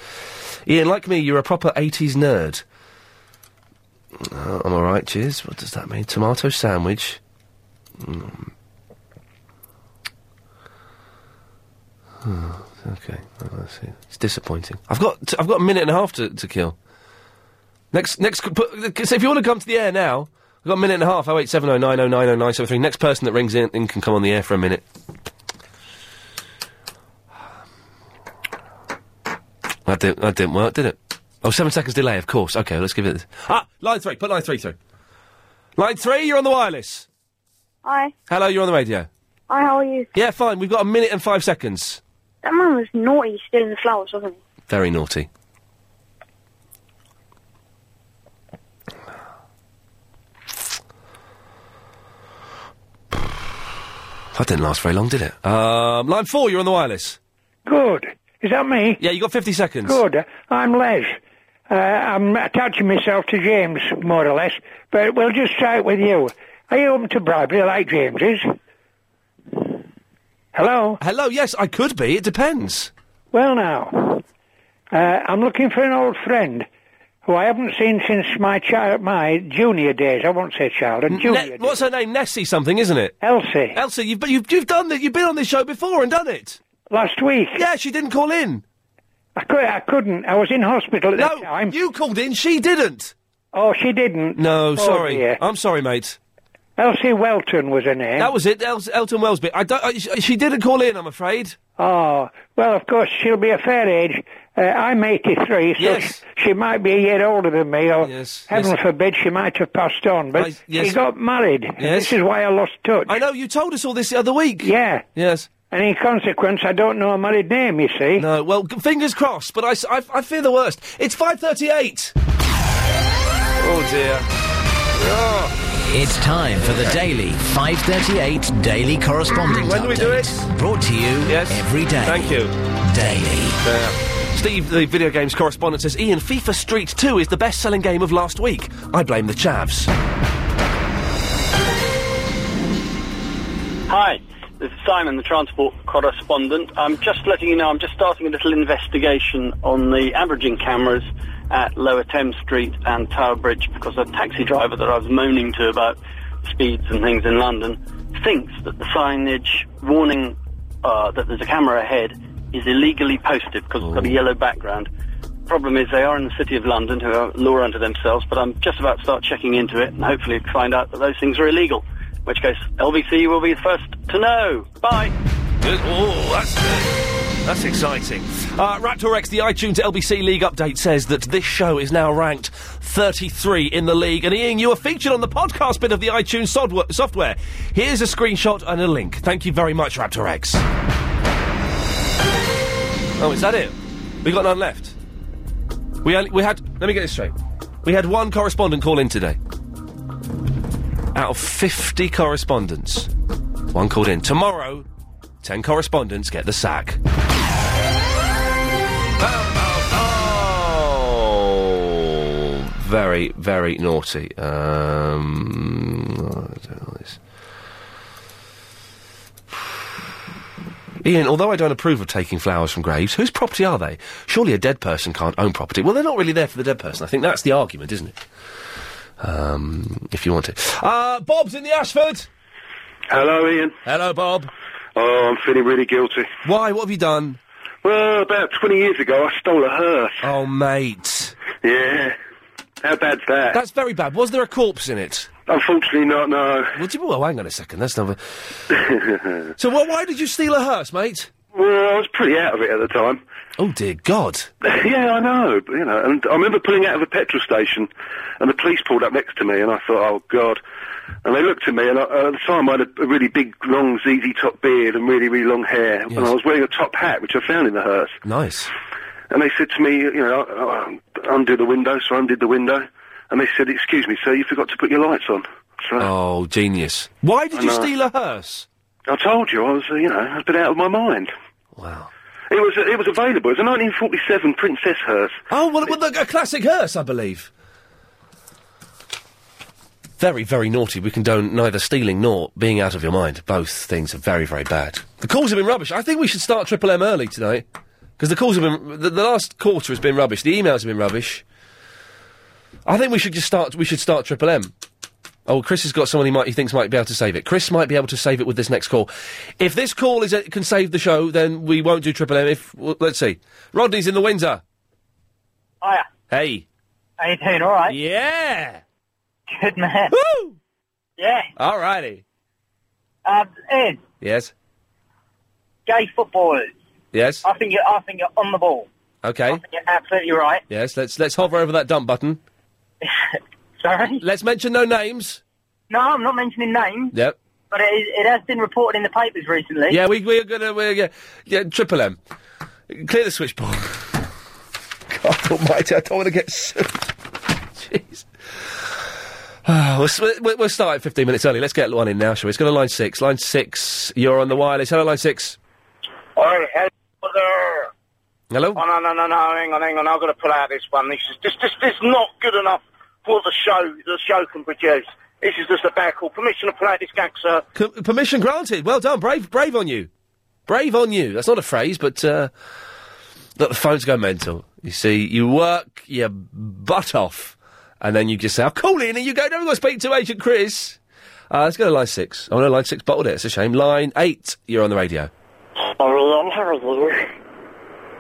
Speaker 1: Ian, like me, you're a proper 80s nerd. Uh, I'm alright, cheers. What does that mean? Tomato sandwich. Mm. Hmm, okay, well, let's see. It's disappointing. I've got t- I've got a minute and a half to, to kill. Next, next. c- Put, so if you want to come to the air now, we've got a minute and a half. Oh eight seven oh nine oh nine oh nine seven three. Next person that rings in, in can come on the air for a minute. That didn't. That didn't work, did it? Oh, seven seconds delay, of course. Okay, let's give it. Ah, line three. Put line three through. Line three, you're on the wireless.
Speaker 20: Hi.
Speaker 1: Hello, you're on the radio.
Speaker 20: Hi, how are you?
Speaker 1: Yeah, fine. We've got a minute and five seconds.
Speaker 20: That man was naughty stealing the flowers, wasn't he?
Speaker 1: Very naughty. That didn't last very long, did it? Um, line four, you're on the wireless.
Speaker 12: Good. Is that me?
Speaker 1: Yeah, you got 50 seconds.
Speaker 12: Good. I'm Les. Uh, I'm attaching myself to James, more or less, but we'll just start with you. Are you open to bribery like James is? Hello?
Speaker 1: Hello, yes, I could be. It depends.
Speaker 12: Well, now, uh, I'm looking for an old friend who I haven't seen since my child, my junior days. I won't say childhood,
Speaker 1: Ne-
Speaker 12: junior
Speaker 1: what's her name? Nessie something, isn't it?
Speaker 12: Elsie.
Speaker 1: Elsie, you've, but you've, you've done that. You've been on this show before and done it.
Speaker 12: Last week.
Speaker 1: Yeah, she didn't call in.
Speaker 12: I, could, I couldn't. I was in hospital at
Speaker 1: no,
Speaker 12: the time.
Speaker 1: you called in. She didn't.
Speaker 12: Oh, she didn't.
Speaker 1: No,
Speaker 12: Oh,
Speaker 1: sorry.
Speaker 12: dear.
Speaker 1: I'm sorry, mate.
Speaker 12: Elsie Welton was her name.
Speaker 1: That was it. El- Elton Wellesby. I don't. I, she she didn't call in. I'm afraid.
Speaker 12: Oh, well, of course, she'll be a fair age. Uh, I'm 83, so
Speaker 1: Yes.
Speaker 12: sh- she might be a year older than me, or heaven
Speaker 1: yes.
Speaker 12: forbid, she might have passed on. But
Speaker 1: I- yes.
Speaker 12: he got married. and
Speaker 1: Yes.
Speaker 12: This is why I lost touch.
Speaker 1: I know you told us all this the other week.
Speaker 12: Yeah.
Speaker 1: Yes.
Speaker 12: And in consequence, I don't know a married name, you see.
Speaker 1: No, well, g- fingers crossed, but I, s- I- I fear the worst. It's 5.38! Oh, dear.
Speaker 9: It's time for the daily 538 Daily Correspondent
Speaker 1: When do we do
Speaker 9: Update, Brought to you every day.
Speaker 1: Thank you.
Speaker 9: Daily.
Speaker 1: There. Steve, the video games correspondent, says, Ian, FIFA Street 2 is the best-selling game of last week. I blame the Chavs.
Speaker 27: Hi, this is Simon, the transport correspondent. I'm just letting you know I'm just starting a little investigation on the averaging cameras at Lower Thames Street and Tower Bridge because a taxi driver that I was moaning to about speeds and things in London thinks that the signage warning uh, that there's a camera ahead is illegally posted because it's got a yellow background. Problem is, they are in the City of London, who are law unto themselves, but I'm just about to start checking into it and hopefully find out that those things are illegal. In which case, LBC will be the first to know. Bye!
Speaker 1: Oh, that's
Speaker 26: *laughs*
Speaker 1: good. That's exciting. Uh, Raptorex, the iTunes LBC League update says that this show is now ranked 33 in the league. And Ian, you are featured on the podcast bit of the iTunes sodwa- software. Here's a screenshot and a link. Thank you very much, Raptorex. Oh, is that it? We got none left. We only, we had. Let me get this straight. We had one correspondent call in today. out of 50 correspondents, one called in. Tomorrow, 10 correspondents get the sack. Oh, very, very naughty. Um, oh, I don't know this. Ian, although I don't approve of taking flowers from graves, whose property are they? Surely a dead person can't own property. Well, they're not really there for the dead person. I think that's the argument, isn't it? Um, if you want it. Uh, Bob's in the Ashford.
Speaker 5: Hello, Ian.
Speaker 1: Hello, Bob.
Speaker 5: Oh, I'm feeling really guilty.
Speaker 1: Why? What have you done?
Speaker 5: Well, about 20 years ago, I stole a hearse.
Speaker 1: Oh, mate.
Speaker 5: Yeah. How bad's that?
Speaker 1: That's very bad. Was there a corpse in it?
Speaker 5: Unfortunately not, no.
Speaker 1: Well, do you, well hang on a second. That's not. So, wh- why did you steal a hearse, mate?
Speaker 5: Well, I was pretty out of it at the time.
Speaker 1: Oh, dear God.
Speaker 5: *laughs* yeah, I know. But, you know, and I remember pulling out of a petrol station, and the police pulled up next to me, and I thought, oh God. And they looked at me, and I, uh, at the time I had a, a really big, long, ZZ top beard and really, really long hair, and I was wearing a top hat, which I found in the hearse.
Speaker 1: Nice.
Speaker 5: And they said to me, you know, "Oh, oh, undo the window, so I undid the window. And they said, excuse me, sir, you forgot to put your lights on. So,
Speaker 1: Oh, genius. Why did
Speaker 5: I
Speaker 1: you
Speaker 5: know.
Speaker 1: steal a hearse?
Speaker 5: I told you, I was, uh, you know, I've been out of my mind.
Speaker 1: Wow.
Speaker 5: It was, uh, it was available. It was a 1947 Princess hearse.
Speaker 1: Oh, well, well look, a classic hearse, I believe. Very, very naughty. We condone neither stealing nor being out of your mind. Both things are very, very bad. The calls have been rubbish. I think we should start Triple M early tonight. Because the calls have been. The, the last quarter has been rubbish. The emails have been rubbish. I think we should just start. We should start Triple M. Oh, Chris has got someone he might he thinks might be able to save it. Chris might be able to save it with this next call. If this call is can save the show, then we won't do Triple M. If well, let's see, Rodney's in the Windsor.
Speaker 28: Hiya.
Speaker 1: Hey.
Speaker 28: How you doing? All right.
Speaker 1: Yeah.
Speaker 28: Good man.
Speaker 1: Woo.
Speaker 28: Yeah.
Speaker 1: Alrighty.
Speaker 28: Um, Ian,
Speaker 1: Yes.
Speaker 28: gay footballers.
Speaker 1: Yes.
Speaker 28: I think you're. I think you're on the ball.
Speaker 1: Okay.
Speaker 28: You're absolutely right.
Speaker 1: Yes. Let's let's hover over that dump button.
Speaker 28: Sorry.
Speaker 1: Let's mention no names.
Speaker 28: No, I'm not mentioning names,
Speaker 1: Yep.
Speaker 28: but it, is, it has been reported in the papers recently.
Speaker 1: Yeah, we we're gonna we're yeah, yeah Triple M. Clear the switchboard. *laughs* God Almighty, I don't want to get sued. *laughs* Jeez. Ah, we'll, s- we'll, we'll start at 15 minutes early. Let's get one in now, shall we? Let's go to line 6. Line 6, you're on the wireless. Hello, line 6.
Speaker 11: Oi, hello there.
Speaker 1: Hello?
Speaker 11: Oh, no, no, no, no, hang on, hang on, I've got to pull out this one. This is this, this, this is not good enough for what the show, the show can produce. This is just a bad call. Permission to play out this gag, sir.
Speaker 1: C- permission granted. Well done. Brave, brave on you. Brave on you. That's not a phrase, but uh, look, the phones go mental. You see, you work your butt off, and then you just say, "I'll call in," and you go, "No, I've got to speak to Agent Chris." Uh, let's go to line six. Oh no, line six bottled it. It's a shame. Line eight, you're on the radio.
Speaker 11: Hello, hello.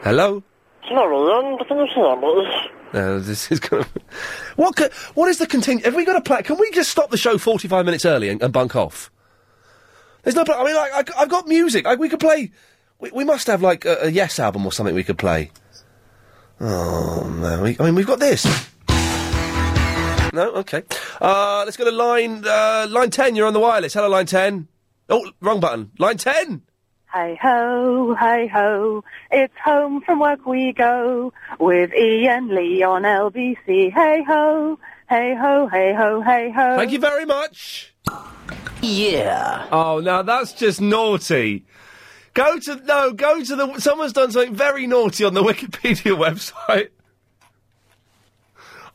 Speaker 1: Hello.
Speaker 11: Hello, hello.
Speaker 1: Uh, this is going. to... *laughs* What? Co- what is the continu Have we got a plan? Can we just stop the show forty-five minutes early and, and bunk off? There's no. pla- I mean, like I, have got music. Like we could play. We, we must have like a, a Yes album or something we could play. Oh man! We, I mean, we've got this. No, okay. Uh, let's go to line uh, line ten. You're on the wireless. Hello, line ten. Oh, wrong button. Line ten.
Speaker 24: Hi ho, hi ho, it's home from work we go with Ian Lee on LBC. Hey ho, hey ho, hey ho, hey ho.
Speaker 1: Thank you very much.
Speaker 24: Yeah.
Speaker 1: Oh, now that's just naughty. Go to no, go to the. Someone's done something very naughty on the *laughs* Wikipedia website.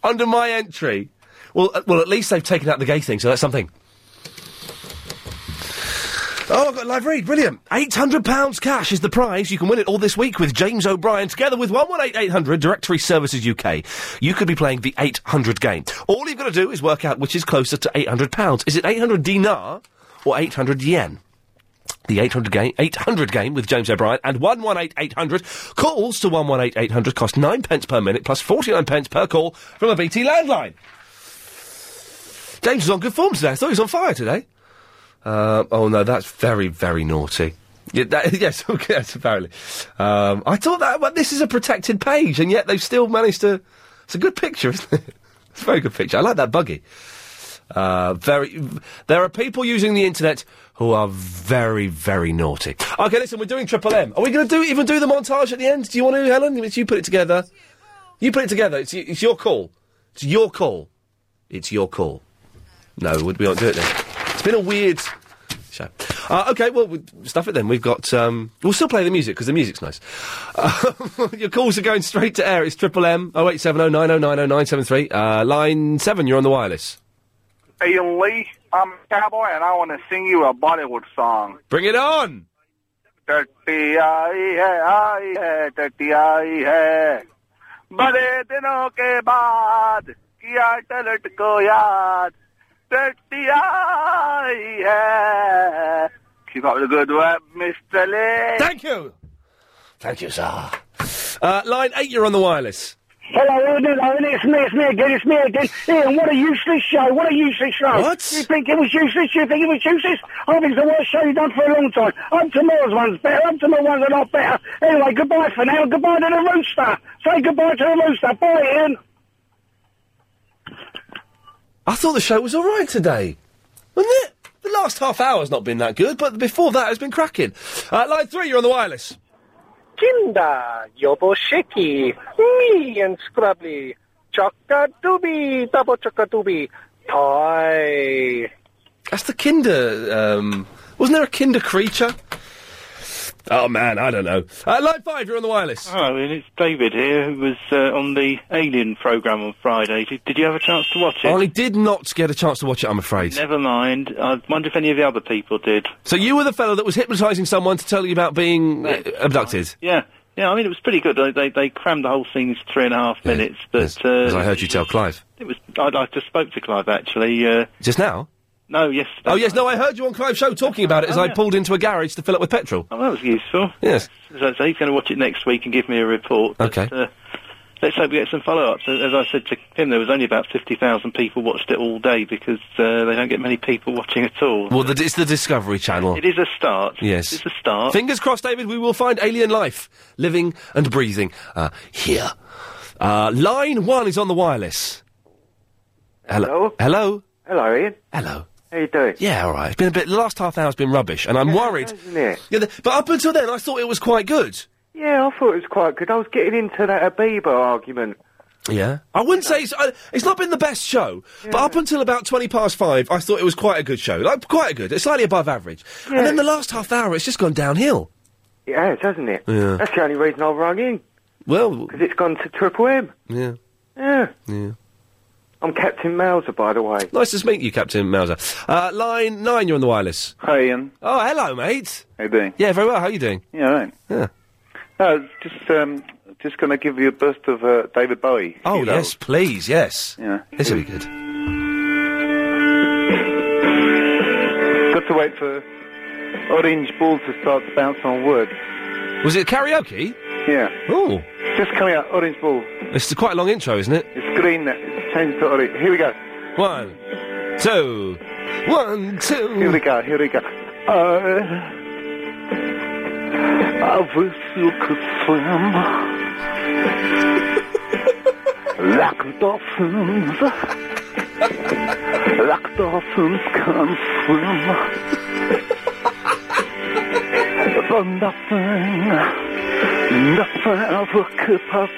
Speaker 1: Under my entry, well, uh, well, at least they've taken out the gay thing, so that's something. Oh, I've got a live read. Brilliant. £800 cash is the prize. You can win it all this week with James O'Brien together with 118800 Directory Services UK. You could be playing the 800 game. All you've got to do is work out which is closer to £800. Is it 800 dinar or 800 yen? The 800 game, 800 game with James O'Brien and 118800 calls to 118800 cost 9 pence per minute plus 49 pence per call from a BT landline. James is on good form today. I thought he was on fire today. Uh, oh no, that's very, very naughty. Yeah, that, *laughs* yes, okay, yes, apparently. Um, I thought that well, this is a protected page, and yet they've still managed to. It's a good picture, *laughs* isn't it? It's a very good picture. I like that buggy. Uh, very. There are people using the internet who are very, very naughty. Okay, listen, we're doing Triple M. Are we going to do even do the montage at the end? Do you want to, Helen? It's you put it together. You put it together. It's, y- it's your call. It's your call. It's your call. No, would we not do it then? It's been a weird show. Uh, okay, well, we stuff it then. We've got. Um, we'll still play the music because the music's nice. *laughs* Um, your calls are going straight to air. It's triple M 0870 9090973. Uh, line 7, you're on the wireless.
Speaker 11: Ian Lee, I'm a cowboy and I want to sing you a Bollywood song.
Speaker 1: Bring it on!
Speaker 11: धरती आई है आई है धरती आई है बड़े दिनों के बाद किया टलट को याद धरती आई है Keep up the good work, Mr. Lee.
Speaker 1: Thank you. Thank you, sir. Uh, line 8, you're on the wireless.
Speaker 29: Hello, Ian, Ian, it's me, it's me again, it's me again. Ian, what a useless show, what a useless show.
Speaker 1: What?
Speaker 29: You think it was useless, you think it was useless? I think it's the worst show you've done for a long time. Up tomorrow's one's better, up tomorrow's one's a lot better. Anyway, goodbye for now, goodbye to the rooster. Say goodbye to the rooster, bye Ian.
Speaker 1: I thought the show was all right today. Wasn't it? The last half hour's not been that good, but before that, it's been cracking. Uh, line 3, you're on the wireless.
Speaker 30: Kinda, Yobo Shiki, me and Scrubbly, Chocka Doobie, Double Chocka Doobie, Toy.
Speaker 1: That's the Kinder. Um, wasn't there a Kinder creature? Oh man, I don't know. Uh, line five, you're on the wireless.
Speaker 26: Hello, Ian. It's David here, who was uh, on the Alien program on Friday. Did, did you have a chance to watch it?
Speaker 1: I did not get a chance to watch it. I'm afraid.
Speaker 26: Never mind. I wonder if any of the other people did.
Speaker 1: So you were the fellow that was hypnotising someone to tell you about being uh, abducted.
Speaker 26: Yeah, yeah. I mean, it was pretty good. They they, they crammed the whole thing into three and a half minutes, but
Speaker 1: As
Speaker 26: uh,
Speaker 1: I heard you tell Clive
Speaker 26: it was. I, I just spoke to Clive actually. Uh,
Speaker 1: just now.
Speaker 26: no, yes.
Speaker 1: Oh yes, no, I heard you on Clive's show talking about it as
Speaker 26: Oh,
Speaker 1: I
Speaker 26: yeah.
Speaker 1: pulled into a garage to fill up with petrol.
Speaker 26: Oh, that was useful.
Speaker 1: Yes.
Speaker 26: So, so he's going to watch it next week and give me a report.
Speaker 1: Okay.
Speaker 26: But, uh, let's hope we get some follow-ups. As as I said to him, there was only about 50,000 people watched it all day because uh, they don't get many people watching at all.
Speaker 1: Well, the, it's the Discovery Channel.
Speaker 26: It is a start.
Speaker 1: Yes.
Speaker 26: It's a
Speaker 1: *laughs*
Speaker 26: start.
Speaker 1: Fingers crossed, David, we will find alien life, living and breathing uh, here. Uh, line one is on the wireless. Hello. Hello.
Speaker 31: Hello, Ian.
Speaker 1: Hello.
Speaker 31: How you doing?
Speaker 1: Yeah, all right. It's been a bit. The last half hour's been rubbish, and I'm worried.
Speaker 31: Isn't it?
Speaker 1: Yeah, the, but up until then, I thought it was quite good.
Speaker 31: Yeah, I thought it was quite good. I was getting into that Abiba argument.
Speaker 1: Yeah. I wouldn't say it's, uh, it's not been the best show, but up until about 20 past five, I thought it was quite a good show. Like, quite a good. It's slightly above average. And then the last half hour, it's just gone downhill.
Speaker 31: It has, hasn't it?
Speaker 1: Yeah.
Speaker 31: That's the only reason I rang in.
Speaker 1: Well...
Speaker 31: Because it's gone to Triple M.
Speaker 1: Yeah.
Speaker 31: Yeah.
Speaker 1: Yeah.
Speaker 31: I'm Captain Mauser, by the way.
Speaker 1: Nice to meet you, Captain Mauser. Uh, line nine, you're on the wireless.
Speaker 31: Hi, Ian.
Speaker 1: Oh, hello, mate.
Speaker 31: How you doing?
Speaker 1: Yeah, very well. How are you doing?
Speaker 31: Yeah, right.
Speaker 1: Yeah.
Speaker 31: No, just um, just going to give you a burst of uh, David Bowie.
Speaker 1: Oh,
Speaker 31: He's
Speaker 1: yes, please, yes.
Speaker 31: Yeah.
Speaker 1: This will be good.
Speaker 31: old. Got to wait for orange balls to start to bounce on wood.
Speaker 1: Was it karaoke?
Speaker 31: Yeah.
Speaker 1: Oh.
Speaker 31: Just coming out, orange ball.
Speaker 1: It's quite a long intro, isn't it?
Speaker 31: It's green. uh, Change to orange. Here we go.
Speaker 1: One, two, one, two.
Speaker 31: Here we go. Here we go. Uh, I wish you could swim like dolphins. like dolphins can swim. but nothing, nothing ever keep us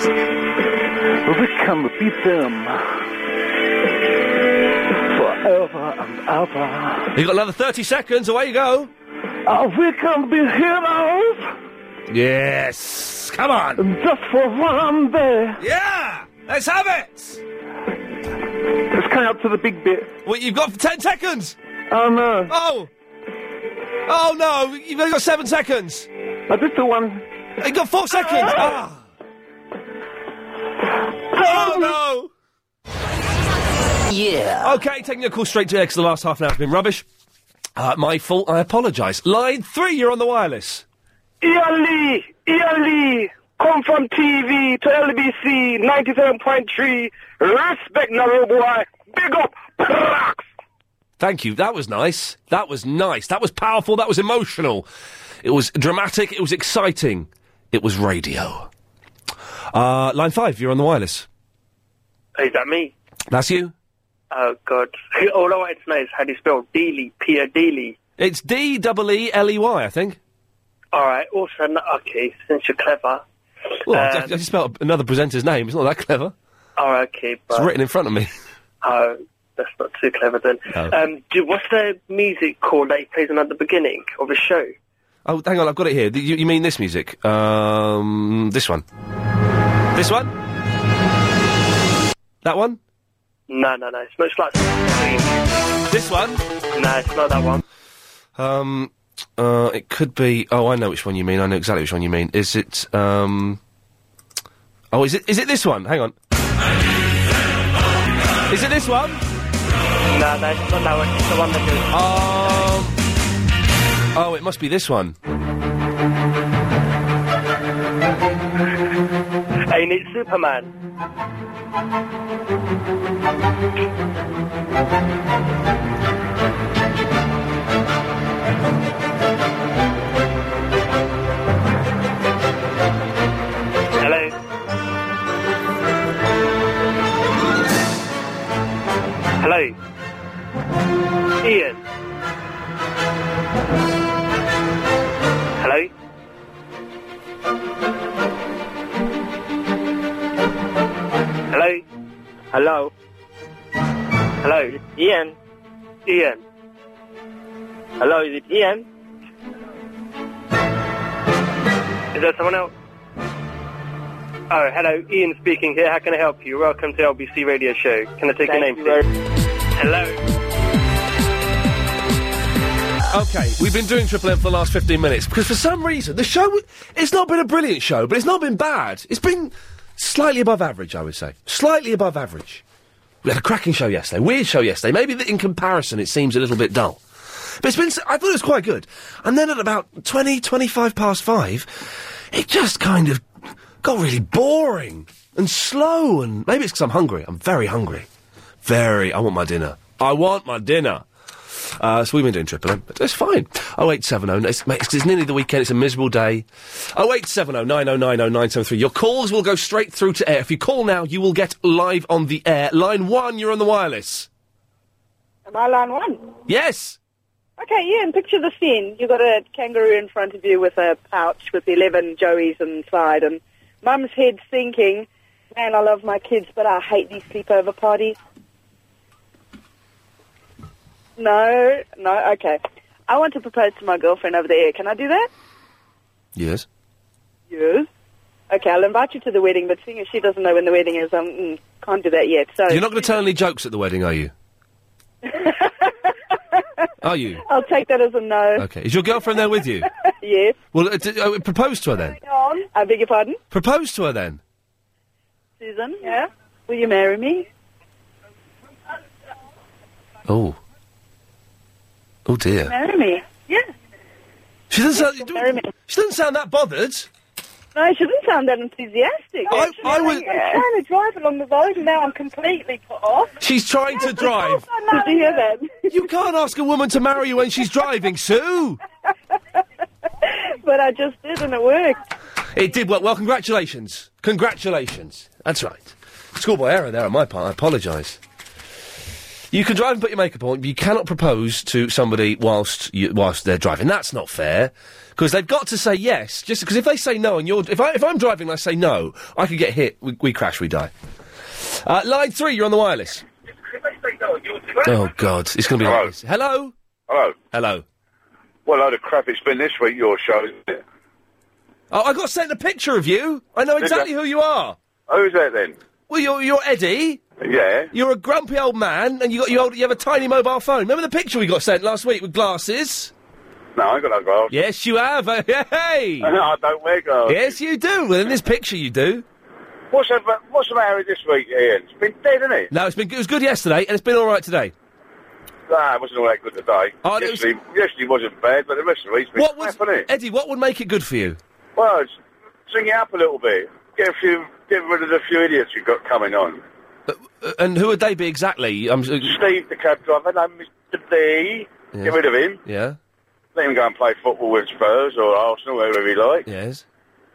Speaker 31: together. We can beat them forever and ever.
Speaker 1: You've got another 30 seconds. Away you go.
Speaker 31: Uh, we can be heroes
Speaker 1: Yes. Come on.
Speaker 31: just for one day.
Speaker 1: Yeah! Let's have it!
Speaker 31: Let's come up to the big bit.
Speaker 1: Well, you've got 10 seconds.
Speaker 31: Oh, no.
Speaker 1: Oh! Oh, no. You've only got seven seconds.
Speaker 31: I did the one.
Speaker 1: You've got four seconds. Ah! Oh, no! Yeah. Okay, taking your call straight to air because the last half an hour's been rubbish. Uh, my fault. I apologise. Line three, you're on the wireless.
Speaker 30: Ian Lee, Ian Lee, come from TV to LBC 97.3. Respect, Naro boy. Big up.
Speaker 1: Thank you. That was nice. That was nice. That was powerful. That was emotional. It was dramatic. It was exciting. It was radio. Uh, line five, you're on the wireless.
Speaker 32: Is that me?
Speaker 1: That's you.
Speaker 32: Oh,
Speaker 11: *laughs*
Speaker 32: God. All I wanted to know is how do you spell Dealey, Pierre Dealey?
Speaker 1: It's D double E L E Y, I think.
Speaker 32: All right, also, n- okay, since you're clever.
Speaker 1: Well,
Speaker 32: Um,
Speaker 1: I just- I just spelled another presenter's name. It's not that clever.
Speaker 11: Oh, okay,
Speaker 1: It's
Speaker 11: but
Speaker 1: written in front of me.
Speaker 11: oh, that's not too clever then.
Speaker 1: No.
Speaker 11: Um, do, what's the music called that he plays on at the beginning of his show?
Speaker 1: Oh, hang on, I've got it here. You, you mean this music? Um, this one. This one? That one?
Speaker 11: No, no, no. It smells like cream.
Speaker 1: This one?
Speaker 11: No, it's not that one.
Speaker 1: Um, uh, it could be. Oh, I know which one you mean. I know exactly which one you mean. Is it? Um, oh, is it? Is it this one? Hang on. Is it this one?
Speaker 11: No, no, it's not that one. It's the one that goes.
Speaker 1: Um. Oh, it must be this one.
Speaker 11: *laughs* Ain't it Superman? Hello. Hello. Ian. Hello. Hello. Hello. Hello. Ian. Ian. Hello, is it Ian? Is there someone else? Oh, hello, Ian speaking here. How can I help you? Welcome to LBC Radio Show. Can I take your name, please? Hello.
Speaker 1: Okay, we've been doing Triple M for the last 15 minutes because for some reason the show, w- it's not been a brilliant show, but it's not been bad. It's been slightly above average, I would say. Slightly above average. We had a cracking show yesterday, weird show yesterday. Maybe th- in comparison it seems a little bit dull. But it's been, s- I thought it was quite good. And then at about 20, 25 past five, it just kind of got really boring and slow and maybe it's because I'm hungry. I'm very hungry. Very, I want my dinner. I want my dinner. Uh, so we've been doing Triple M, but it's fine. 0870, it's, mate, it's, it's nearly the weekend, it's a miserable day. 0870 oh, 9090973. Your calls will go straight through to air. If you call now, you will get live on the air. Line one, you're on the wireless.
Speaker 15: Am I line one?
Speaker 1: Yes!
Speaker 15: Okay, yeah, and picture the scene. You've got a kangaroo in front of you with a pouch with 11 joeys inside, and mum's head's thinking, man, I love my kids, but I hate these sleepover parties. No, no, okay. I want to propose to my girlfriend over the air. Can I do that?
Speaker 1: Yes.
Speaker 15: Yes. Okay, I'll invite you to the wedding, but seeing as she doesn't know when the wedding is, I um, mm, can't do that yet. So
Speaker 1: You're not going to tell any jokes at the wedding, are you? are you?
Speaker 15: I'll take that as a no.
Speaker 1: Okay. Is your girlfriend there with you?
Speaker 15: *laughs* yes.
Speaker 1: Well, uh, d- uh, propose to her then.
Speaker 15: I beg your pardon?
Speaker 1: Propose to her then.
Speaker 15: Susan? Yeah? Will you marry me?
Speaker 1: Oh. Oh dear.
Speaker 15: Marry me? Yeah.
Speaker 1: She doesn't sound. She doesn't sound that bothered.
Speaker 15: No, she didn't sound that enthusiastic.
Speaker 1: I- I was-
Speaker 15: I'm trying to drive along the road and now I'm completely put off. *laughs*
Speaker 1: She's trying to drive.
Speaker 15: Did you hear that?
Speaker 1: You can't ask a woman to marry you when she's driving, Sue.
Speaker 15: But I just did and it worked.
Speaker 1: It did well. Well, congratulations. Congratulations. That's right. Schoolboy error there on my part. I apologise. You can drive and put your makeup on, but you cannot propose to somebody whilst you, whilst they're driving. That's not fair because they've got to say yes. Just because if they say no and you're if I if I'm driving and I say no, I could get hit. We, we crash. We die. Uh, line three. You're on the wireless. Oh God, it's going to be
Speaker 10: Hello.
Speaker 1: like this. Hello.
Speaker 10: Hello.
Speaker 1: Hello.
Speaker 10: What a load of crap it's been this week, your show. isn't it?
Speaker 1: Oh, I got sent a picture of you. I know
Speaker 10: Did
Speaker 1: exactly
Speaker 10: ya?
Speaker 1: who you are.
Speaker 10: Who's that then?
Speaker 1: Well, you're, you're Eddie.
Speaker 10: Yeah.
Speaker 1: You're a grumpy old man, and you got you, old, you have a tiny mobile phone. Remember the picture we got sent last week with glasses?
Speaker 10: No, I ain't got no glasses.
Speaker 1: Yes, you have. *laughs* Uh, hey.
Speaker 10: No, *laughs* I don't wear glasses.
Speaker 1: Yes, you do. Well, in this picture, you do.
Speaker 10: What's the, what's the matter with this week, Ian? It's been dead, isn't it?
Speaker 1: No, it's been it was good yesterday, and it's been all right today.
Speaker 10: Nah, it wasn't all that good today.
Speaker 1: Oh, it was-
Speaker 10: yesterday, yesterday wasn't bad, but the rest of the week's been
Speaker 1: What
Speaker 10: crap,
Speaker 1: was eh?
Speaker 10: isn't it?
Speaker 1: Eddie? What would make it good for you?
Speaker 10: Well, it's, sing it up a little bit. Get a few, get rid of the few idiots you've got coming on.
Speaker 1: Uh, and who would they be exactly? I'm. uh,
Speaker 10: Steve, the cab driver, no, Mr. D. Get rid of him.
Speaker 1: Yeah.
Speaker 10: Let him go and play football with Spurs or Arsenal, wherever he likes.
Speaker 1: Yes.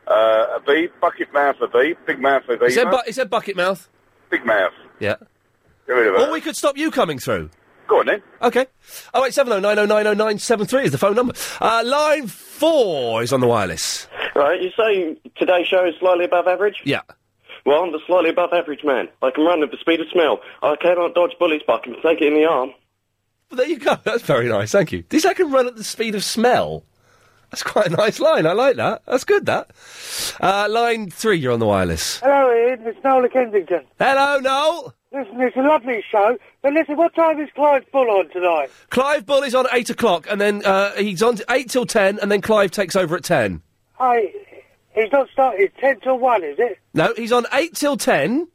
Speaker 10: Uh, a B, bucket mouth for B, big mouth for B.
Speaker 1: Is that, bu- is that bucket mouth?
Speaker 10: Big mouth.
Speaker 1: Yeah.
Speaker 10: Get rid of
Speaker 1: Or
Speaker 10: her.
Speaker 1: we could stop you coming through.
Speaker 10: Go on then.
Speaker 1: *laughs* Okay. Oh eight seven oh nine oh nine oh nine seven three is the phone number. Uh, line four is on the wireless.
Speaker 33: Right, you're saying today's show is slightly above average?
Speaker 1: Yeah. *laughs*
Speaker 34: Well, I'm the slightly above average man. I can run at the speed of smell. I cannot dodge bullets, but I can take it in the arm.
Speaker 1: Well, there you go. That's very nice. Thank you. This I can run at the speed of smell. That's quite a nice line. I like that. That's good. That uh, line three. You're on the wireless.
Speaker 26: Hello, Ian. It's Noel at Kensington.
Speaker 1: Hello, Noel.
Speaker 26: Listen, it's a lovely show, but listen, what time is Clive Bull on tonight?
Speaker 1: Clive Bull is on at eight o'clock, and then uh, he's on t- eight till ten, and then Clive takes over at ten.
Speaker 26: Hey, he's not started. It's 10 till 1, is it?
Speaker 1: No, he's on eight till ten,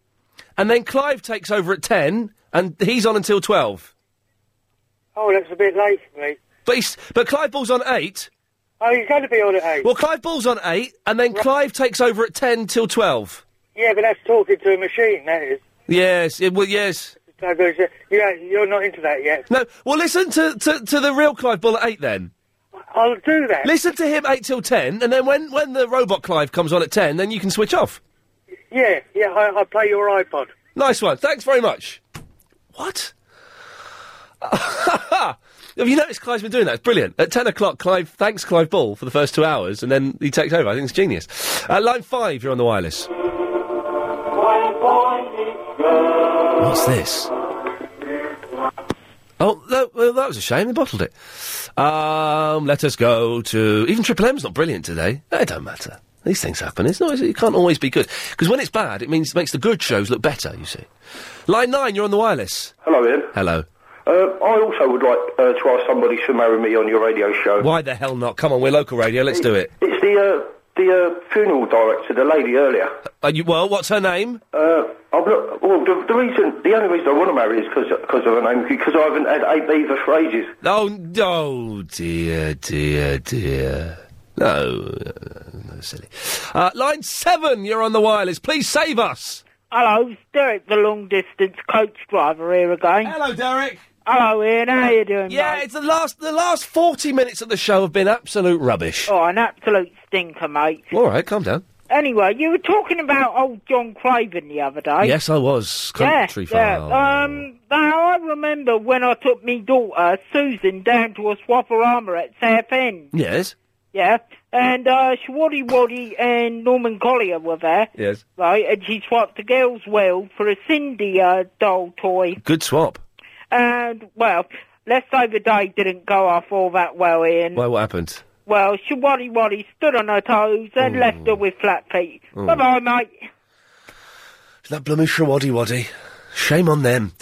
Speaker 1: and then Clive takes over at ten, and he's on until twelve.
Speaker 26: Oh, that's a bit late for me.
Speaker 1: But he's, but Clive Bull's on eight.
Speaker 26: Oh, he's going to be on at 8.
Speaker 1: Well, Clive Bull's on eight, and then Clive takes over at ten till twelve.
Speaker 26: Yeah, but that's talking to a machine, that is.
Speaker 1: Yes. It, well, yes.
Speaker 26: It's no good, is it? Yeah, you're not into that yet.
Speaker 1: No. Well, listen to, to, to the real Clive Bull at eight then.
Speaker 26: I'll do that.
Speaker 1: Listen to him eight till ten, and then when, when the robot Clive comes on at ten, then you can switch off.
Speaker 26: Yeah, yeah, I, I play your iPod.
Speaker 1: Nice one. Thanks very much. What? *laughs* Have you noticed Clive's been doing that? It's brilliant. At ten o'clock, Clive thanks Clive Bull for the first two hours, and then he takes over. I think it's genius. Uh, line five, you're on the wireless. What's this? Oh, that, well, that was a shame. They bottled it. Um, let us go to. Even Triple M's not brilliant today. No, It don't matter. These things happen. It's not. It can't always be good because when it's bad, it means makes the good shows look better. You see. Line nine, you're on the wireless.
Speaker 11: Hello, Ian.
Speaker 1: Hello.
Speaker 11: Uh, I also would like uh, to ask somebody to marry me on your radio show.
Speaker 1: Why the hell not? Come on, we're local radio. Let's do it.
Speaker 11: It's the uh, the uh, funeral director, the lady earlier.
Speaker 1: Are Uh, you, well, what's her name?
Speaker 11: Uh, I've not, well, the, the reason, the only reason I want to marry is because of her name, because I haven't had eight beaver for ages.
Speaker 1: Oh, n- oh dear, dear, dear. No, uh, no, silly. Uh, line seven, you're on the wireless. Please save us.
Speaker 3: Hello, it's Derek, the long distance coach driver here again.
Speaker 1: Hello, Derek.
Speaker 3: Hello, Ian. How you doing?
Speaker 1: Yeah,
Speaker 3: mate?
Speaker 1: it's the last. The last forty minutes of the show have been absolute rubbish.
Speaker 3: Oh, an absolute stinker, mate.
Speaker 1: All right, calm down.
Speaker 3: Anyway, you were talking about old John Craven the other day.
Speaker 1: yes, I was country
Speaker 3: yeah,
Speaker 1: file.
Speaker 11: Oh.
Speaker 3: Yeah. Um, now I remember when I took me daughter Susan down to a swapper armour at Southend.
Speaker 1: yes,
Speaker 3: Yeah, and uh, Shwaddy Waddy and Norman Collier were there.
Speaker 1: yes.
Speaker 3: Right, and she swapped the girls' well for a Cindy uh, doll toy.
Speaker 1: Good swap.
Speaker 3: And, well, leftover day didn't go off all that well, Ian.
Speaker 1: Well, what happened?
Speaker 3: Well, she waddy waddy stood on her toes and left her with flat feet.
Speaker 1: Mm.
Speaker 3: Bye bye, mate.
Speaker 1: That blooming shawaddy waddy. Shame on them.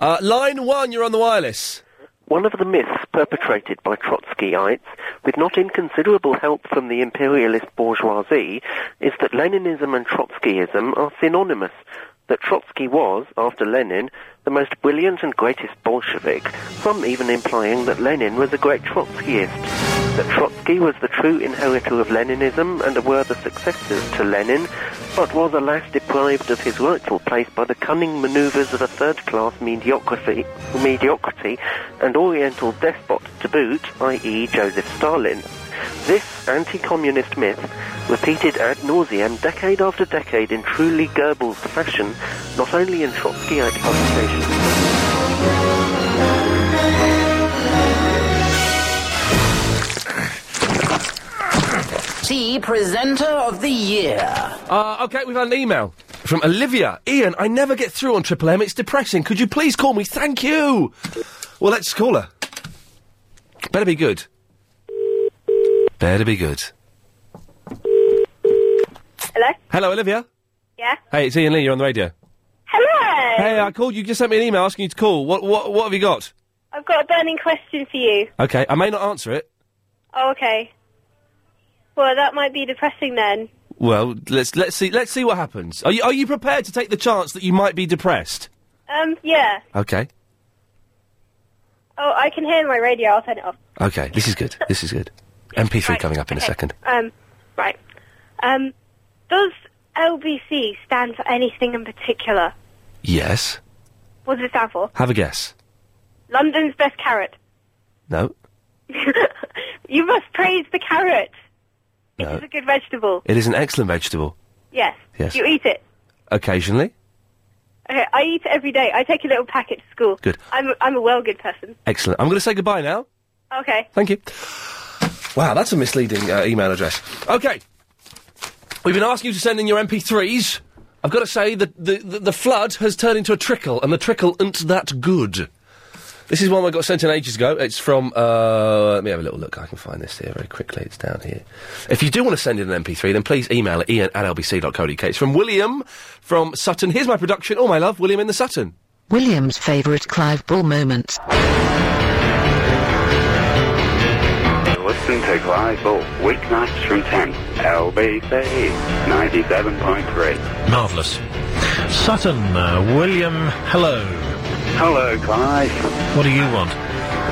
Speaker 1: Uh, line one, you're on the wireless.
Speaker 35: One of the myths perpetrated by Trotskyites, with not inconsiderable help from the imperialist bourgeoisie, is that Leninism and Trotskyism are synonymous, that Trotsky was, after Lenin, the most brilliant and greatest Bolshevik, some even implying that Lenin was a great Trotskyist, that Trotsky was the true inheritor of Leninism and were the successors to Lenin, but was alas deprived of his rightful place by the cunning manoeuvres of a third-class mediocrity, mediocrity and oriental despot to boot, i.e. Joseph Stalin. This anti-communist myth, repeated ad nauseam decade after decade in truly Goebbels fashion, not only in Trotskyite publications,
Speaker 14: The presenter of the year.
Speaker 1: Uh, okay, we've had an email from Olivia. Ian, I never get through on Triple M. It's depressing. Could you please call me? Thank you. Well, let's call her. Better be good. Better be good.
Speaker 13: Hello?
Speaker 1: Hello, Olivia.
Speaker 13: Yeah?
Speaker 1: Hey, it's Ian Lee. You're on the radio.
Speaker 13: Hello!
Speaker 1: Hey, I called you. Just sent me an email asking you to call. What? What? What have you got?
Speaker 13: I've got a burning question for you.
Speaker 1: Okay, I may not answer it.
Speaker 13: Oh, okay. Well, that might be depressing then.
Speaker 1: Well, let's let's see let's see what happens. Are you are you prepared to take the chance that you might be depressed?
Speaker 13: Um, yeah.
Speaker 1: Okay.
Speaker 13: Oh, I can hear my radio. I'll turn it off.
Speaker 1: Okay. This is good. This is good. MP3 coming up in a second.
Speaker 13: Um, right. Um, does LBC stand for anything in particular?
Speaker 1: Yes.
Speaker 13: What does it stand for?
Speaker 1: Have a guess.
Speaker 13: London's best carrot. *laughs*
Speaker 1: No.
Speaker 13: you must praise the carrot.
Speaker 1: No.
Speaker 13: It's a good vegetable.
Speaker 1: It is an excellent vegetable.
Speaker 13: Yes.
Speaker 1: Yes.
Speaker 13: You eat it.
Speaker 1: Occasionally.
Speaker 13: Okay, I eat it every day. I take a little packet to school.
Speaker 1: Good.
Speaker 13: I'm, I'm a well-good person.
Speaker 1: Excellent. I'm going to say goodbye now.
Speaker 13: Okay.
Speaker 1: Thank you. Wow, that's a misleading uh, email address. Okay. We've been asking you to send in your MP3s. I've got to say that the, the, the flood has turned into a trickle, and the trickle ain't that good. This is one I got sent in ages ago. It's from, uh, let me have a little look. I can find this here very quickly. It's down here. If you do want to send in an MP3, then please email it ian at lbc.co.uk. It's from William from Sutton. Here's my production. Oh, my love, William in the Sutton.
Speaker 4: William's favourite Clive Bull moments.
Speaker 32: Listen to Clive Bull, weeknights from 10, LBC 97.3.
Speaker 19: Marvellous. Sutton, uh, William, hello.
Speaker 32: Hello, Clive.
Speaker 19: What do you want?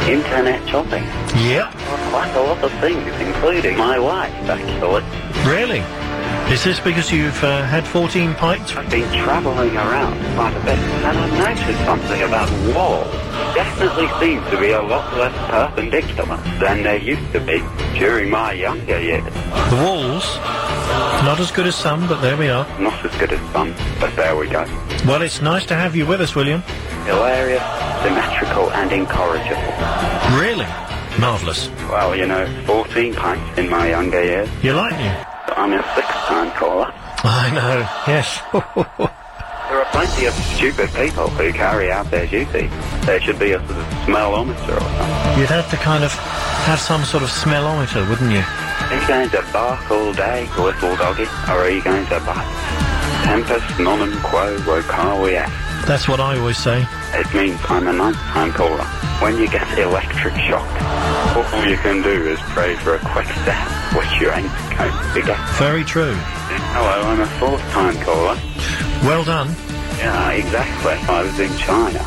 Speaker 32: Internet shopping.
Speaker 19: Yep.
Speaker 32: Quite a lot of things, including my wife, actually.
Speaker 19: Really? Is this because you've uh, had 14 pints?
Speaker 32: I've been travelling around quite a bit, and I've noticed something about walls. Definitely seem to be a lot less perpendicular than they used to be during my younger years.
Speaker 19: The walls? Not as good as some, but there we are.
Speaker 32: Not as good as some, but there we go.
Speaker 19: Well, it's nice to have you with us, William.
Speaker 32: Hilarious, symmetrical, and incorrigible.
Speaker 19: Really? Marvellous.
Speaker 32: Well, you know, 14 pints in my younger years.
Speaker 19: You
Speaker 1: *laughs*
Speaker 19: like me?
Speaker 32: I'm a six-time caller.
Speaker 19: I know, yes.
Speaker 32: There are plenty of stupid people who carry out their duty. There should be a sort of smellometer or something.
Speaker 19: *laughs* You'd have to kind of have some sort of smellometer, wouldn't you?
Speaker 32: Are you going to bark all day, little doggy, or are you going to bite? Tempest nonum quo vocare est.
Speaker 19: That's what I always say.
Speaker 32: It means I'm a nighttime caller. When you get electric shock, all you can do is pray for a quick death, which you ain't going to get.
Speaker 19: Very true.
Speaker 32: Hello, I'm a fourth-time caller.
Speaker 19: Well done.
Speaker 32: Yeah, exactly. I was in China.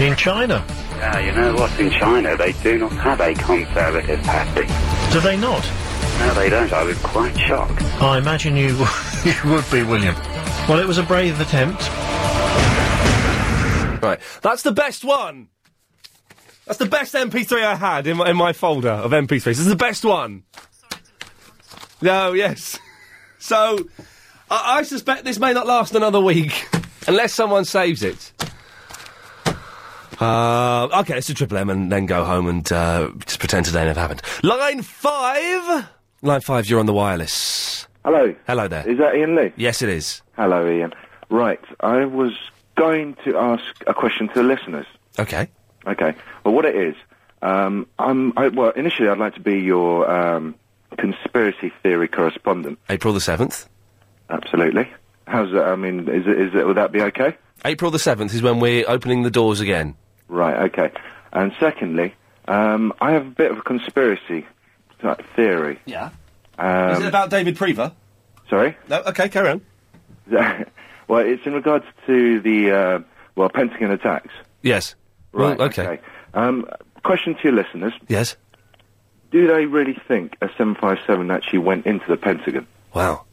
Speaker 19: In China,
Speaker 32: Yeah, you know what? In China, they do not have a conservative party.
Speaker 19: do they not?
Speaker 32: No, they don't. I was quite shocked.
Speaker 19: I imagine you, *laughs* you would be, William. Well, it was a brave attempt.
Speaker 1: Right, that's the best one. That's the best MP3 I had in my, in my folder of MP3s. This is the best one. No, yes. *laughs* So, I, I suspect this may not last another week *laughs* unless someone saves it. Uh, okay, let's do Triple M and then go home and uh, just pretend today never happened. Line five. Line five, you're on the wireless.
Speaker 36: Hello.
Speaker 1: Hello there.
Speaker 36: Is that Ian Lee?
Speaker 1: Yes, it is.
Speaker 36: Hello, Ian. Right, I was going to ask a question to the listeners.
Speaker 1: Okay.
Speaker 36: Okay. Well, what it is, um, I'm, I, well, initially I'd like to be your um, conspiracy theory correspondent.
Speaker 1: April the 7th?
Speaker 36: Absolutely. How's that? I mean, is it, is it, would that be okay?
Speaker 1: April the 7th is when we're opening the doors again.
Speaker 36: Right, okay. And secondly, um, I have a bit of a conspiracy like, theory.
Speaker 1: Yeah.
Speaker 36: Um,
Speaker 1: is it about David Prever?
Speaker 36: Sorry?
Speaker 1: No, okay, carry on.
Speaker 36: well, it's in regards to the, uh, well, Pentagon attacks.
Speaker 1: Yes.
Speaker 36: Right,
Speaker 1: Well, okay.
Speaker 36: Um, question to your listeners.
Speaker 1: Yes.
Speaker 36: Do they really think a 757 actually went into the Pentagon?
Speaker 1: Wow.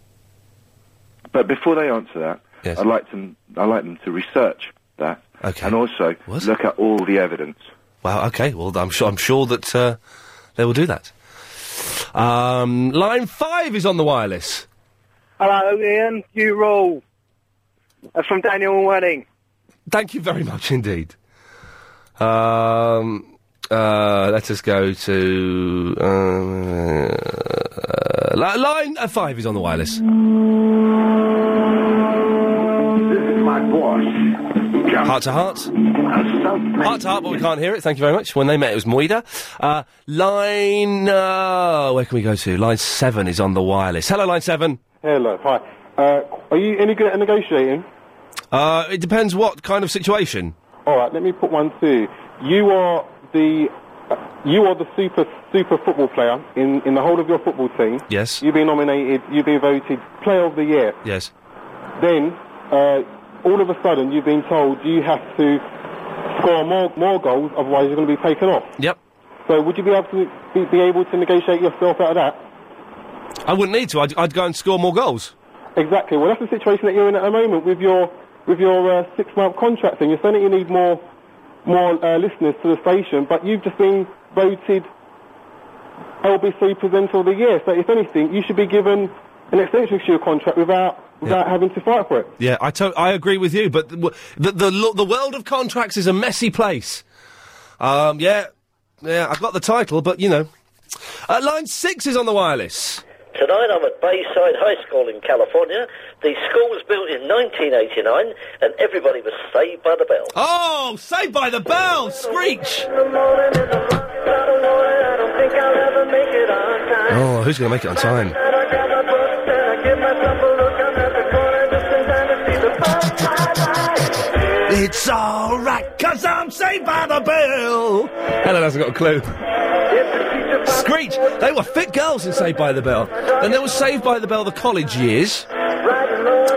Speaker 36: But before they answer that,
Speaker 1: Yes.
Speaker 36: I'd like them, I'd like them to research that.
Speaker 1: Okay.
Speaker 36: And also look at all the evidence.
Speaker 1: Wow. Okay. Well, I'm sure. I'm sure that uh, they will do that. Um, line five is on the wireless.
Speaker 11: Hello, Ian. You rule. That's from Daniel Wedding.
Speaker 1: Thank you very much indeed. Um, uh, let us go to um, uh, li- line uh, five is on the wireless.
Speaker 8: My boss.
Speaker 1: Heart to heart. Heart to heart, but we can't hear it. Thank you very much. When they met, it was Moida. Uh, line. Uh, where can we go to? Line seven is on the wireless. Hello, line seven.
Speaker 18: Hello, hi. Uh, are you any good at negotiating?
Speaker 1: Uh, it depends what kind of situation.
Speaker 18: All right, let me put one through. You are the uh, you are the super super football player in, in the whole of your football team.
Speaker 1: Yes.
Speaker 18: You've been nominated. You've been voted Player of the Year.
Speaker 1: Yes.
Speaker 18: Then, uh, all of a sudden, you've been told you have to score more more goals, otherwise you're going to be taken off.
Speaker 1: Yep.
Speaker 18: So, would you be able to be, be able to negotiate yourself out of that?
Speaker 1: I wouldn't need to. I'd, I'd go and score more goals.
Speaker 18: Exactly. Well, that's the situation that you're in at the moment with your with your uh, six month contract thing. You're saying that you need more more uh, listeners to the station, but you've just been voted LBC Presenter of the Year. So, if anything, you should be given an extension to your contract without without having to fight for it.
Speaker 1: Yeah, I to- I agree with you, but the the, the lo- the world of contracts is a messy place. Um, yeah, yeah, I've got the title, but you know, uh, line six is on the wireless.
Speaker 35: Tonight I'm at Bayside High School in California The school was built in 1989, and everybody was saved by the bell.
Speaker 1: Oh, Saved by the Bell! Screech! Oh, who's going to make it on time? It's alright, cause I'm saved by the bell! Helen hasn't got a clue. Screech! They were fit girls in Saved by the Bell. Then there was Saved by the Bell the college years.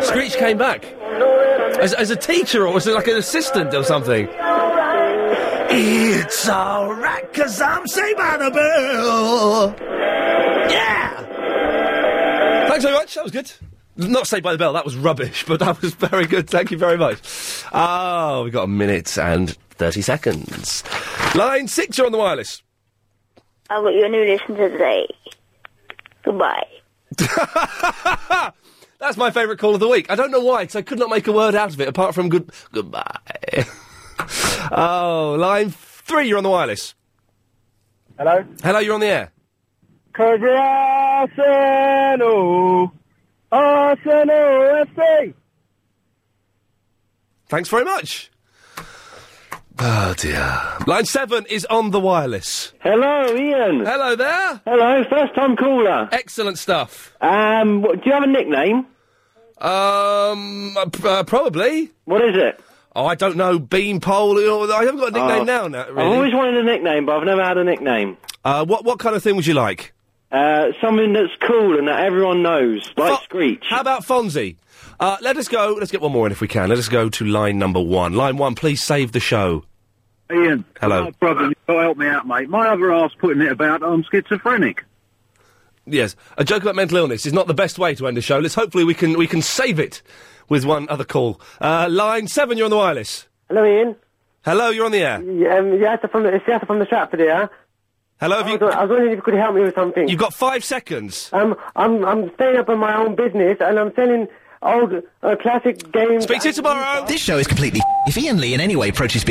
Speaker 1: Screech came back. As, as a teacher or was it like an assistant or something? It's alright, cause I'm saved by the bell. Yeah! Thanks very much, that was good. Not Saved by the Bell, that was rubbish, but that was very good, thank you very much. Oh, we've got a minute and 30 seconds. Line six, you're on the wireless.
Speaker 13: I got your new listener today. Goodbye.
Speaker 1: That's my favourite call of the week. I don't know why, because I could not make a word out of it apart from good goodbye. *laughs* oh, line three, you're on the wireless.
Speaker 37: Hello?
Speaker 1: Hello, you're on the air.
Speaker 37: Cause we're Arsenal. Arsenal FC.
Speaker 1: Thanks very much. Oh dear. Line seven is on the wireless.
Speaker 11: Hello, Ian.
Speaker 1: Hello there.
Speaker 11: Hello, first time caller.
Speaker 1: Excellent stuff.
Speaker 11: Um, what, do you have a nickname?
Speaker 1: Um, uh, p- uh, probably.
Speaker 11: What is it?
Speaker 1: Oh, I don't know. Bean pole. you know, I haven't got a nickname
Speaker 11: Oh.
Speaker 1: now. No,
Speaker 11: I've
Speaker 1: really.
Speaker 11: always wanted a nickname, but I've never had a nickname.
Speaker 1: Uh, what what kind of thing would you like?
Speaker 11: Uh, something that's cool and that everyone knows, like Screech.
Speaker 1: How about Fonzie? Uh, let us go. Let's get one more in if we can. Let us go to line number one. Line one, please save the show.
Speaker 25: Ian, Oh,
Speaker 1: Hello.
Speaker 25: no problem. You've got to help me out, mate. My other ass putting it about I'm schizophrenic.
Speaker 1: Yes, a joke about mental illness is not the best way to end the show. Let's hopefully we can we can save it with one other call. Uh, line seven, you're on the wireless.
Speaker 38: Hello, Ian.
Speaker 1: Hello, you're on the air.
Speaker 38: Yeah, um, Yata from the, it's Yata from the Stratford here.
Speaker 1: Hello, have
Speaker 38: I was, you... I was wondering if you could help me with something.
Speaker 1: You've got five seconds.
Speaker 38: Um, I'm, I'm staying up on my own business and I'm selling old uh, classic games.
Speaker 1: Speak to you tomorrow.
Speaker 39: *laughs* This show is completely. If Ian Lee in any way approaches.